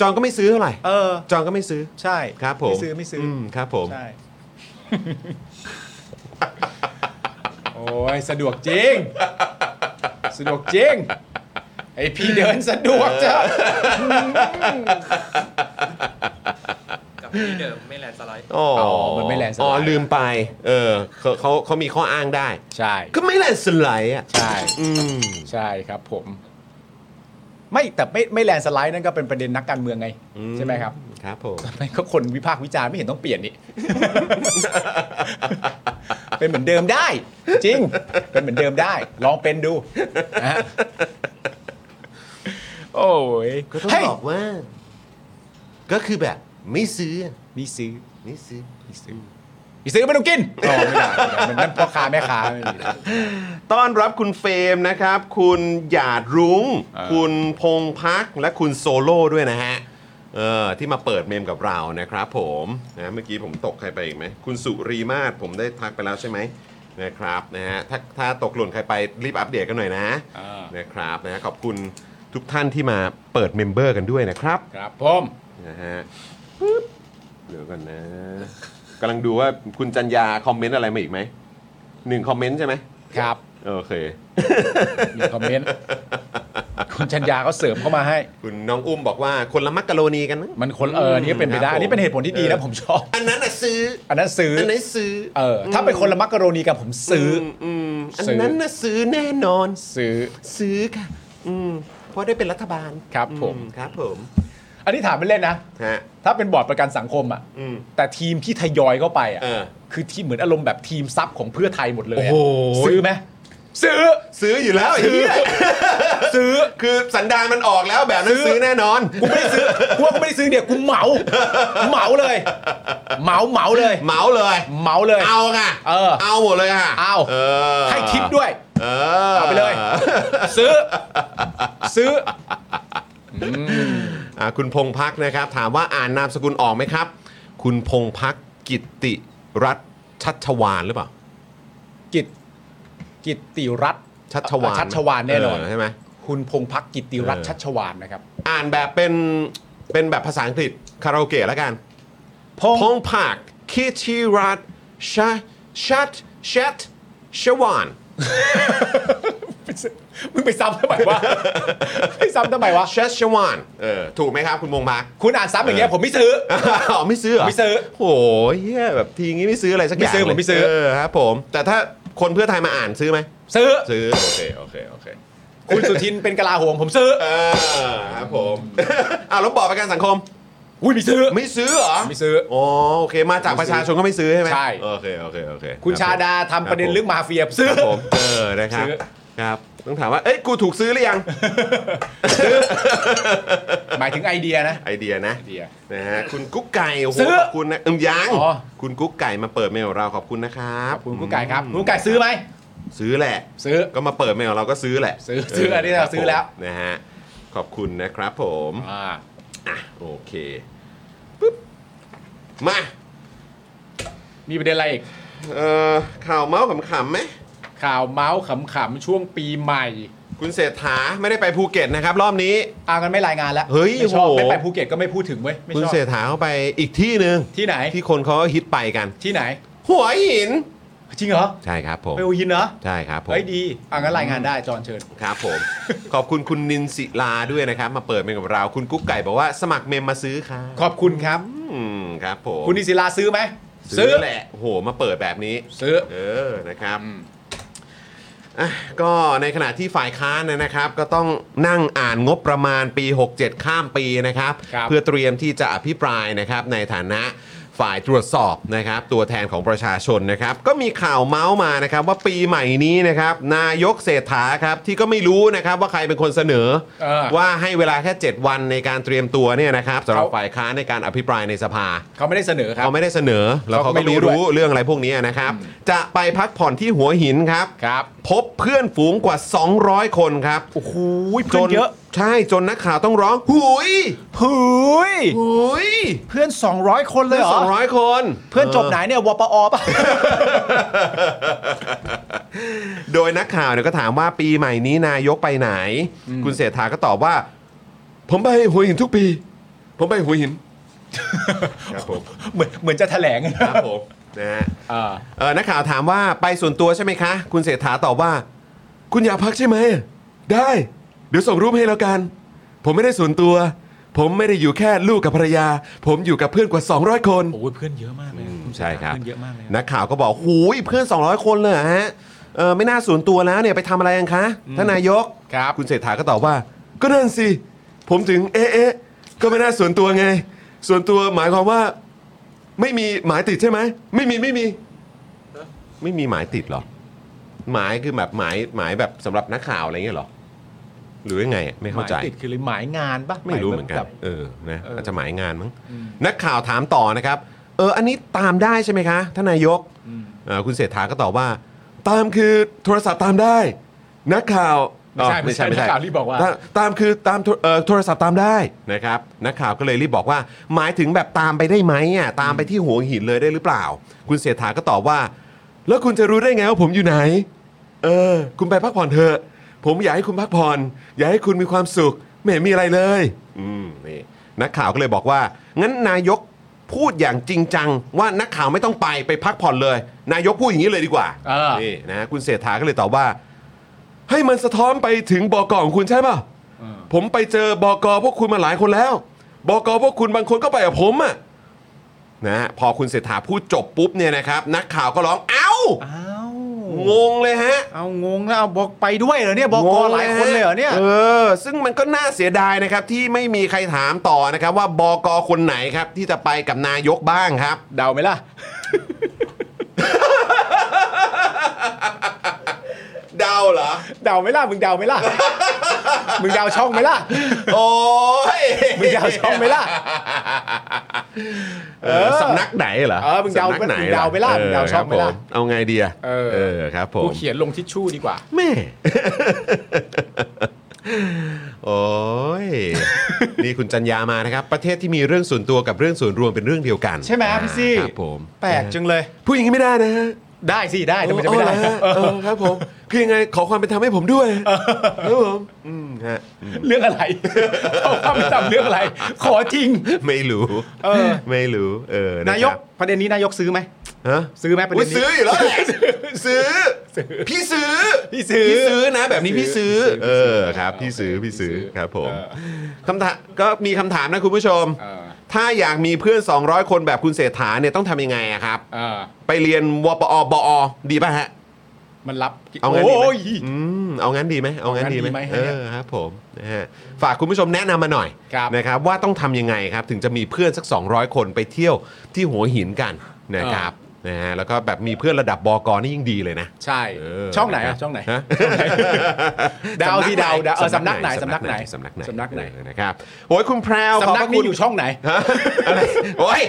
C: จอนก็ไม่ซื้อเท่าไหร่
D: เออ
C: จอนก็ไม่ซื้อ
D: ใช่
C: ครับผม
D: ไม่ซื้อไม่ซื้ออ
C: มครับผม
D: ใช่โอ้ยสะดวกจริง สะดวกจริงไอพี่เดินสะดวกจ้ะ
F: กับที่เดิมไม่แลนสไลด์
C: อ๋อ
D: อ๋
C: อ๋
D: อมันไม่แลนด์สไลด์
C: อ๋อลืมไป เออเขาเขาเขามีข้ออ้างได้
D: ใช่
C: ก็ไม่แลนด์สไลด์อ่ะ
D: ใช่
C: อืม
D: ใช่ครับผม ไม่แต่ไม่ไม่แลนด์สไลด์นั่นก็เป็นประเด็นนักการเมืองไง ใช่ไหมครับ
C: ครับผม
D: ทำไมก็คนวิพากษ์วิจารณ์ไม่เห็นต้องเปลี่ยน (laughs) นี่ เป็นเหมือนเดิมได้ จริง เป็นเหมือนเดิมได้ ลองเป็นดูนะฮะโอ้ย
C: ก็ต้อง
D: เฮ้ย
C: บอกว่า ก็คือแบบไม่ซื้อ
D: มีซื้อ
C: ไม่ซื้อ
D: มีซื้อมีซื้อไม่ต้องกินอ๋อไม่ได้ไม่ได้มันนั่นพ่อค้าแม่ค้าไม่มี
C: ต้อนรับคุณเฟรมนะครับ คุณหยาดรุง้ง
D: เออ
C: คุณพงพักและคุณโซโล่ด้วยนะฮะเออที่มาเปิดเมมกับเรานะครับผมนะเมื่อกี้ผมตกใครไปอีกไหมคุณสุรีมาศผมได้ทักไปแล้วใช่ไหมนะครับนะฮะถ้าถ้าตกหล่นใครไปรีบอัปเดตกันหน่อยนะ
D: อ่า
C: นะครับนะฮะขอบคุณทุกท่านที่มาเปิดเมมเบอร์กันด้วยนะครับ
D: ครับผม
C: นะฮะปึ๊บเดี๋ยวกันนะกำลังดูว่าคุณจันยาคอมเมนต์อะไรมาอีกไหมหนึ่งคอมเมนต์ใช่ไหม
D: ครับ
C: โอเค
D: มีคอมเมนต์คุณชัญญาเขาเสริมเข้ามาให้
C: คุณน้องอุ้มบอกว่าคนละมักกะโรนีกันมั้ง
D: มันคนเอออนนี่ก็เป็นไปได้
C: ครับผม
D: อันนี้เป็นเหตุผลที่ดี
C: เอ
D: นะ
C: อ
D: ผมชอบ
C: อันนั้นน่ะซื้อ
D: อันนั้นซื้อ
C: อั
D: อน
C: นั้นซื้อ
D: เออถ้าเป็นคนละมักกะโรนีกับผมซื้อ
C: มอืมอัน
D: ซื้อ
C: นั้นน่ะซื้อแน่นอน
D: ซื้อ
C: ซื้อค่ะ อืมเพราะได้เป็นรัฐบาล
D: ครับผม
C: อืครับผม
D: อันนี้ถามเป็นเล่นนะ
C: ฮะ
D: ถ้าเป็นบอร์ดประกันสังคมอ่ะ
C: อืม
D: แต่ทีมที่ทยอยเข้าไปอ่ะ
C: เออ
D: คือที่เหมือนอารมณ์แบบทีมซับของเพื่อไทยหมดเลยอะ
C: โอ้โห
D: ซื้อไหมซื้อ
C: ซื้ออยู่แล้วไอ้เหี้ย (laughs)
D: ซื้อ
C: คือสันดานมันออกแล้วแบบนั้นซื้อแน่นอน
D: กูไม่ได้ซื้อกูว่ากูไม่ได้ซื้อเนี่ยกูเหมา เหมาเลย เหมาเหมาเลย
C: เหมาเลย
D: เหมาเลย
C: เอาค่ะ
D: เออ
C: เอาหมดเลยค่ะ
D: เอา
C: เออ
D: ให้ทิปด้วย
C: เออ
D: เอาไปเลย ซื้อ ซื้อ
C: อ่ะคุณพงพักนะครับ ถามว่าอ่านนามสกุลออกไหมครับ คุณพงพักกิตติรัตน์ชัชวานหรือเปล่า
D: กิจกิตติรัตน์
C: ชัชวาน
D: ชัชวานแน่นอน
C: เใช่ไหม
D: คุณพงพักกิตติรัตน์
C: เออ
D: ชัชวานนะครับ
C: อ่านแบบเป็นเป็นแบบภาษาอังกฤษคาราโอเกะแล้วกัน
D: พง (laughs)
C: พงพักกิตติรัตน์ชะชัดชัดชวาน
D: มึงไปซ้ำทำไมวะไปซ้ำทำไมวะ
C: ชัชวานเออถูกไหมครับคุณพงพัก
D: คุณอ่านซ้ำอย่างเงี้ย
C: เออ
D: ผมไม่ซื้อ
C: อ๋อไม่ซื้อเหร
D: ไม่ซื้อ
C: โอ้ยเหี้ยแบบทีงี้ไม่ซื้ออะไรสักอย่าง
D: ไม่ซื้อผม
C: เลย
D: ไม่ซื้อ
C: เออครับผม แต่ถ้าคนเพื่อไทยมาอ่านซื้อไหม
D: ซื้อ
C: ซื้อ โอเค โอเค โอเค
D: คุณสุทินเป็นกลาโหมผมซื้อ
C: เออครับผม (laughs) อ้าวแล้วบอกประกันสังคม
D: อุ้ยไม่ซื้อ
C: ไม่ซื้อเหรอ
D: ไม่ซื้อ
C: อ๋อโอเค มาจากประชาชนก็ไม่ซื้อใช่ไหม
D: ใช่
C: โอเค โอเค โอเค
D: คุณชาดาทำประเด็นเรื่องมาเฟียซื้
C: ค
D: อ
C: รับผมเออ นะครับ
D: ซื้อ
C: ครับ ต้องถามว่า เอ้ย กูถูกซื้อหรือยัง
D: หมายถึงไอเดียนะ
C: ไอเดียนะ
D: ไอเดีย
C: นะฮะ คุณกุ๊กไก่ โอ้โห
D: ซื้อ
C: ขอบคุณนะอืมยัง
D: อ๋อ
C: คุณกุ๊กไก่มาเปิดเมลเราขอบคุณนะครับ
D: ขอบคุณกุ๊กไก่ครับกุ๊กไก่ซื้อไหม
C: ซื้อแหละ
D: ซื้อ
C: ก็มาเปิดเมลเราก็ซื้อแหละ
D: ซื้อซื้ออันนี้เราซื้อแล้ว
C: นะฮะ ขอบคุณนะครับผม
D: อ่า
C: อ่ะโอเคปึ๊บมา
D: มีประเด็นอะไรอีก
C: เอ่อข่าวเมาส์ขำๆไหม
D: ข่าวเมาส์ขำๆช่วงปีใหม่
C: คุณเศรษฐาไม่ได้ไปภูเก็ตนะครับ รอบนี้
D: อ่ากันไม่รายงานแล้ว
C: เฮ้ย
D: ไม่ชอบ
C: โอ้โห
D: ไม่ไปภูเก็ตก็ไม่พูดถึงเว้ยไม่
C: คุณ
D: ชอบ
C: เศรษฐาเขาไปอีกที่หนึ่ง
D: ที่ไหน
C: ที่คนเขาฮิตไปกัน
D: ที่ไหน
C: หัวหิน
D: จริงเหรอ
C: ใช่ครับผม
D: ไปหัวหินเหรอ
C: ใช่ครับผม
D: เฮ้ยดีอ่างั้นรายงานได้จอนเชิญ
C: ครับผม ขอบคุณคุณนินศิลาด้วยนะครับ มาเปิดเป็นกับเรา คุณกุ๊กไก่บอกว่าสมัครเมมมาซื้อค่ะ
D: ขอบคุณครับ
C: อืมครับผม
D: คุณนิศิลาซื้อไหม
C: ซื้อแหละโอ้โหมาเปิดแบบนี้
D: ซื้อ
C: เออ นะครับอ่ะก็ในขณะที่ฝ่ายค้านเนยนะครับ ก็ต้องนั่งอ่านงบประมาณปี 67 ข้ามปีนะครับ
D: ครับ
C: เพื่อเตรียมที่จะอภิปรายนะครับในฐานะฝ่ายตรวจสอบนะครับ ตัวแทนของประชาชนนะครับ ก็มีข่าวเมาส์มานะครับ ว่าปีใหม่นี้นะครับ นายกเศรษฐาครับ ที่ก็ไม่รู้นะครับว่าใครเป็นคนเสนอ
D: เออ
C: ว่าให้เวลาแค่ 7 วันในการเตรียมตัวเนี่ยนะครับสำหรับ
D: เขา
C: ฝ่ายค้านในการอภิปรายในสภา
D: เขาไม่ได้เสนอครับ
C: เขาไม่ได้เสนอ แล้วเขา
D: เขาก็
C: ก็
D: ไม่รู้
C: ไม่
D: ด้วย
C: รู้เรื่องอะไรพวกนี้นะครับ
D: อืม
C: จะไปพักผ่อนที่หัวหินครับ
D: ครับ
C: พบเพื่อนฝูงกว่า 200 คนครับ
D: โอ้โห
C: จ
D: เพื่อน
C: น
D: เยอะ
C: ใช่จนนักข่าวต้องร้อง หุย
D: หุย
C: หุย
D: เพื่อน 200 คนเล
C: เพื่
D: ย
C: อน
D: เหร
C: ส
D: อ
C: องร้อยคน
D: เพื่อนจบไหนเนี่ยวปอป่ะ
C: (laughs) โดยนักข่าวเนี่ยก็ถามว่าปีใหม่นี้นายกไปไหน คุณเศรษฐาก็ตอบว่า ผมไปหัวหินทุกปี ผมไปหัวหิน ครับผม
D: เหมือนเหมือนจะแถลง
C: ครับผมนะฮะ
D: อ่า
C: เออนักข่าวถามว่าไปส่วนตัวใช่ไหมคะ คุณเศรษฐาตอบว่า คุณอยากพักใช่ไหม ได้ เดี๋ยวส่งรูปให้แล้วกัน ผมไม่ได้ส่วนตัว ผมไม่ได้อยู่แค่ลูกกับภรรยา ผมอยู่กับเพื่อนกว่า 200 คน
D: โอ้ยเพื่อนเยอะมากเลยณเศษฐา
C: ใช่ครับ
D: เพื่อนเยอะมากเลย
C: นักข่าวก็บอกหูยเพื่อน 200 คนเลยเหรอฮะเออไม่น่าส่วนตัวแล้วเนี่ยไปทำอะไรกันคะท่านนายก
D: ครับ
C: คุณเศรษฐาก็ตอบว่า ก็นั่นสิผมถึงเอ๊ะเอ๊ะก็ไม่น่าส่วนตัวไง ส่วนตัวหมายความว่า ไม่มีหมายติดใช่ไหมไม่มีไม่มี ไม่มีหมายติดเหรอ หมายคือแบบหมายหมายแบบสำหรับนักข่าวอะไรเงี้ยเหรอ หรือยังไงอะไม่เข้าม
D: หาย
C: ใจ
D: ติดคือหมายงานปะ
C: ไม่รู้เหมือนกัน
D: แบบ
C: เออนะ
D: เอออ
C: อาจจะหมายงานมั้งนักข่าวถามต่อนะครับ เออ อันนี้ตามได้ใช่ไหมคะท่านนายกเออคุณเศรษฐาก็ตอบว่า ตามคือโทรศัพท์ตามได้ นักข่าว
D: ไม่ใช่ไม่ใช่นักข่าวรีบบอกว่า
C: ตมตามคือตามโทรเอ่อโทรศัพท์ตามได้นะครับนักข่าวก็เลยรีบบอกว่า หมายถึงแบบตามไปได้ไหมอ่ะตามไปที่หัวหินเลยได้หรือเปล่า คุณเศรษฐาก็ตอบว่า แล้วคุณจะรู้ได้ไงว่าผมอยู่ไหน เออ คุณไปพักผ่อนเถอะ ผมอยากให้คุณพักผ่อน อยากให้คุณมีความสุข ไม่เห็นมีอะไรเลย อืมนี่นักข่าวก็เลยบอกว่า งั้นนายกพูดอย่างจริงจัง ว่านักข่าวไม่ต้องไปไปพักผ่อนเลย นายกพูดอย่างนี้เลยดีกว่า
D: เออ
C: นี่นะคุณเศรษฐาก็เลยตอบว่า ให้มันสะท้อนไปถึงบกของคุณใช่ป่ะ ผมไปเจอบอกพวกคุณมาหลายคนแล้ว บอกพวกคุณบางคนก็ไปกับผมอ่ะนะฮะพอคุณเศรษฐาพูดจบปุ๊บเนี่ยนะครับ นักข่าวก็ร้องเอ้า
D: อ้าว
C: งงเลยฮะ
D: เอางงแล้วเอาบอกไปด้วยเหรอเนี่ยบอกกหลายคนเลยเหรอเนี่ย
C: เออ ซึ่งมันก็น่าเสียดายนะครับ ที่ไม่มีใครถามต่อนะครับ ว่าบกคนไหนครับ ที่จะไปกับนายกบ้างครับ
D: เดาไหมล่ะ
C: เดาเหรอ
D: เดาไหมล่ะ มึงเดาไหมล่ะ มึงเดาช่องไหมล่ะ
C: โอ้ย
D: มึงเดาช่องไหมล่ะ
C: เออสำนักไหนเหรอ
D: เออมึงเดา
C: สำนักไหน
D: มึงเดาไหมล่ะมึงเดาช่องไหม
C: เค
D: ล่ะ
C: รับผเอาไงดีอะ
D: เออ
C: เออครับผม
D: กูเขียนลงทิชชู่ดีกว่า
C: แม่ (laughs) โอ้ยนี่คุณจันยามานะครับ ประเทศที่มีเรื่องส่วนตัวกับเรื่องส่วนรวมเป็นเรื่องเดียวกัน
D: ใช่ไหมพี่ซี่
C: ครับผม
D: แปลกจังเลย
C: พูดอย่างนี้ไม่ได้นะฮะ
D: ได้สิได้แต่มันจะไม่ได้
C: เออเอาเหรอฮะเออครับผม คือยังไงขอความเป็นธรรมให้ผมด้วย
D: (laughs)
C: ครับผมอืมฮะ
D: เรื่องอะไรเขาว่าไม่จำเรื่องอะไร ขอจริง
C: ไม่รู้
D: เออ
C: ไม่รู้เออ
D: นา
C: นะ
D: ย
C: ค
D: ก
C: รับ
D: ประเด็นนี้นายกซื้อไหม
C: ฮะ
D: ซื้อไหมประเด็
C: อุ๊ย
D: นนี้
C: ซื้ออยู่แล้วแหละ (laughs) ซื้อพี่ซื้อ
D: พี่ซื้อ
C: พี่ซื้อนะ แบบนี้
D: พี่
C: พี่
D: ซื้
C: ซื้อ
D: อ
C: เออครับ พี่ซื้อพี่ซื้อ
D: พี่ซื้อ
C: ครับผม
D: เออ
C: คำถามก็มีคำถามนะคุณผู้ชม
D: เออ
C: ถ้าอยากมีเพื่อน 200 คนแบบคุณเศรษฐาเนี่ยต้องทำยังไงอะครับ
D: เออ
C: ไปเรียนวปอบอดีป่ะฮะ
D: มันรับ
C: เอางั้นดีไหม
D: โอ้ย
C: อืมเอางั้นดีไหมเอางั้นดีไหม
D: เอางั้นดีไหมฮะ
C: เออครับผมนะฮะฝากคุณผู้ชมแนะนำมาหน่อย
D: ครับ
C: นะครับว่าต้องทำยังไงครับ ถึงจะมีเพื่อนสัก 200 คนไปเที่ยวที่หัวหินกันนะครับนะฮะแล้วก็แบบมีเพื่อนระดับบอกนี่ยิ่งดีเลยนะ
D: ใช่
C: เ
D: ช่องไหนอะ
C: ะ
D: ช่องไหน
C: ฮะ
D: ดาวที่ดาว (laughs) ดาวเออ
C: สำ
D: สำนั
C: นัก
D: ก
C: ไห
D: ไห
C: น
D: น
C: สำนักไหน
D: สำนักไหน
C: เออนะครับโอ้ยคุณแพรว
D: สำนักนี้อยู่
C: ขบพระคุณ
D: ช่องไหน
C: ฮะ (laughs) อะไรโอ้ย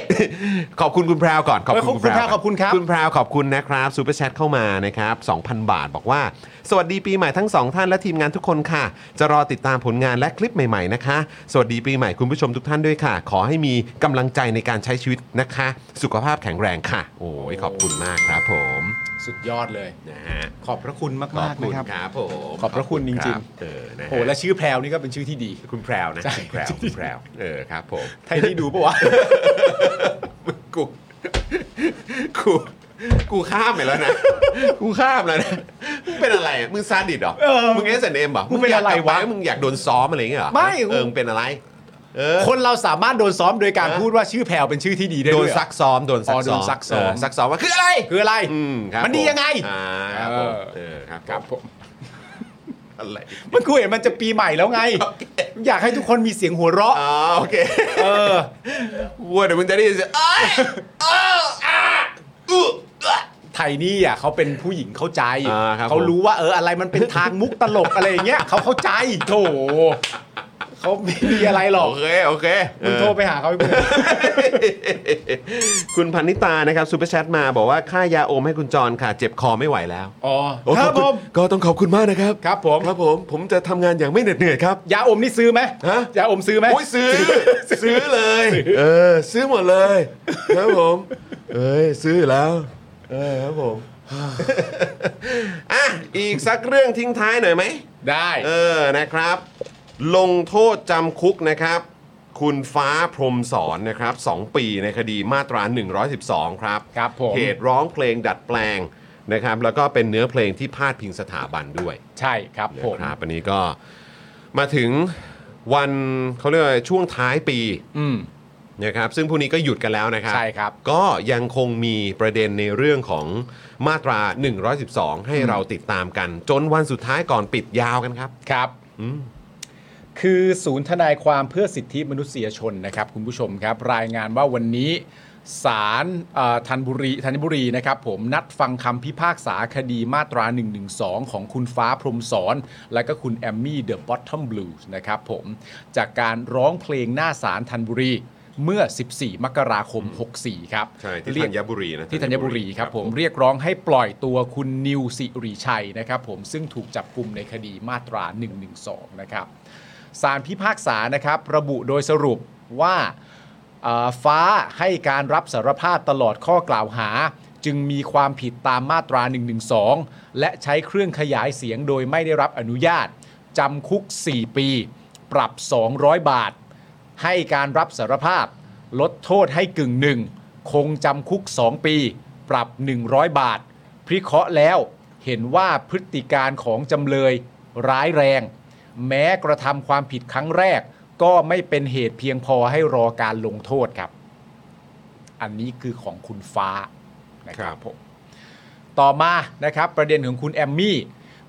C: ขอบคุณคุณแพรวก่อนขอบ
D: เออ
C: คุณ
D: ขอบคุ
C: ณ
D: ณ
C: แพรว
D: ครับขอบคุณครับ
C: คุณ คุณพราวขอบคุณนะครับซูเปอร์แชทเข้ามานะครับ 2,000 บาทบอกว่า สวัสดีปีใหม่ทั้งสองท่านและทีมงานทุกคนค่ะ จะรอติดตามผลงานและคลิปใหม่ๆนะคะ สวัสดีปีใหม่คุณผู้ชมทุกท่านด้วยค่ะ ขอให้มีกำลังใจในการใช้ชีวิตนะคะ สุขภาพแข็งแรงค่ะ โอ้ยขอบคุณมากครับผม
D: สุดยอดเลย
C: นะฮะ
D: ขอบพระคุณ
C: ขอ
D: มา
C: บ
D: กๆ
C: คุณ
D: นะครับ
C: ครับผม
D: ขอบพระคุณจริงๆ
C: ๆเออนะ
D: โอ้และชื่อแพรวนี่ก็เป็นชื่อที่ดี
C: คุณแพรวนะ
D: ใช่
C: คุณแพรวคุณแพรวเออครับผม
D: ไทยที่ดูปะวะ
C: กู (laughs) กูกูข้ามไปแล้วนะ กูข้ามแล้วนะมึงเป็นอะไรอ่ะมึงซาดิสเหรอ
D: เออ
C: มึงเอสเอ็มเหรอ
D: มึงเป็นอะไรวะ
C: มึงอยากโดนซ้อมอะไรอย่างเงี้ยเหรอ
D: ไม่
C: เออมึงเป็นอะไร เออ
D: คนเราสามารถโดนซ้อมโดยการ
C: ฮะ
D: พูดว่าชื่อแพรวเป็นชื่อที่ดีได้
C: โด
D: ด้
C: น
D: วยเหรอ
C: ซักซ้อมโดนซัก
D: อ๋อโด
C: ซ้อม
D: นซักซ้อม
C: เซักซ้อมว่าคืออะไร
D: คืออะไร
C: อืมครับ
D: มันดี
C: ผ
D: ยังไง
C: อ่าครับผมเออครับ
D: ครับผม
C: อะไร
D: มันกูเห็นมันจะปีใหม่แล้วไง อยากให้ทุกคนมีเสียงหัวเราะ
C: อ๋อโอเค
D: เออ
C: วัวเดี๋ยวมึงจะได้ยินเสียงเอ้ยเอ้ออ่ะอื้ออ่ะ
D: ไทยนี่อ่ะเขาเป็นผู้หญิงเข้าใจ
C: อ่าครับ
D: เขารู้ว่าเอออะไรมันเป็นทางมุกตลกอะไรอย่า
C: (laughs)
D: งเงี้ยเขาเข้าใจโถเขาไม่มีอะไรหรอก
C: โอเคโอเคเอ
D: มึง
C: อ
D: โทรไปหาเขาไปพูด
C: คุณพันนิตานะครับซูเปอร์แชทมาบอกว่าค่ายาอมให้คุณจรค่ะ เจ็บคอไม่ไหวแล้ว
D: อ๋อ
C: โอ้
D: ค
C: ข
D: รั
C: อ
D: บบ
C: คุณ
D: ผม
C: ก็ต้องขอบคุณมากนะครับ
D: ครับผม
C: ครับผมผมจะทำงานอย่างไม่เหน็ดเหนื่อยครับ
D: ยาอมนี่ซื้อไหม
C: ฮะ
D: ยาอมซื้อไหม
C: โอ้ยซื้อ ซื้อเลย เออ ซื้อหมดเลย ครับผม เอ้ยซื้ออยู่แล้ว เออครับผม อ่ะอีกสักเรื่องทิ้งท้ายหน่อยไหม
D: ได้
C: เออ นะครับ ลงโทษจำคุกนะครับ คุณฟ้าพรหมสอนนะครับ 2 ปีในคดีมาตรา 112 ครับ
D: ครับผม
C: เหตุร้องเพลงดัดแปลงนะครับ แล้วก็เป็นเนื้อเพลงที่พาดพิงสถาบันด้วย
D: ใช่ครับผม
C: นะครับอันนี้ก็มาถึงวันเขาเรียกว่าช่วงท้ายปี
D: อืม
C: นะครับ ซึ่งพวกนี้ก็หยุดกันแล้วนะครับ
D: ใช่ครับ
C: ก็ยังคงมีประเด็นในเรื่องของมาตรา 112 ให้เราติดตามกัน จนวันสุดท้ายก่อนปิดยาวกันครับ
D: ครับ
C: อืม
D: คือศูนย์ทนายความเพื่อสิทธิมนุษยชนนะครับ คุณผู้ชมครับ รายงานว่าวันนี้ศาลเอ่อธัญบุรีธัญบุรีนะครับผมนัดฟังคำพิพากษาคดีมาตรา 112 ของคุณฟ้าพรหมสอน และก็คุณแอมมี่เดอะบอททอมบลูส์นะครับผม จากการร้องเพลงหน้าศาลธัญบุรีเมื่อ 14 มกราคม 64 ครับ
C: ใช่ที่ธัญบุรีนะ
D: ที่ธัญบุรีครับผมเรียกร้องให้ปล่อยตัวคุณนิวสิริชัยนะครับผมซึ่งถูกจับกลุ่มในคดีมาตรา 112 นะครับสารพิพากษานะครับระบุโดยสรุปว่าเอ่อฟ้าให้การรับสารภาพตลอดข้อกล่าวหา จึงมีความผิดตามมาตรา 112 และใช้เครื่องขยายเสียงโดยไม่ได้รับอนุญาตจำคุก 4 ปี ปรับ 200 บาท ให้การรับสารภาพ ลดโทษให้กึ่งหนึ่ง คงจำคุก 2 ปี ปรับ 100 บาท พิเคราะห์แล้วเห็นว่าพฤติการของจำเลยร้ายแรง แม้กระทำความผิดครั้งแรก ก็ไม่เป็นเหตุเพียงพอให้รอการลงโทษครับ อันนี้คือของคุณฟ้านะครับผม ต่อมานะครับประเด็นของคุณแอมมี่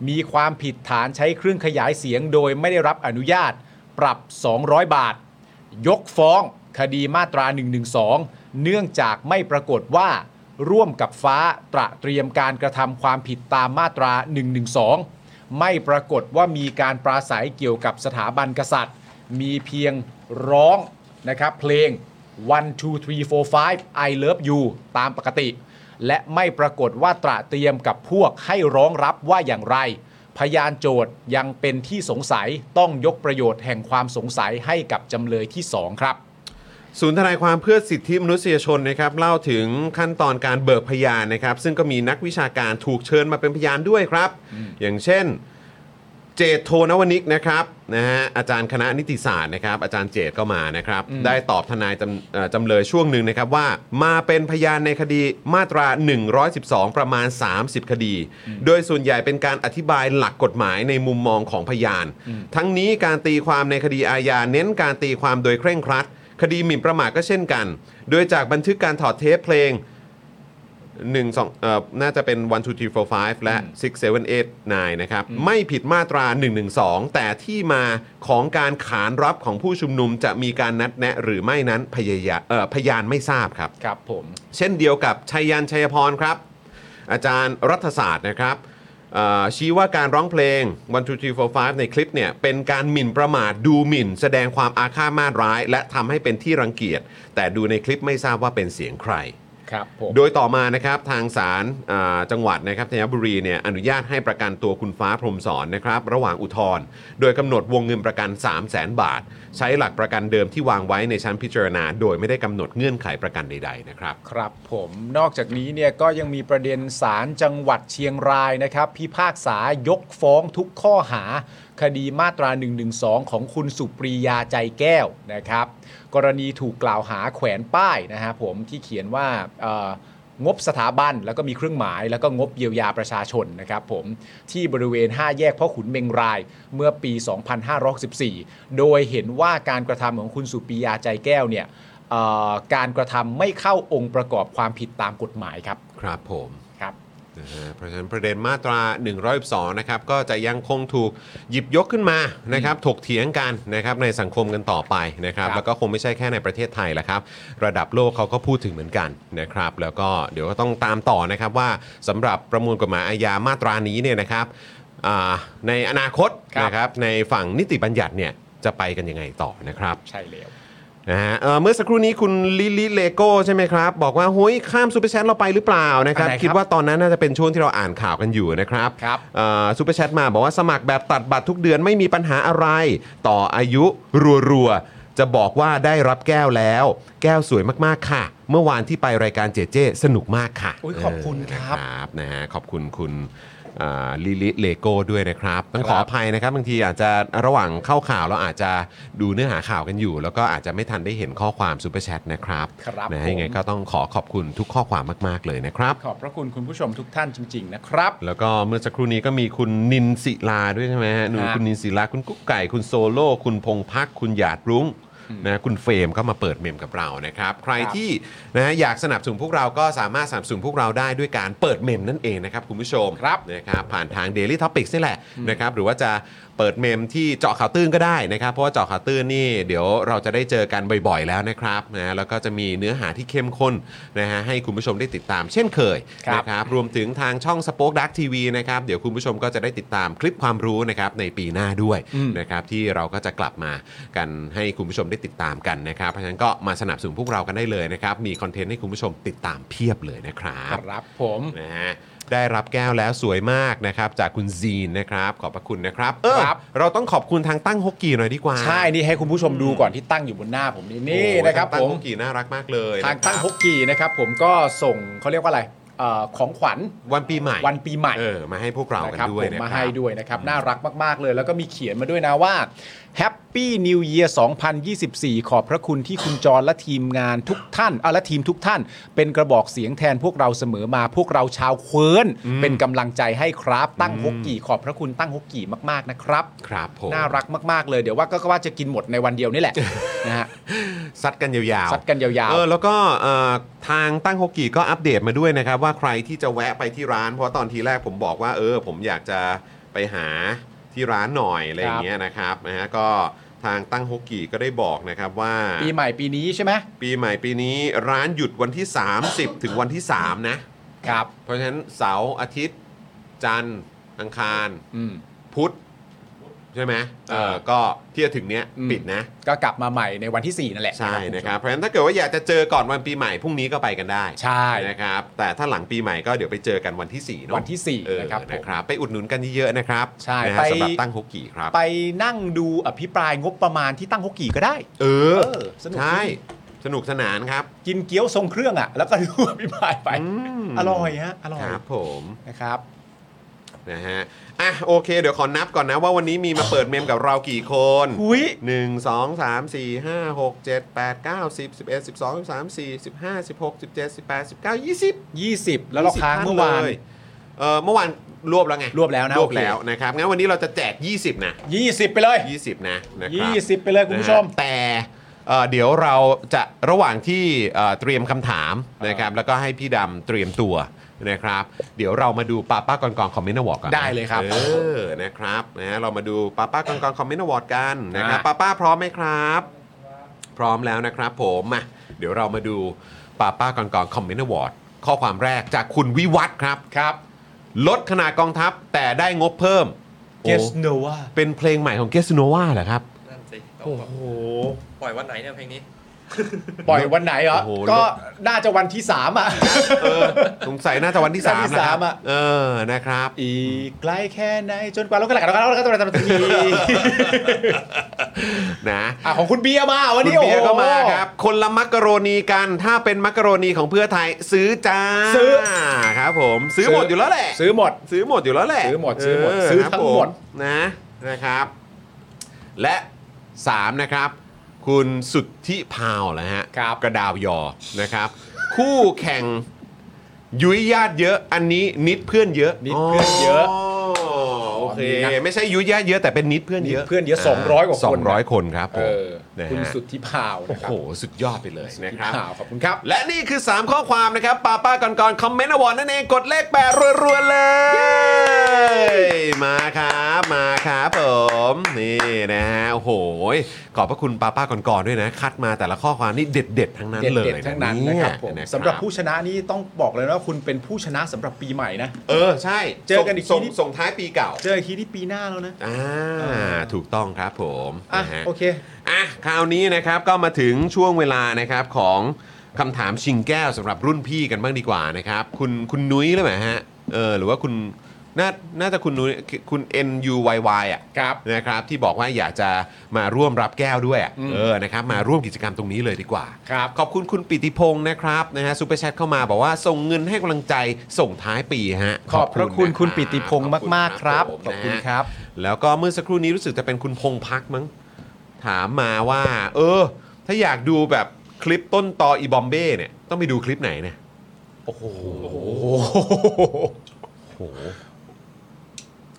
D: มีความผิดฐานใช้เครื่องขยายเสียงโดยไม่ได้รับอนุญาต ปรับ 200 บาท ยกฟ้องคดีมาตรา 112 เนื่องจากไม่ปรากฏว่า ร่วมกับฟ้าตระเตรียมการกระทำความผิดตามมาตรา 112 ไม่ปรากฏว่ามีการปราศัยเกี่ยวกับสถาบันกษัตริย์ มีเพียงร้องนะครับเพลง 1 2 3 4 5 I love you ตามปกติ และไม่ปรากฏว่าตระเตรียมกับพวกให้ร้องรับว่าอย่างไร พยานโจทย์ยังเป็นที่สงสัยต้องยกประโยชน์แห่งความสงสัยให้กับจำเลยที่ 2 ครับ
C: ศูนย์ทนายความเพื่อสิทธิมนุษยชนนะครับเล่าถึงขั้นตอนการเบิกพยานนะครับ ซึ่งก็มีนักวิชาการถูกเชิญมาเป็นพยานด้วยครับ อย่างเช่น เจตโทนวนิกนะครับนะฮะอาจารย์คณะนิติศาสตร์นะครับ อาจารย์เจตก็มานะครับ ได้ตอบทนายจำเอ่อจำเลยช่วงหนึ่งนะครับว่ามาเป็นพยานในคดีมาตรา 112 ประมาณ 30 คดี โดยส่วนใหญ่เป็นการอธิบายหลักกฎหมายในมุมมองของพยาน ทั้งนี้การตีความในคดีอาญาเน้นการตีความโดยเคร่งครัด คดีหมิ่นประมาทก็เช่นกัน โดยจากบันทึกการถอดเทปเพลง 1 2เอ่อน่าจะเป็น 1 2 3 4 5 และ 6 7 8 9 นะครับ ไม่ผิดมาตรา 112 แต่ที่มาของการขานรับของผู้ชุมนุมจะมีการนัดแนะหรือไม่นั้นพยายาเอ่อพยานไม่ทราบครับ
D: ครับผม
C: เช่นเดียวกับชัยยันชัยพรครับ อาจารย์รัฐศาสตร์นะครับเอ่อชี้ว่าการร้องเพลง 1 2 3 4 5 ในคลิปเนี่ยเป็นการหมิ่นประมาทดูหมิ่น แสดงความอาฆาตมาตร้าย และทำให้เป็นที่รังเกียจ แต่ดูในคลิปไม่ทราบว่าเป็นเสียงใคร
D: ครับผม
C: โดยต่อมานะครับทางศาลอ่าจังหวัดนะครับธัญบุรีเนี่ยอนุญาตให้ประกันตัวคุณฟ้าพรหมสอนนะครับระหว่างอุทธรณ์โดยกำหนดวงเงินประกัน 3 0 0แสนบาท ใช้หลักประกันเดิมที่วางไว้ในชั้นพิจารณา โดยไม่ได้กำหนดเงื่อนไขประกันใดๆนะครับ
D: ครับผมนอกจากนี้เนี่ยก็ยังมีประเด็นศาลจังหวัดเชียงรายนะครับ พิพากษายกฟ้องทุกข้อหา คดีมาตรา 112 ของคุณสุปรียาใจแก้วนะครับ กรณีถูกกล่าวหาแขวนป้ายนะฮะผมที่เขียนว่าเอ่องบสถาบันแล้วก็มีเครื่องหมาย แล้วก็งบเยียวยาประชาชนนะครับผมที่บริเวณ 5 แยกพ่อขุนเมงรายเมื่อปี 2514 โดยเห็นว่าการกระทำของคุณสุปรียาใจแก้วเนี่ย เอ่อการกระทำไม่เข้าองค์ประกอบความผิดตามกฎหมายครับ
C: ครับผม
D: ครับ
C: นะฮะเพราะฉะนั้นประเด็นมาตรา 112 นะครับ ก็จะยังคงถูกหยิบยกขึ้นมานะครับ ถกเถียงกันนะครับในสังคมกันต่อไปนะครับ
D: ครับ
C: แล้วก็คงไม่ใช่แค่ในประเทศไทยแหละครับ ระดับโลกเขาก็พูดถึงเหมือนกันนะครับ แล้วก็เดี๋ยวก็ต้องตามต่อนะครับว่าสำหรับประมวลกฎหมายอาญามาตรานี้เนี่ยนะครับอ่าในอนาคตนะครับในฝั่งนิติบัญญัติเนี่ยจะไปกันยังไงต่อนะครับ
D: ใช่แล้ว
C: นะฮะเอ่อเมื่อสักครู่นี้คุณลิลิเลโก้ใช่ไหมครับ บอกว่าเฮ้ยข้ามซูเปอร์แชทเราไปหรือเปล่านะครับ
D: อันไหนครับ
C: คิดว่าตอนนั้นน่าจะเป็นช่วงที่เราอ่านข่าวกันอยู่นะครับ
D: ครับ
C: เอ่อซูเปอร์แชทมาบอกว่าสมัครแบบตัดบัตรทุกเดือนไม่มีปัญหาอะไร ต่ออายุรัวๆ จะบอกว่าได้รับแก้วแล้ว แก้วสวยมากๆค่ะ เมื่อวานที่ไปรายการเจเจสนุกมากค่ะ
D: อุ๊ยขอบคุณครับ
C: เออนะครับนะฮะขอบคุณคุณอ่าลิลิเลโก้ด้วยนะครับ ต้องขออภัยนะครับบางทีอาจจะระหว่างเข้าข่าวเราอาจจะดูเนื้อหาข่าวกันอยู่ แล้วก็อาจจะไม่ทันได้เห็นข้อความซูเปอร์แชทนะครับ
D: ครับ
C: นะฮะ
D: ผม
C: ยังไงก็ต้องขอขอบคุณทุกข้อความมากๆเลยนะครับ
D: ขอบพระคุณคุณผู้ชมทุกท่านจริง ๆ นะครับ
C: แล้วก็เมื่อสักครู่นี้ก็มีคุณนินศิลาด้วยใช่ไหมฮะหนู
D: ครับ
C: คุณนินศิลาคุณกุ๊กไก่คุณโซโล่คุณพงพักคุณหยาดรุ้งนะคุณเฟรมก็มาเปิดเมมกับเรานะครับ ใคร
D: ครับ
C: ที่นะฮะอยากสนับสนุนพวกเราก็สามารถสนับสนุนพวกเราได้ด้วยการเปิดเมมนั่นเองนะครับคุณผู้ชม
D: ครับ
C: นะครับผ่านทาง Daily Topics นี่แหละนะครับหรือว่าจะเปิดเมมที่เจาะข่าวตื้นก็ได้นะครับเพราะว่าเจาะข่าวตื้นนี่เดี๋ยวเราจะได้เจอกันบ่อยๆแล้วนะครับนะแล้วก็จะมีเนื้อหาที่เข้มข้นนะฮะให้คุณผู้ชมได้ติดตาม เช่นเคย
D: ครับ
C: นะ นะครับรวมถึงทางช่อง Spoke Dark TV นะครับ เดี๋ยวคุณผู้ชมก็จะได้ติดตามคลิปความรู้นะครับในปีหน้าด้วยนะครับที่เราก็จะกลับมากันให้คุณผู้ชมได้ติดตามกันนะครับ เพราะฉะนั้นก็มาสนับสนุนพวกเรากันได้เลยนะครับ มีคอนเทนต์ให้คุณผู้ชมติดตามเพียบเลยนะครับ
D: ครับผม
C: (laughs) นะฮะได้รับแก้วแล้วสวยมากนะครับ จากคุณซีนนะครับ ขอบพระคุณนะครับเออ
D: ครับ
C: เราต้องขอบคุณทางตั้งฮกกีหน่อยดีกว่า
D: ใช่นี่ให้คุณผู้ชมดูก่อนที่ตั้งอยู่บนหน้าผมนี่นี่
C: โอ้โห
D: นะครับ
C: ทางตั้ง
D: ผม
C: ฮกกีน่ารักมากเลย
D: ทางตั้ง
C: นะค
D: ฮ
C: รับ
D: กกีนะครับผมก็ส่งเขาเรียกว่าอะไรเอ่อของขวัญ
C: วันปีใหม่
D: วันปีใหม่
C: เออมาให้พวกเรากัน
D: นะครับ
C: ด้วย
D: ผม
C: นะ
D: มา
C: ครั
D: ให้
C: บ
D: ด้วยนะครับ น่ารักมาก ๆ เลย แล้วก็มีเขียนมาด้วยนะว่า Happy Happy New Year 2024 ขอบพระคุณที่คุณจรและทีมงานทุกท่านเอาและทีมทุกท่าน เป็นกระบอกเสียงแทนพวกเราเสมอมาพวกเราชาวเควิร์นเป็นกำลังใจให้ครับ ตั้งฮกกี่ขอบพระคุณตั้งฮกกี่มากๆนะครับ
C: ครับผม
D: น่ารักมากๆเลยเดี๋ยวว่าก็ก็ว่าจะกินหมดในวันเดียว
C: (laughs)
D: นี่แหละ นะฮะ
C: ซัดกันยาวๆ
D: ซัดกันยาว
C: เออแล้วก็เอ่อทางตั้งฮกกี้ก็อัปเดตมาด้วยนะครับ ว่าใครที่จะแวะไปที่ร้าน เพราะว่าตอนทีแรกผมบอกว่า เออ ผมอยากจะไปหาที่ร้านหน่อยอะไรอย่างเงี้ยนะครับนะฮะก็ทางตั้งฮกกี้ก็ได้บอกนะครับว่า
D: ๆปีใหม่ปีนี้ใช่ไหม
C: ปีใหม่ปีนี้ร้านหยุดวันที่ 30 ถึงวันที่ 3 นะครับ เพราะฉะนั้นเสาร์อาทิตย์ จันทร์อังคาร
D: อืม
C: พุธใช่ไหมเออ
D: อ่า
C: ก็ที่จะถึงเนี้ย
D: อืม
C: ปิดนะ
D: ก็กลับมาใหม่ในวันที่ 4 นั่นแหละ
C: ใช่นะ
D: นะ
C: ค
D: ค
C: รั
D: รั
C: บบ เพราะฉะนั้นถ้าเกิดว่าอยากจะเจอก่อนวันปีใหม่พรุ่งนี้ก็ไปกันได้
D: ใช่
C: นะครับ แต่ถ้าหลังปีใหม่ก็เดี๋ยวไปเจอกันวันที่4เนอะ
D: วันที่
C: เออ
D: 4
C: นะค
D: นะค
C: รั
D: รั
C: บบ
D: ผม
C: นะครับไปอุดหนุนกันเยอะๆนะครับ
D: ใช่
C: นะฮะ
D: ไป
C: สำหรับตั้งฮกกี้ครับ
D: ไปนั่งดูอภิปรายงบประมาณที่ตั้งฮกกี่ก็ได้
C: เออ
D: เออสนุก
C: ใช่
D: ดี
C: สนุกสนานครับ
D: กินเกี๊ยวทรงเครื่องอ่ะ แล้วก็ดูอภิปรายไป
C: อืม
D: อร่อยฮะ อร่อย
C: ครับผม
D: นะครับ
C: นะฮะอ่ะโอเค เดี๋ยวขอนับก่อนนะว่าวันนี้มีมาเปิดเมมกับเรากี่คน
D: หุย
C: 1 2 3 4 5 6 7 8 9 10 11 12 13 4 15 16 17 18 19 20
D: 20 แล้วเราค้างเมื่อวาน
C: เลยเออเมื่อวานรวบแล้วไง
D: รวบแล้วนะ
C: รวบ
D: โอเค
C: แล้วนะครับงั้นวันนี้เราจะแจก 20 นะ
D: 20 ไปเลย
C: 20 นะนะครับ
D: 20 ไปเลยคุณผู้ชม
C: นะฮะแต่เอ่อเดี๋ยวเราจะระหว่างที่เอ่อเตรียมคำถามนะครับแล้วก็ให้พี่ดำเตรียมตัวนะครับเดี๋ยวเรามาดูป้าป้ากอนกอนคอมเมนต์อวอร์ดกันนะ
D: ได้เลยครับ
C: เออนะครับนะฮะเรามาดูป้าป้ากอนกอนคอมเมนต์อวอร์ดกันนะครับ
D: อ่ะ
C: ป้าป้าพร้อมไหมครับ พร้อมแล้วนะครับผมมาเดี๋ยวเรามาดูป้าป้าก่อนก่อนคอมเมนต์อวอร์ดข้อความแรกจากคุณวิวัฒน์ครับครับ ลดขนาดกองทัพแต่ได้งบเพิ่มโอ้
D: Guess no ว่า
C: เป็นเพลงใหม่ของเกสโนวาเหรอครับ
F: นั่นสิต้อ
D: โอ้
F: งแบบ
D: โห
F: ปล่อยวันไหนเนี่ยเพลงนี้
D: ปล่อยวันไหนเหรอ
C: โอ้โห
D: ก็น่าจะวันที่ 3 อ่ะ
C: เออสงสัยน่าจะวันที่3าม
D: วัน
C: นะค
D: ที่
C: รั
D: สา
C: บ
D: มอะ
C: เออนะครับ
D: อีกไกลแค่ไหน จนกว่าเราก็หลักเราก็เราก็ต้องทำที
C: นะ
D: อ่ะของคุณเบียร์มาวัน
C: คุณ
D: นี้
C: เบียร์
D: โอ้โห
C: ก็มาครับ คนละมักกะโรนีกันถ้าเป็นมักกะโรนีของเพื่อไทยซื้อจ้า
D: ซื้อ
C: ครับผมซื้อหมดอยู่แล้วแหละ
D: ซื้อหมด
C: ซื้อหมดอยู่แล้วแหละ
D: ซื้อหมดซื้อหมดซื้อ
C: เครับ
D: ทั้งหมด
C: ผนะนะครับ และ 3 นะครับ คุณสุทธิพาวนะฮะครับกระดาวยอนะครับ คู่แข่งยุ้ยญาติเยอะอันนี้นิดเพื่อนเยอะ
D: นิดเพื่อนเยอะ
C: โอเค
D: ดีนะ
C: ไม่ใช่ยุ้ยญาติเยอะแต่เป็นนิดเพื่อนเยอะ
D: มีเพื่อนเยอะ 200 กว่าคน
C: สองร้อยคนครับผม
D: เออ
C: นะ
D: คุณ
C: ฮะ
D: สุทธิพาว
C: โอ้
D: นะครั
C: โห สุดยอดไปเลยนะครับ
D: ข่าวขอบคุณครับ
C: และนี่คือ 3 ข้อความนะครับป้าป้าก่อนก่อนคอมเมนต์อวอร์ดนั่นเองกดเลขแปดรัวๆเลย มาครับมาครับผมนี่นะฮะโอ้โหขอบพระคุณป้าป้าก่อนก่อนด้วยนะ คัดมาแต่ละข้อความนี่เด็ด ๆ ทั้งนั้นเลย
D: เด็ดๆทั้งนั้นนะครับผม
C: เย
D: สำหรับผู้ชนะนี่ต้องบอกเลยนะว่าคุณเป็นผู้ชนะสำหรับปีใหม่นะ
C: เออใช่
D: เจอกันอีกที
C: ส่ง
D: นี่
C: ส่งท้ายปีเก่า
D: เจออีกทีที่ปีหน้าแล้วนะ
C: อ่า
D: เออ
C: ถูกต้องครับผม
D: อ่ะ
C: นะฮะ
D: โอเค
C: อ่ะคราวนี้นะครับก็มาถึงช่วงเวลานะครับของคำถามชิงแก้วสำหรับรุ่นพี่กันบ้างดีกว่านะครับ คุณคุณนุ้ยหรือเปล่าฮะเออหรือว่าคุณน่าน่าจะคุณนุ้ยคุณ N U Y Y อ่ะ
D: ครับ
C: นะครับที่บอกว่าอยากจะมาร่วมรับแก้วด้วยอะ
D: อืม
C: เออนะครับมาร่วมกิจกรรมตรงนี้เลยดีกว่า
D: ครับ
C: ขอบคุณคุณปิติพงศ์นะครับนะฮะซูเปอร์แชทเข้ามาบอกว่าส่งเงินให้กำลังใจส่งท้ายปีฮะ
D: ขอบพระคุณ
C: น
D: คุณปิติพงศ์
C: ขอบณ
D: มากๆครับ
C: ผม
D: ขอ
C: นะ
D: บ
C: ฮะ
D: คุณครับ
C: แล้วก็เมื่อสักครู่นี้รู้สึกจะเป็นคุณพงพักมั้งถามมาว่า เออ ถ้าอยากดูแบบคลิปต้นตออีบอมเบ้เนี่ย ต้องไปดูคลิปไหนเนี่ย
D: โอ้โห
C: โอ้โห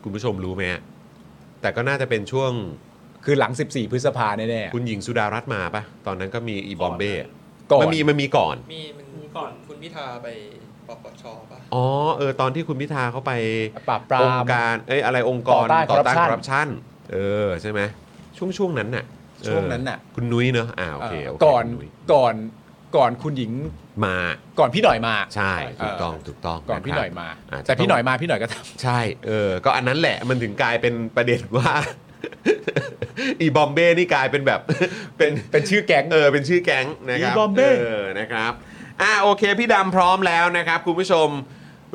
C: คุณผู้ชมรู้ไหมฮะแต่ก็น่าจะเป็นช่วง
D: คือหลัง 14 พฤษภาแน่
C: คุณหญิงสุดารัตน์มาปะตอนนั้นก็มีอีบอมเบ้อะ
D: ๆก่อน
C: มันมีมันมีก่อน
F: มีมันก่อนคุณพิธาไปปปชป่ะ
C: อ๋อเออตอนที่คุณพิธาเข้าไป
D: ปราบปรา
C: อง
D: ม
C: ค์การเอ้ยอะไรองค์กร
B: ต่อต้าน
C: คอร์รัปชันเออใช่ไหมช่วงช่วงนั้นน่ะเออ
D: ช่วงนั้นน่ะ
C: คุณนุ้ยเนอะอ่าโอเค
D: เอ่
C: โอ
D: อ
C: เค
D: ก่อน
C: คุณย
D: ก่อนก่อนคุณหญิง
C: มา
D: ก่อนพี่หน่อยมา
C: ใช่
D: เ
C: ถูกต้องถูกต้อง
D: ก่อนะ พี่
C: ครับ
D: หน่อยมา
C: ะ
D: แต่พี่หน่อย
C: ต้ง
D: มาพี่หน่อยก็ท
C: ใช่เออก็อันนั้นแหละมันถึงกลายเป็นประเด็นว่า (laughs) อีบอมเบ้นี่กลายเป็นแบบ (laughs) เป็น
D: ำเป็นชื่อแก๊ง
C: เออเป็นชื่อแก๊งนะครับ
D: อีบอมเบ้
C: เออนะครับอ่ะโอเค พี่ดำพร้อมแล้วนะครับ คุณผู้ชม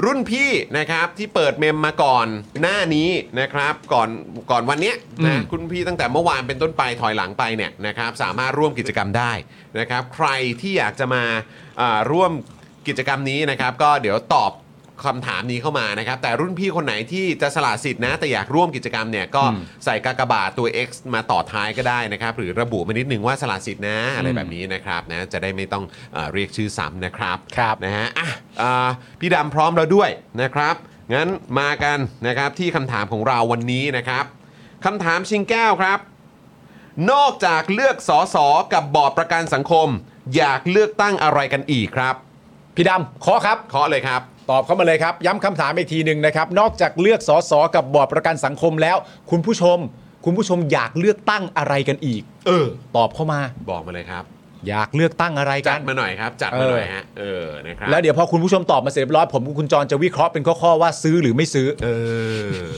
C: รุ่นพี่นะครับที่เปิดเมมมาก่อนหน้านี้นะครับก่อนก่อนวันเนี้ยนะคุณพี่ตั้งแต่เมื่อวานเป็นต้นไปถอยหลังไปเนี่ยนะครับสามารถร่วมกิจกรรมได้นะครับ ใครที่อยากจะมาอ่าร่วมกิจกรรมนี้นะครับ ก็เดี๋ยวตอบ คำถามนี้เข้ามานะครับ แต่รุ่นพี่คนไหนที่จะสละสิทธิ์นะ แต่อยากร่วมกิจกรรมเนี่ยก็
D: อืม
C: ใส่กากบาทตัว X มาต่อท้ายก็ได้นะครับ หรือระบุมานิดนึงว่าสละสิทธิ์นะอะไร
D: อืม
C: แบบนี้นะครับนะจะได้ไม่ต้องเออเรียกชื่อซ้ำนะครับ
D: ครับ
C: นะฮะอ่ะอ่าพี่ดำพร้อมแล้วด้วยนะครับ งั้นมากันนะครับที่คำถามของเราวันนี้นะครับคำถามชิงแก้วครับ นอกจากเลือกสอสอกับบอร์ดประกันสังคม อยากเลือกตั้งอะไรกันอีกครับ
D: พี่ดำขอครับ
C: เคาะเลยครับ
D: ตอบเข้ามาเลยครับ ย้ำคำถามอีกทีหนึ่งนะครับ นอกจากเลือกสสกับบอร์ดประกันสังคมแล้ว คุณผู้ชม คุณผู้ชมอยากเลือกตั้งอะไรกันอีก
C: เออ
D: ตอบเข้ามา
C: บอกมาเลยครับ
D: อยากเลือกตั้งอะไร
C: จั
D: กั
C: ด
D: น
C: มาหน่อยครับ จัดมาหน่อยฮะเออนะครับ
D: แล้วเดี๋ยวพอคุณผู้ชมตอบมาเสร็จเรียบร้อยผมกับคุณจรจะวิเคราะห์เป็นข้อๆว่าซื้อหรือไม่ซื้อ
C: เออ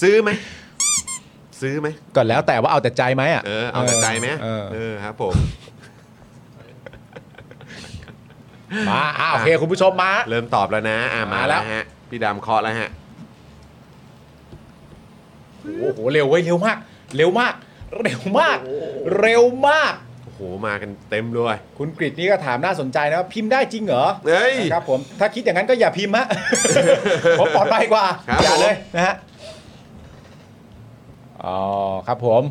C: ซื้อไหมซื้อไหม
D: ก็แล้วแต่ว่าเอาแต่ใจไหมอ่ะ
C: เออเอาแต่ใจไหม
D: เออ
C: เออครับผม
D: มาอ่าโอเคคุณผู้ชมมา
C: เริ่มตอบแล้วนะอ่ะมา
D: มาแล้
C: แล้ว วฮะพี่ดำเคาะแล้วฮะ
D: โอ้โหเร็วเว้ยเร็วมาก เร็วมาก เร็วมาก เร็วมาก
C: โอ้โห มากันเต็มเลย
D: คุณกริตนี่ก็ถามน่าสนใจนะว่าพิมพ์ได้จริงเหรอ
C: เฮ้ย
D: นะครับผมถ้าคิดอย่างนั้นก็อย่าพิมพ์ฮะ (laughs) ผมปลอดภัยกว่า
C: ครับ
D: อย่า
C: ผม
D: เลยนะฮะอ๋อครับผม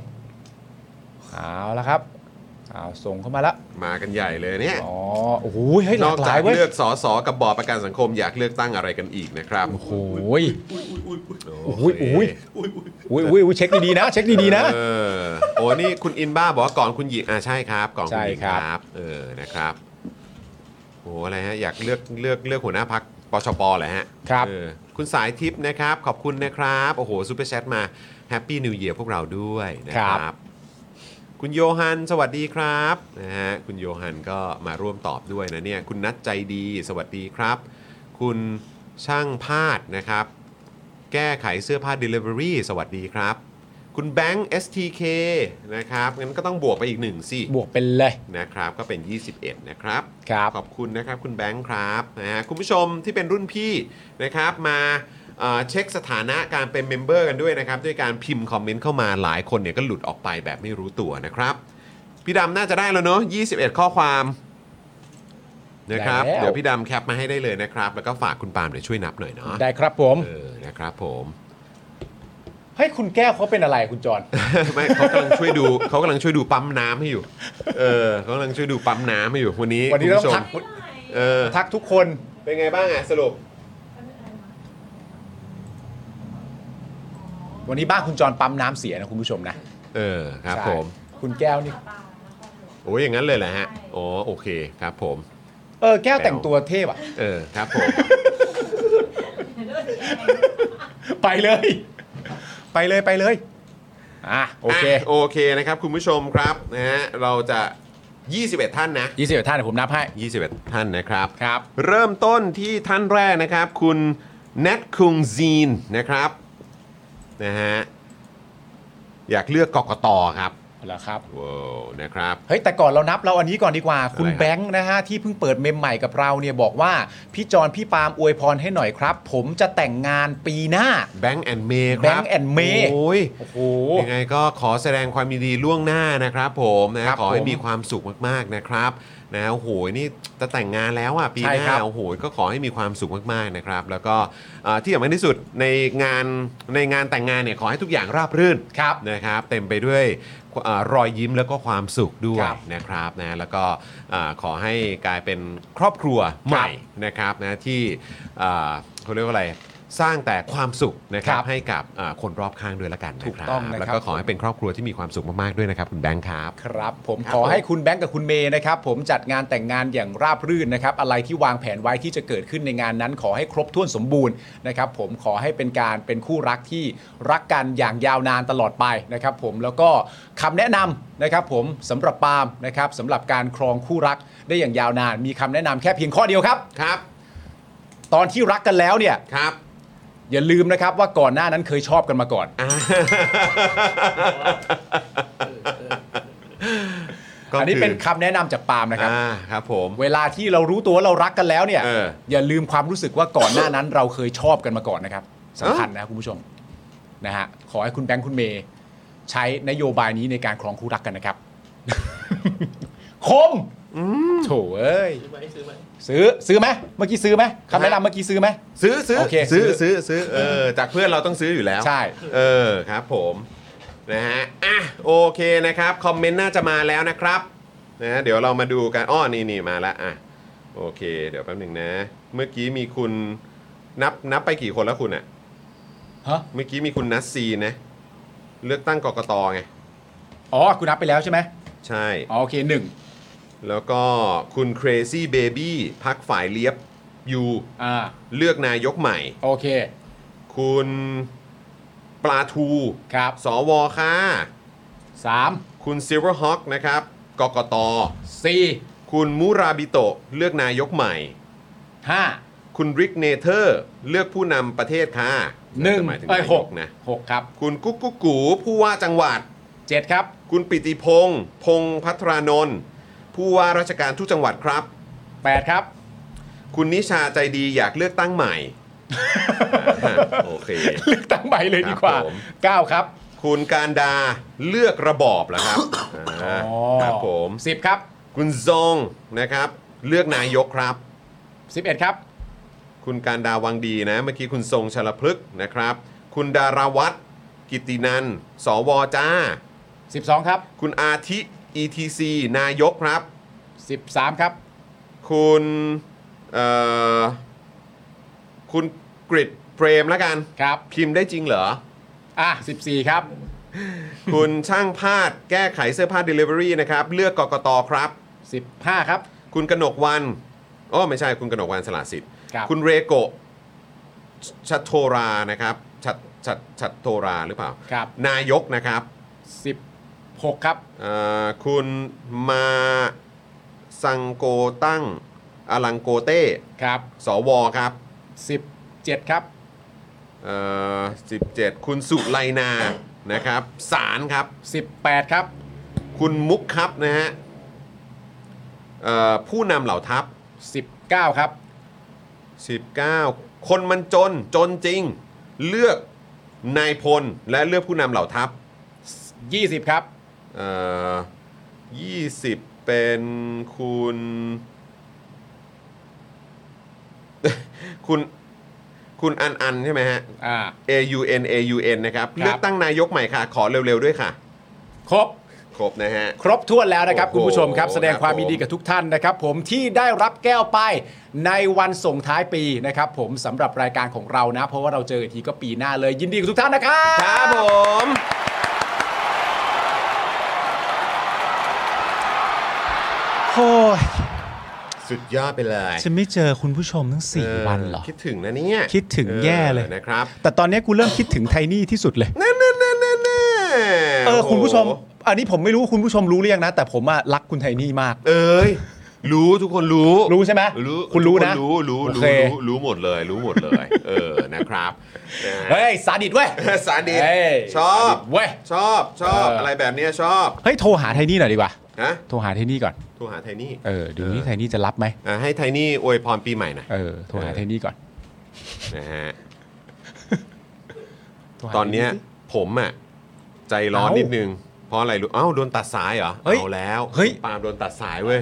D: เอาละครับเอาส่งเข้ามาแล้ว
C: มากันใหญ่เลยเนี่ย
D: อ๋อโอ้โหเฮ้ยห
C: น
D: ลา
C: อก
D: กห
C: จา
D: ลาก ยเว้ย
C: เลือกสอสอกับบอร์ดประกันสังคมอยากเลือกตั้งอะไรกันอีกนะครับ
D: โอ้โห
C: โอ้
D: โอ้
C: โห
D: โหโอ้โหโอ้ยโอ้ยโอ้ยเช็คดีๆนะ เช็คดีๆนะ
C: เออโอ้นี่คุณอินบ้าบอกว่าก่อนคุณหญิงอ่าใช่ครับก่อนคุณหญิง
D: ใช่ครับ
C: เออนะครับโอ้โหอะไรฮะ อยากเลือกเลือกเลือกหัวหน้าพักปชปเหรอฮะ
D: ครับ
C: เออคุณสายทิพย์นะครับ ขอบคุณนะครับ โอ้โหซูเปอร์แชทมาแฮปปี้นิวเยียร์พวกเราด้วยนะค
D: ครั
C: รับ
D: บ
C: คุณโยฮันสวัสดีครับนะฮะคุณโยฮันก็มาร่วมตอบด้วยนะเนี่ยคุณนัทใจดีสวัสดีครับ คุณช่างพาดนะครับ แก้ไขเสื้อผ้า Delivery สวัสดีครับ คุณแบงค์ STK นะครับงั้นก็ต้องบวกไปอีกหนึ่งสิ
D: บวกเป็นเลย
C: นะครับก็เป็น 21 นะครับ
D: ครับ
C: ขอบคุณนะครับ คุณแบงค์ครับนะฮะคุณผู้ชมที่เป็นรุ่นพี่นะครับมาเอ่อเช็คสถานะการเป็นเมมเบอร์กันด้วยนะครับ ด้วยการพิมพ์คอมเมนต์เข้ามาหลายคนเนี่ยก็หลุดออกไปแบบไม่รู้ตัวนะครับ พี่ดำน่าจะได้แล้วเนอะ21 ข้อความนะครับ
D: ได้แล้ว
C: เดี๋ยวพี่ดำแคปมาให้ได้เลยนะครับ แล้วก็ฝากคุณปาล์มเดี๋ยวช่วยนับหน่อยเนาะ
D: ได้ครับผม
C: เออนะครับผม (laughs)
D: เฮ้ยคุณแก้วเขาเป็นอะไรคุณจร
C: ไม่เขากำลังช่วยดูเขากำลังช่วยดูปั๊มน้ำให้อยู่ เออเขากำลังช่วยดูปั๊มน้ำให้อยู่วันนี้
D: วันนี้เรา
C: คุณผู้ชม
D: ทัก
C: เออ
D: ทักทุกคน
C: เป็นไงบ้างอ่ะสรุป
D: วันนี้บ้านคุณจรปั๊มน้ำเสียนะคุณผู้ชมนะ
C: เออครับ
D: ใช่
C: ผม
D: คุณแก้วนี่
C: โอ้ยอย่างนั้นเลยแหละฮะอ๋อโอเคครับผม
D: เออแก้วแต่งตัวเทพอ่ะ
C: เออครับผม
D: ไปเลย ไปเลยไปเลยอ่ะ (laughs) โอเค
C: อ่ะโอเคนะครับ คุณผู้ชมครับนะฮะเราจะ 21 ท่านนะ
D: ยี่สิบท่านเดี๋ยวผมนับให้
C: 21 ท่านนะครับ
D: ครับ
C: เริ่มต้นที่ท่านแรกนะครับ คุณเนทคุงซีนนะครับนะฮะอยากเลือกกกตครับ
D: เหรอครับ
C: ว้าวนะครับ
D: เฮ้ยแต่ก่อนเรานับเราอันนี้ก่อนดีกว่า คุณ
C: อะไรครับ
D: แบงค์นะฮะที่เพิ่งเปิดเมมใหม่กับเราเนี่ยบอกว่า พี่จอนพี่ปาล์มอวยพรให้หน่อยครับ ผมจะแต่งงานปีหน้า
C: แบงก์แอนเมย์ครับ
D: Bank and May
C: โอ้ย
D: โอ้โห
C: ยังไงก็ขอแสดงความยินดีล่วงหน้านะครับผมนะครับ ขอให้
D: ผม
C: มีความสุขมากๆนะครับนะโอ้โหนี่จะแต่งงานแล้วอ่ะปีห
D: ใช่
C: น้า
D: ครับ
C: โอ้โหก็ขอให้มีความสุขมากๆนะครับ แล้วก็เอ่อที่สำคัญที่สุดในงานในงานแต่งงานเนี่ยขอให้ทุกอย่างราบรื่น
D: ครับ
C: นะครับ เต็มไปด้วยเอ่อรอยยิ้มแล้วก็ความสุขด้วย
D: ครับ
C: นะครับนะแล้วก็เอ่อขอให้กลายเป็นครอบครัวใหม่นะครับนะที่เอ่อเขาเรียกว่าอะไรสร้างแต่ความสุขนะครับ
D: ครับ
C: ให้กับเอ่อคนรอบข้างด้วยละกันนะ
D: ถูกต้องนะครับ
C: แล้วก็ขอให้ เป็นครอบครัวที่มีความสุขมาก ๆ ด้วยนะครับ คุณแบงค์ครับ
D: ครับผม
C: ครับ
D: ขอให้
C: ผม
D: คุณแบงค์กับคุณเมย์นะครับ ผมจัดงานแต่งงานอย่างราบรื่นนะครับ อะไรที่วางแผนไว้ที่จะเกิดขึ้นในงานนั้น ขอให้ครบถ้วนสมบูรณ์นะครับ ผมขอให้เป็นการเป็นคู่รักที่รักกันอย่างยาวนานตลอดไปนะครับ ผมแล้วก็คำแนะนำนะครับ ผมสำหรับปาล์มนะครับสำหรับการครองคู่รักได้อย่างยาวนาน มีคำแนะนำแค่เพียงข้อเดียวครับ
C: ครับ
D: ตอนที่รักกันแล้วเนี่ย
C: ครับ
D: อย่าลืมนะครับว่าก่อนหน้านั้นเคยชอบกันมาก่อน
C: อ่า
D: อันนี้เป็นคำแนะนำจากปาล์มนะครับ
C: อ่าครับผม
D: เวลาที่เรารู้ตัวว่าเรารักกันแล้วเนี่ย
C: เออ
D: อย่าลืมความรู้สึกว่าก่อนหน้านั้น เราเคยชอบกันมาก่อนนะครับสำคัญนะครับคุณผู้ชมนะฮะขอให้คุณแบงค์คุณเมย์ใช้นโยบายนี้ในการครองคู่รักกันนะครับ คมโถ เอ้ย
F: ซื้อไหมซื้อไหม
D: ซื้อซื้อไหมเมื่อกี้ซื้อไหมคำแนะนำเมื่อกี้ซื้อไหม
C: ซื้อซื้อ
D: โอเค
C: ซื้อ
D: ซื้
C: ซื้
D: อ
C: อซื้อเออจากเพื่อนเราต้องซื้ออยู่แล้ว
D: ใช่
C: เออครับผมนะฮะอ่ะโอเคนะครับ คอมเมนต์น่าจะมาแล้วนะครับนะฮะเดี๋ยวเรามาดูกันอ้อนี่นี่มาแล้วอ่ะโอเค เดี๋ยวแป๊บหนึ่งนะ เมื่อกี้มีคุณนับนับไปกี่คนแล้วคุณอ่ะ
D: ฮะ
C: เมื่อกี้มีคุณนัสซีนะ เลือกตั้งกกตไง
D: อ๋อคุณนับไปแล้วใช่ไหม
C: ใช่
D: อ๋อโอเคหนึ่ง
C: แล้วก็คุณ Crazy Baby พักฝ่ายเลียบยู
D: อ่า
C: เลือกนายกใหม่
D: โอเค
C: คุณปลาทู
D: ครับ
C: สวค่ะ
D: สาม
C: คุณ Silverhawk นะครับกกต
D: สี่
C: คุณมูราบิโตะเลือกนายกใหม่
D: ห้า
C: คุณริกเนเธอร์เลือกผู้นำประเทศค่ะ
D: หนึ่ง
C: หมายถึง
D: เอ้ย
C: นาย
D: ห
C: ก
D: ก
C: นะ
D: หกครับ
C: คุณกุ๊กกุ๊กกูผู้ว่าจังหวัด
D: เจ็ดครับ
C: คุณปิติพงศ์พงศ์พัทรานนท์ผู้ว่าราชการทุกจังหวัดครับ
D: แปดครับ
C: คุณนิชาใจดีอยากเลือกตั้ง (laughs) ใหม่ อ่าโอเค
D: (laughs) เลือกตั้งใหม่เลยดีกว่า
C: ครับผม
D: เก้าครับ
C: คุณการดาเลือกระบอบแล้วครับอ่าครับผม
D: สิบครับ
C: คุณซองนะครับ เลือกนายกครับ
D: สิบเอ็ดครับ
C: คุณการดาวังดีนะ เมื่อกี้คุณทรงชลพฤกษ์นะครับ คุณดาราวัตรกิตตินันท์สวจ้า
D: สิบสองครับ
C: คุณอาทิ ETC นายกครับ
D: สิบสามครับ
C: คุณเอ่อคุณกริดเฟรมแล้วกัน
D: ครับ
C: พิมพ์ได้จริงเหรอ
D: อ่ะสิบสี่ครับ
C: คุณช่างพาดแก้ไขเสื้อผ้า Delivery นะครับ เลือกกกตครับ
D: สิบห้าครับ
C: คุณกนกวันอ้อไม่ใช่คุณกนกวันสละสิทธิ์
D: ครับ
C: คุณเรโกะชชัตโทรานะครับชัดชัดชัดโทราหรือเปล่า
D: ครับ
C: นายกนะครับ
D: สิบหกครับ
C: เอ่อคุณมาสังโกตั้งอลังโกเต้
D: ครับ
C: สวครับ
D: สิบเจ็ดครับ
C: เอ่อ17 คุณสุไลนานะครับ สารครับ
D: สิบแปดครับ
C: คุณมุกครับนะฮะเอ่อผู้นำเหล่าทัพ
D: สิบเก้าครับ
C: 19 คนมันจนจนจริง เลือกนายพลและเลือกผู้นำเหล่าทัพ
D: 20 ครับ
C: เอ่อ20 เป็นคุณ (laughs) คุณคุณอันอันใช่ไหมฮะ
D: อ่า
C: A U N A U N นะครับ
D: ครับ
C: เลือกตั้งนายกใหม่ค่ะ ขอเร็ว ๆ ด้วยค่ะ
D: ครบ
C: ครบนะฮะ
D: ครบถ้วนแล้วนะครับ
C: โอ้โห
D: คุณผู้ชมครับ แสดงควา
C: ค
D: ม
C: รับผม
D: ยินดีกับทุกท่านนะครับ ผมที่ได้รับแก้วไปในวันส่งท้ายปีนะครับผมสำหรับรายการของเรานะ เพราะว่าเราเจออีกทีก็ปีหน้าเลยยินดีกับทุกท่านนะครับ
C: ครับผม
E: โอ้ย
C: สุดยอดไปเลย
E: ฉันไม่เจอคุณผู้ชมทั้ง 4 วันเหรอ
C: คิดถึงนะเนี่ย
E: คิดถึงแย่เลย
C: ออนะครับ
D: แต่ตอนนี้กูเริ่มคิดถึงไทนี่ที่สุดเลย
C: นั่นนั่นนั่นนั่น
D: เออคุณผู้ชม อันนี้ผมไม่รู้ว่าคุณผู้ชมรู้หรือยังนะ แต่ผมอะรักคุณไทนี่มาก
C: เอ้ย รู้ทุกคนรู้
D: รู้ใช่ไหม
C: รู้
D: คุณรู้
C: ทุ
D: นะ
C: กรู้รู้
D: โอ
C: รู้
D: เค
C: รู้รู้หมดเลย รู้หมด
D: (laughs)
C: เลย เออนะครับนะฮะ
D: เฮ้ยสาดิตเว้ย
C: (laughs) สารดี
D: เฮ้ย
C: ชอบ
D: สาดิตเว้ย
C: ชอบชอบ
D: เอออ
C: อะไรแบบเนี้ยชอบ
D: เฮ้ยโทรหาไทนี่หน่อยดีกว่า
C: นะ
D: โทรหาไทนี่ก่อน
C: โทรหาไทนี่
D: เออเดี๋ยวนี้ไทนี่จะรับไหม
C: อ่ะให้ไทนี่อวยพรปีใหม่หน่อย
D: เออโทรหาไทนี่ก่อน
C: นะฮะ ตอนเนี้ยผมอ่ะใจร้อน
D: เอ้านิ
C: นิดนึง เพราะอะไรรู้เอ้าโดนตัดสายเหรอ
D: เฮ้ย
C: เอาแล้ว
D: เฮ้ย
C: ปาล์มโดนตัดสายเว้ย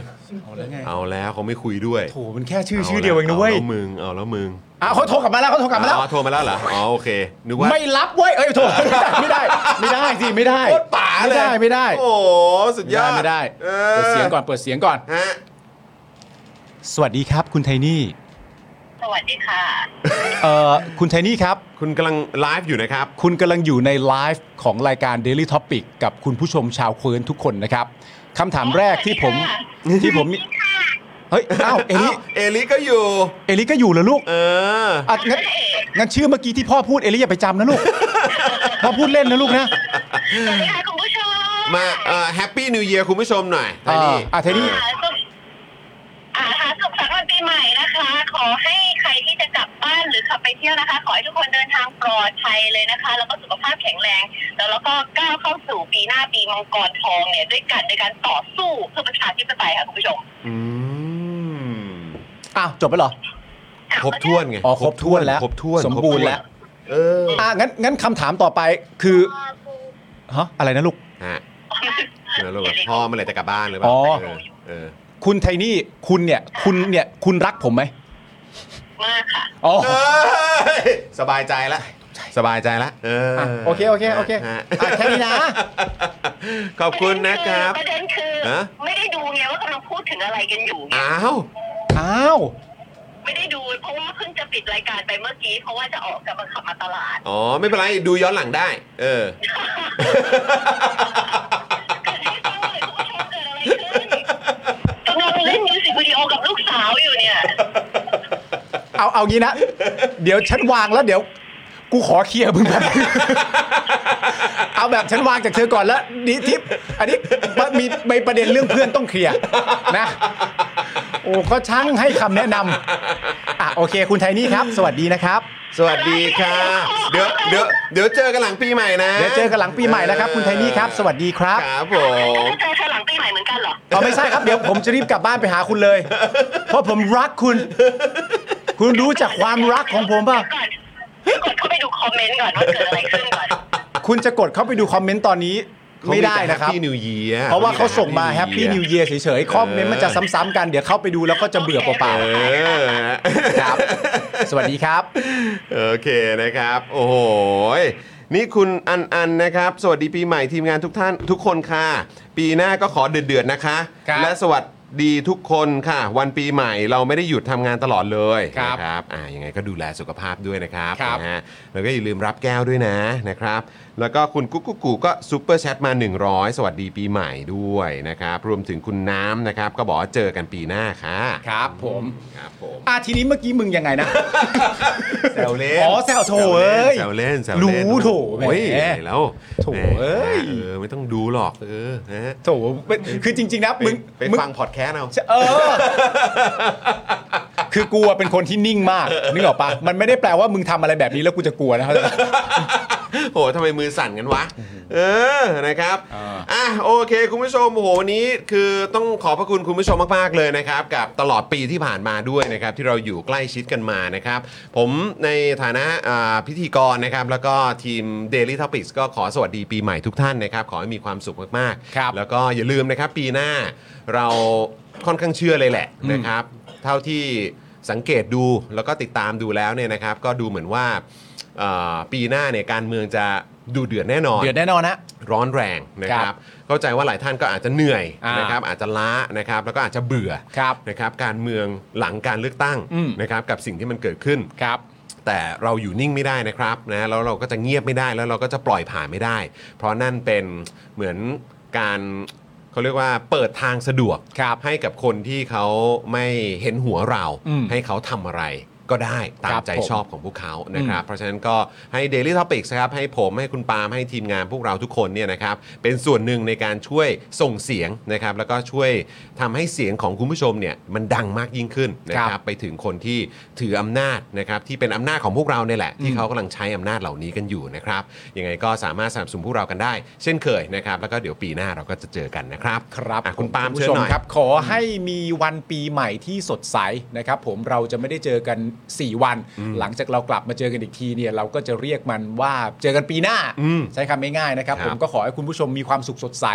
D: เอาแล้วไง
C: เอาแล้วเขาไม่คุยด้วย
D: โถมันแค่ชื่อชื่อเดียวเองนะเว้ย
C: เอาแล้วมึงเอาแล้วมึง
D: อ้าวเขาโทรกลับมาแล้วเขาโทรกลับมาแล้ว
C: อ๋อโทรมาแล้วเหรออ๋อโอเคนึกว่า
D: ไม่รับเว้ยเอ้ยโทร (laughs) ไม่ได้ ไม่ได้สิไม่ได้
C: โคตรป๋า
D: ไม่
C: เลย
D: ได้ไม่ได้
C: โอ้โหสุด
D: ไม่
C: ยอ
D: ได้
C: ด
D: ไม่ได้
C: เออ
D: เปิดเสียงก่อนเปิดเสียงก่อน
C: ฮะ
D: สวัสดีครับคุณไทนี่
G: สวัสดีค่ะ
D: เอ่อคุณไทนี่ครับ
C: คุณกำลังไลฟ์อยู่นะครับ
D: คุณกำลังอยู่ในไลฟ์ของรายการ Daily Topic กับคุณผู้ชมชาวเควิร์นทุกคนนะครับคำถามแรกที่ผมที่ผมมีเฮ้ยอ้าวเอลิ
C: เอ้าเอลิก็อยู่
D: เอลิก็อยู่เหรอลูก
C: เออ
D: อ่ะงั้นงั้นชื่อเมื่อกี้ที่พ่อพูดเอลิอย่าไปจำนะลูกพ่อพูดเล่นนะลูกนะ
G: สวัสดีค่ะคุณผู้ชม
C: มาเอ่อแฮปปี้นิวเยียร์คุณผู้ชมหน่อยไทนี่
D: อ่าไทนี่
G: อ่าสุขอ่าค่ะสุขสันต์วันปีใหม่นะคะ ขอให้ใครที่จะกลับบ้านหรือขับไปเที่ยวนะคะ ขอให้ทุกคนเดินทางปลอดภัยเลยนะคะ แล้วก็สุขภาพแข็งแรง แล้วเราก็ก้าวเข้าสู่ปีหน้าปีมังกรทองเนี่ยด้วยกันในการต่อสู้เพื่อประชาธิปไตยค่ะคุณผู้ชม
C: อืม
D: อ้าวจบไปเหรอ
G: อ่ะ
C: ครบถ้วนไง
D: อ๋อครบถ้วนแล้ว
C: ครบถ้วน
D: สมบูรณ์แล้ว
C: เออ
D: อ่ะงั้นงั้นคำถามต่อไปคือฮะอะไรนะลูก
C: ฮะ แล้วเราแบบพ่อเมื่อไหร่จะกลับบ้านหรือเป
D: อ๋
C: ล่า
D: อ
C: เออเออ
D: คุณไทนี่คุณเนี่ยคุณเนี่ยคุณรักผมไหม
G: มากค่ะ
D: อ๋อ
C: เอ้ยสบายใจละสบายใจละเออ
D: อ่ะโอเคโอเคโอเค
C: ฮะ
D: อ่ะแค่นี้นะ
C: ขอบคุณนะครับ
G: ประเด็นคือ
C: ฮะ
G: ไม่ได้ดูไงว่ากำลังพูดถึงอะไรกันอยู่ไง
C: อ้าว
D: อ้าว
G: ไม่ได้ดู เพราะว่าเพิ่งจะปิดรายการไปเมื่อกี้ เพราะว่าจะออกกำลังขับมาตลาด
C: อ๋อ ไม่เป็นไร ดูย้อนหลังได้ เออ
G: เกิดให้ฟังหน่อยคุณผู้ชมเกิดอะไรขึ้นกำลังเล่นมิวสิกวิดีโอกับลูกสาวอยู่เนี่ย
D: เอาเอางี้นะ เดี๋ยวฉันวางแล้วเดี๋ยว กูขอเคลียร์มึงแบบ เอาแบบฉันวางจากเธอก่อนแล้วนี่ทิปอันนี้มันมีมีประเด็นเรื่องเพื่อนต้องเคลียร์นะ โอ้ก็ช่างให้คำแนะนำอ่ะโอเค คุณไทนี่ครับ สวัสดีนะครับ
C: สวัสดีค่ะเดี๋ยวเดี๋ยวเดี๋ยวเจอกันหลังปีใหม่นะ
D: เดี๋ยวเจอกันหลังปีใหม่นะครับ คุณไทนี่ครับ สวัสดีครับ
C: ครับผม
G: จะเจอเธอหลังปีใหม่เหมือนกันเหรอ
D: เอาไม่ใช่ครับเดี๋ยวผมจะรีบกลับบ้านไปหาคุณเลย เพราะผมรักคุณ คุณรู้จักความรักของผมเปล่ะ
G: ก่อนเดี๋ยวกดเข้าไปดูคอมเมนต์ก่อนว่าเกิดอะไรขึ้นก่อน
D: คุณจะกดเข้าไปดูคอมเมนต์ตอนนี้ไม่ได้นะครับ
C: พี่นิวเยีย
D: เพราะว่าเขาส่งมาแฮปปี้นิว e ย r เฉยๆคอมเมนต์มันจะซ้ำๆกันเดี๋ยวเข้าไปดูแล้วก็จะเบื่อเปล่า
C: เออ
D: ๆครับ สวัสดีครับ
C: โอเคนะครับ โอ้โหยนี่คุณอันอันนะครับ สวัสดีปีใหม่ทีมงานทุกท่านทุกคนค่ะ ปีหน้าก็ขอเดือดๆนะคะ
D: ครับ
C: และสวัสดีทุกคนค่ะ วันปีใหม่เราไม่ได้หยุดทำงานตลอดเลย
D: ครับ
C: นะครับอ่ายังไงก็ดูแลสุขภาพด้วยนะครับ
D: ครับ
C: นะฮะแล้วก็อย่าลืมรับแก้วด้วยนะนะครับ แล้วก็คุณกุ๊กกุ๊กกูก็ซุปเปอร์แชทมา 100 สวัสดีปีใหม่ด้วยนะครับ รวมถึงคุณน้ำนะครับ ก็บอกว่าเจอกันปีหน้าค่ะ
D: ครับผม
C: ครับผม
D: อ่ะทีนี้เมื่อกี้มึงยังไงนะ
C: แซวเล่น
D: อ๋อแซวโถเอ้ย
C: แซวเล่นแซวเล่น
D: รู้โถ
C: โอ้ย
D: แหม
C: แล้ว
D: โถเอ้ย
C: เออไม่ต้องดูหรอกเออนะฮะ
D: โถเป็นคือจริง ๆ นะมึง
C: ไป
D: มึง
C: ฟังพอดแคสต์เอา
D: เออ คือกูอะเป็นคนที่นิ่งมากนึกออกปะมันไม่ได้แปลว่ามึงทำอะไรแบบนี้แล้วกูจะกลัวนะครับ
C: โหทำไมมือสั่นกันวะ เออ นะครับ
D: อ่า
C: อ่ะ โอเค คุณผู้ชม โอ้โห วันนี้คือต้องขอบพระคุณคุณผู้ชมมาก ๆ เลยนะครับ กับตลอดปีที่ผ่านมาด้วยนะครับ ที่เราอยู่ใกล้ชิดกันมานะครับ ผมในฐานะอ่าพิธีกรนะครับ แล้วก็ทีม Daily Topics ก็ขอสวัสดีปีใหม่ทุกท่านนะครับ ขอให้มีความสุขมาก
D: ครับ
C: ๆ แล้วก็อย่าลืมนะครับ ปีหน้าเราค่อนข้างเชื่อเลยแหละนะครับ เท่าที่สังเกตดูแล้วก็ติดตามดูแล้วเนี่ยนะครับ ก็ดูเหมือนว่า เอ่อปีหน้าเนี่ยการเมืองจะดูเดือดแน่นอน
D: เดือดแน่นอนนะ
C: ร้อนแรงนะค
D: ครั
C: รับบ เข้าใจว่าหลายท่านก็อาจจะเหนื่อย
D: อ่าน
C: นะครับอาจจะล้านะครับแล้วก็อาจจะเบื่อ
D: ครับ
C: นะครับการเมืองหลังการเลือกตั้ง
D: อืม
C: นะครับกับสิ่งที่มันเกิดขึ้น
D: ครับ
C: แต่เราอยู่นิ่งไม่ได้นะครับนะแล้วเราก็จะเงียบไม่ได้แล้วเราก็จะปล่อยผ่านไม่ได้ เพราะนั่นเป็นเหมือนการเขาเรียกว่าเปิดทางสะดวก
D: ครับ
C: ให้กับคนที่เขาไม่เห็นหัวเรา
D: อืม
C: ให้เขาทำอะไรก็ได้ตา
D: ครั
C: ม
D: บ
C: ใจ
D: ผม
C: ชอบของพวกเขานะครับ เพราะฉะนั้นก็ให้ Daily Topics นะครับให้ผมให้คุณปาล์มให้ทีมงานพวกเราทุกคนเนี่ยนะครับเป็นส่วนหนึ่งในการช่วยส่งเสียงนะครับ แล้วก็ช่วยทำให้เสียงของคุณผู้ชมเนี่ยมันดังมากยิ่งขึ้นนะค
D: ครั
C: รับ
D: บ
C: ไปถึงคนที่ถืออำนาจนะครับที่เป็นอำนาจของพวกเราเนี่ยแหละ ที่เขากำลังใช้อำนาจเหล่านี้กันอยู่นะครับยังไงก็สามารถสนับสนุนพวกเรากันได้ เช่นเคยนะครับแล้วก็เดี๋ยวปีหน้าเราก็จะเจอกันนะครับ
D: ครับ
C: อ่ะคุณปาล์ม
D: ณ
C: เชิญ
D: ผู้
C: หน่อย
D: ครับ ขอให้มีวันปีใหม่ที่สดใสนะครับผมเราจะไม่ได้เจอกัน 4 วัน หลังจากเรากลับมาเจอกันอีกทีเนี่ยเราก็จะเรียกมันว่าเจอกันปีหน้า
C: อืม
D: ใช้คำง่ายๆนะครับ
C: ครับ
D: ผมก็ขอให้คุณผู้ชมมีความสุขสดใส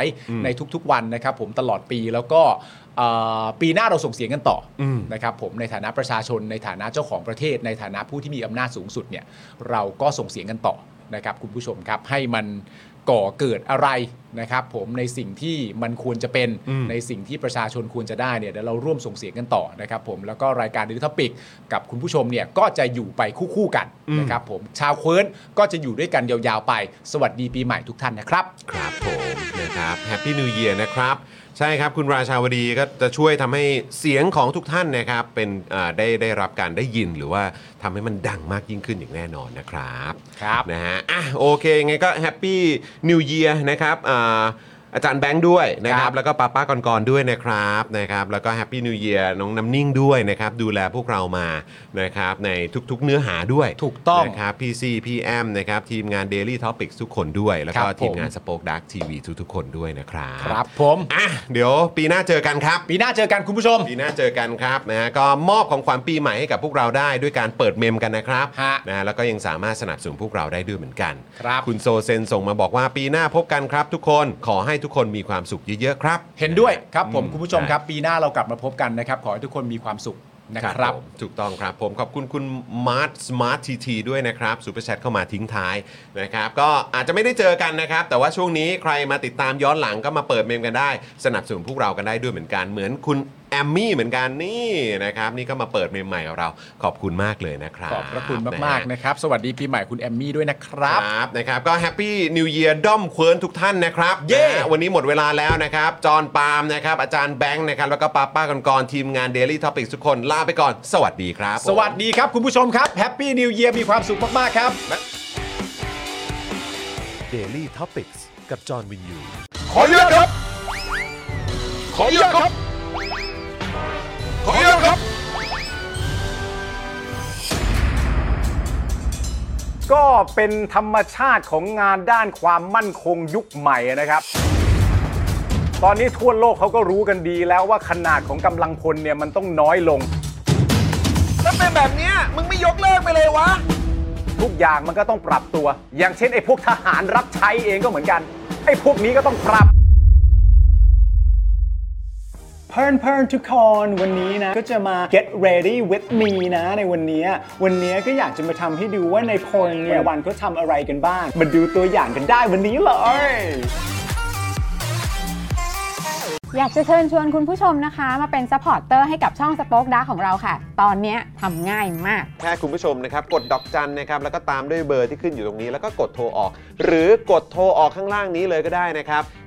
D: ในทุกๆวันนะครับ ผมตลอดปีแล้วก็เอ่อปีหน้าเราส่งเสียงกันต่ออนะครับผมในฐานะประชาชนในฐานะเจ้าของประเทศ ในฐานะผู้ที่มีอำนาจสูงสุดเนี่ยเราก็ส่งเสียงกันต่อนะครับคุณผู้ชมครับให้มัน ก่อเกิดอะไรนะครับผมในสิ่งที่มันควรจะเป็นในสิ่งที่ประชาชนควรจะได้เนี่ยเดี๋ยวเราร่วมส่งเสียงกันต่อนะครับผมแล้วก็รายการดิจิทัลปิกกับคุณผู้ชมเนี่ยก็จะอยู่ไปคู่ๆกันนะครับผมชาวเควิร์นก็จะอยู่ด้วยกันยาวๆไป สวัสดีปีใหม่ทุกท่านนะครับ
C: ครับผมนะครับแฮปปี้นิวเยียร์นะครับ ใช่ครับคุณราชาวดีก็จะช่วยทำให้เสียงของทุกท่านนะครับเป็นอ่าได้ได้รับการได้ยินหรือว่าทำให้มันดังมากยิ่งขึ้นอย่างแน่นอนนะครับ
D: ครับ
C: นะฮะอ่ะโอเคไงก็แฮปปี้นิวเยียร์นะครับอ่าอาจารย์แบงค์ด้วยนะครับ แล้วก็ป้าป้ากรๆด้วยนะครับนะครับแล้วก็แฮปปี้นิวเยียร์น้องน้ำนิ่งด้วยนะครับดูแลพวกเรามานะครับในทุกๆเนื้อหาด้วย
D: ถูกต้อง
C: นะครับพี่ซีพี่แอมนะครับทีมงาน Daily Topics ทุกคนด้วย แล้วก็
D: ครับ
C: ทีม
D: ผม
C: งาน สป็อคดักทีวีทุกๆคนด้วยนะครับ
D: ครับผม
C: อ่ะเดี๋ยวปีหน้าเจอกันครับ
D: ปีหน้าเจอกันคุณผู้ชม
C: ปีหน้าเจอกันครับนะฮะก็มอบของขวัญปีใหม่ให้กับพวกเราได้ด้วยการเปิดเมมกันนะครับ
D: ฮะ
C: นะฮะแล้วก็ยังสามารถสนับสนุนพวกเราได้ด้วยเหมือนกัน
D: ครับ
C: คุณโซเซนส่งมาบอกว่าปีหน้าพบกันครับทุกคนขอให้ ทุกคนมีความสุขเยอะๆครับ
D: เห็นด้วยครับผม
C: อื
D: คุณผู้ชมครับ ปีหน้าเรากลับมาพบกันนะครับ ขอให้ทุกคนมีความสุขนะ
C: ค
D: ครั
C: รับ บผมถูกต้องครับ ผมขอบคุณคุณมาร์ทสมาร์ททีทีด้วยนะครับซูเปอร์แชทเข้ามาทิ้งท้ายนะครับ ก็อาจจะไม่ได้เจอกันนะครับ แต่ว่าช่วงนี้ใครมาติดตามย้อนหลังก็มาเปิดเมมกันได้ สนับสนุนพวกเรากันได้ด้วยเหมือนกันเหมือนคุณแอมมี่เหมือนกันนี่นะครับนี่ก็มาเปิดเมมใหม่ของเราขอบคุณมากเลยนะครับ
D: ขอบพระคุณ
C: นะ
D: มาก
C: ฮะ
D: ๆนะครับ สวัสดีปีใหม่คุณแอมมี่ด้วยนะครับ
C: ครับนะครับก็แฮปปี้นิวเยียร์ด้อมเควิร์นทุกท่านนะครับ
D: เย้
C: นะฮะวันนี้หมดเวลาแล้วนะครับ จอห์นปาล์มนะครับ อาจารย์แบงค์นะครับ แล้วก็ป้าป้ากันกรทีมงาน Daily Topic ทุกคนลาไปก่อน สวัสดีครับผม
D: สวัสดีครับคุณผู้ชมครับแฮปปี้นิวเยียร์มีความสุขมาก ๆ ครับ
C: Daily Topics กับจอห์นวินยู
H: ขอเยอะครับ ขอเยอะครับ ขอเยอะครับ
I: ก็เป็นธรรมชาติของงานด้านความมั่นคงยุคใหม่นะครับ ตอนนี้ทั่วโลกเขาก็รู้กันดีแล้วว่าขนาดของกำลังพลเนี่ยมันต้องน้อยลง
H: แล้วเป็นแบบเนี้ยมึงไม่ยกเลิกไปเลยวะ
I: ทุกอย่างมันก็ต้องปรับตัว อย่างเช่นไอ้พวกทหารรับใช้เองก็เหมือนกันไอ้พวกนี้ก็ต้องปรับ
A: เพื่อนเพื่อนทุกคนวันนี้นะ ก็จะมา get ready with me นะในวันนี้ วันนี้ก็อยากจะมาทำให้ดูว่าในพลเนี่ยวันก็ทำอะไรกันบ้าง มาดูตัวอย่างกันได้วันนี้เลย
J: อยากจะเชิญชวนคุณผู้ชมนะคะ มาเป็นซัพพอร์ตเตอร์ให้กับช่องสป็อคดาของเราค่ะ ตอนเนี้ยทำง่ายมาก
C: แค่คุณผู้ชมนะครับ กดดอกจันนะครับ แล้วก็ตามด้วยเบอร์ที่ขึ้นอยู่ตรงนี้แล้วก็กดโทรออก หรือกดโทรออกข้างล่างนี้เลยก็ได้นะครับ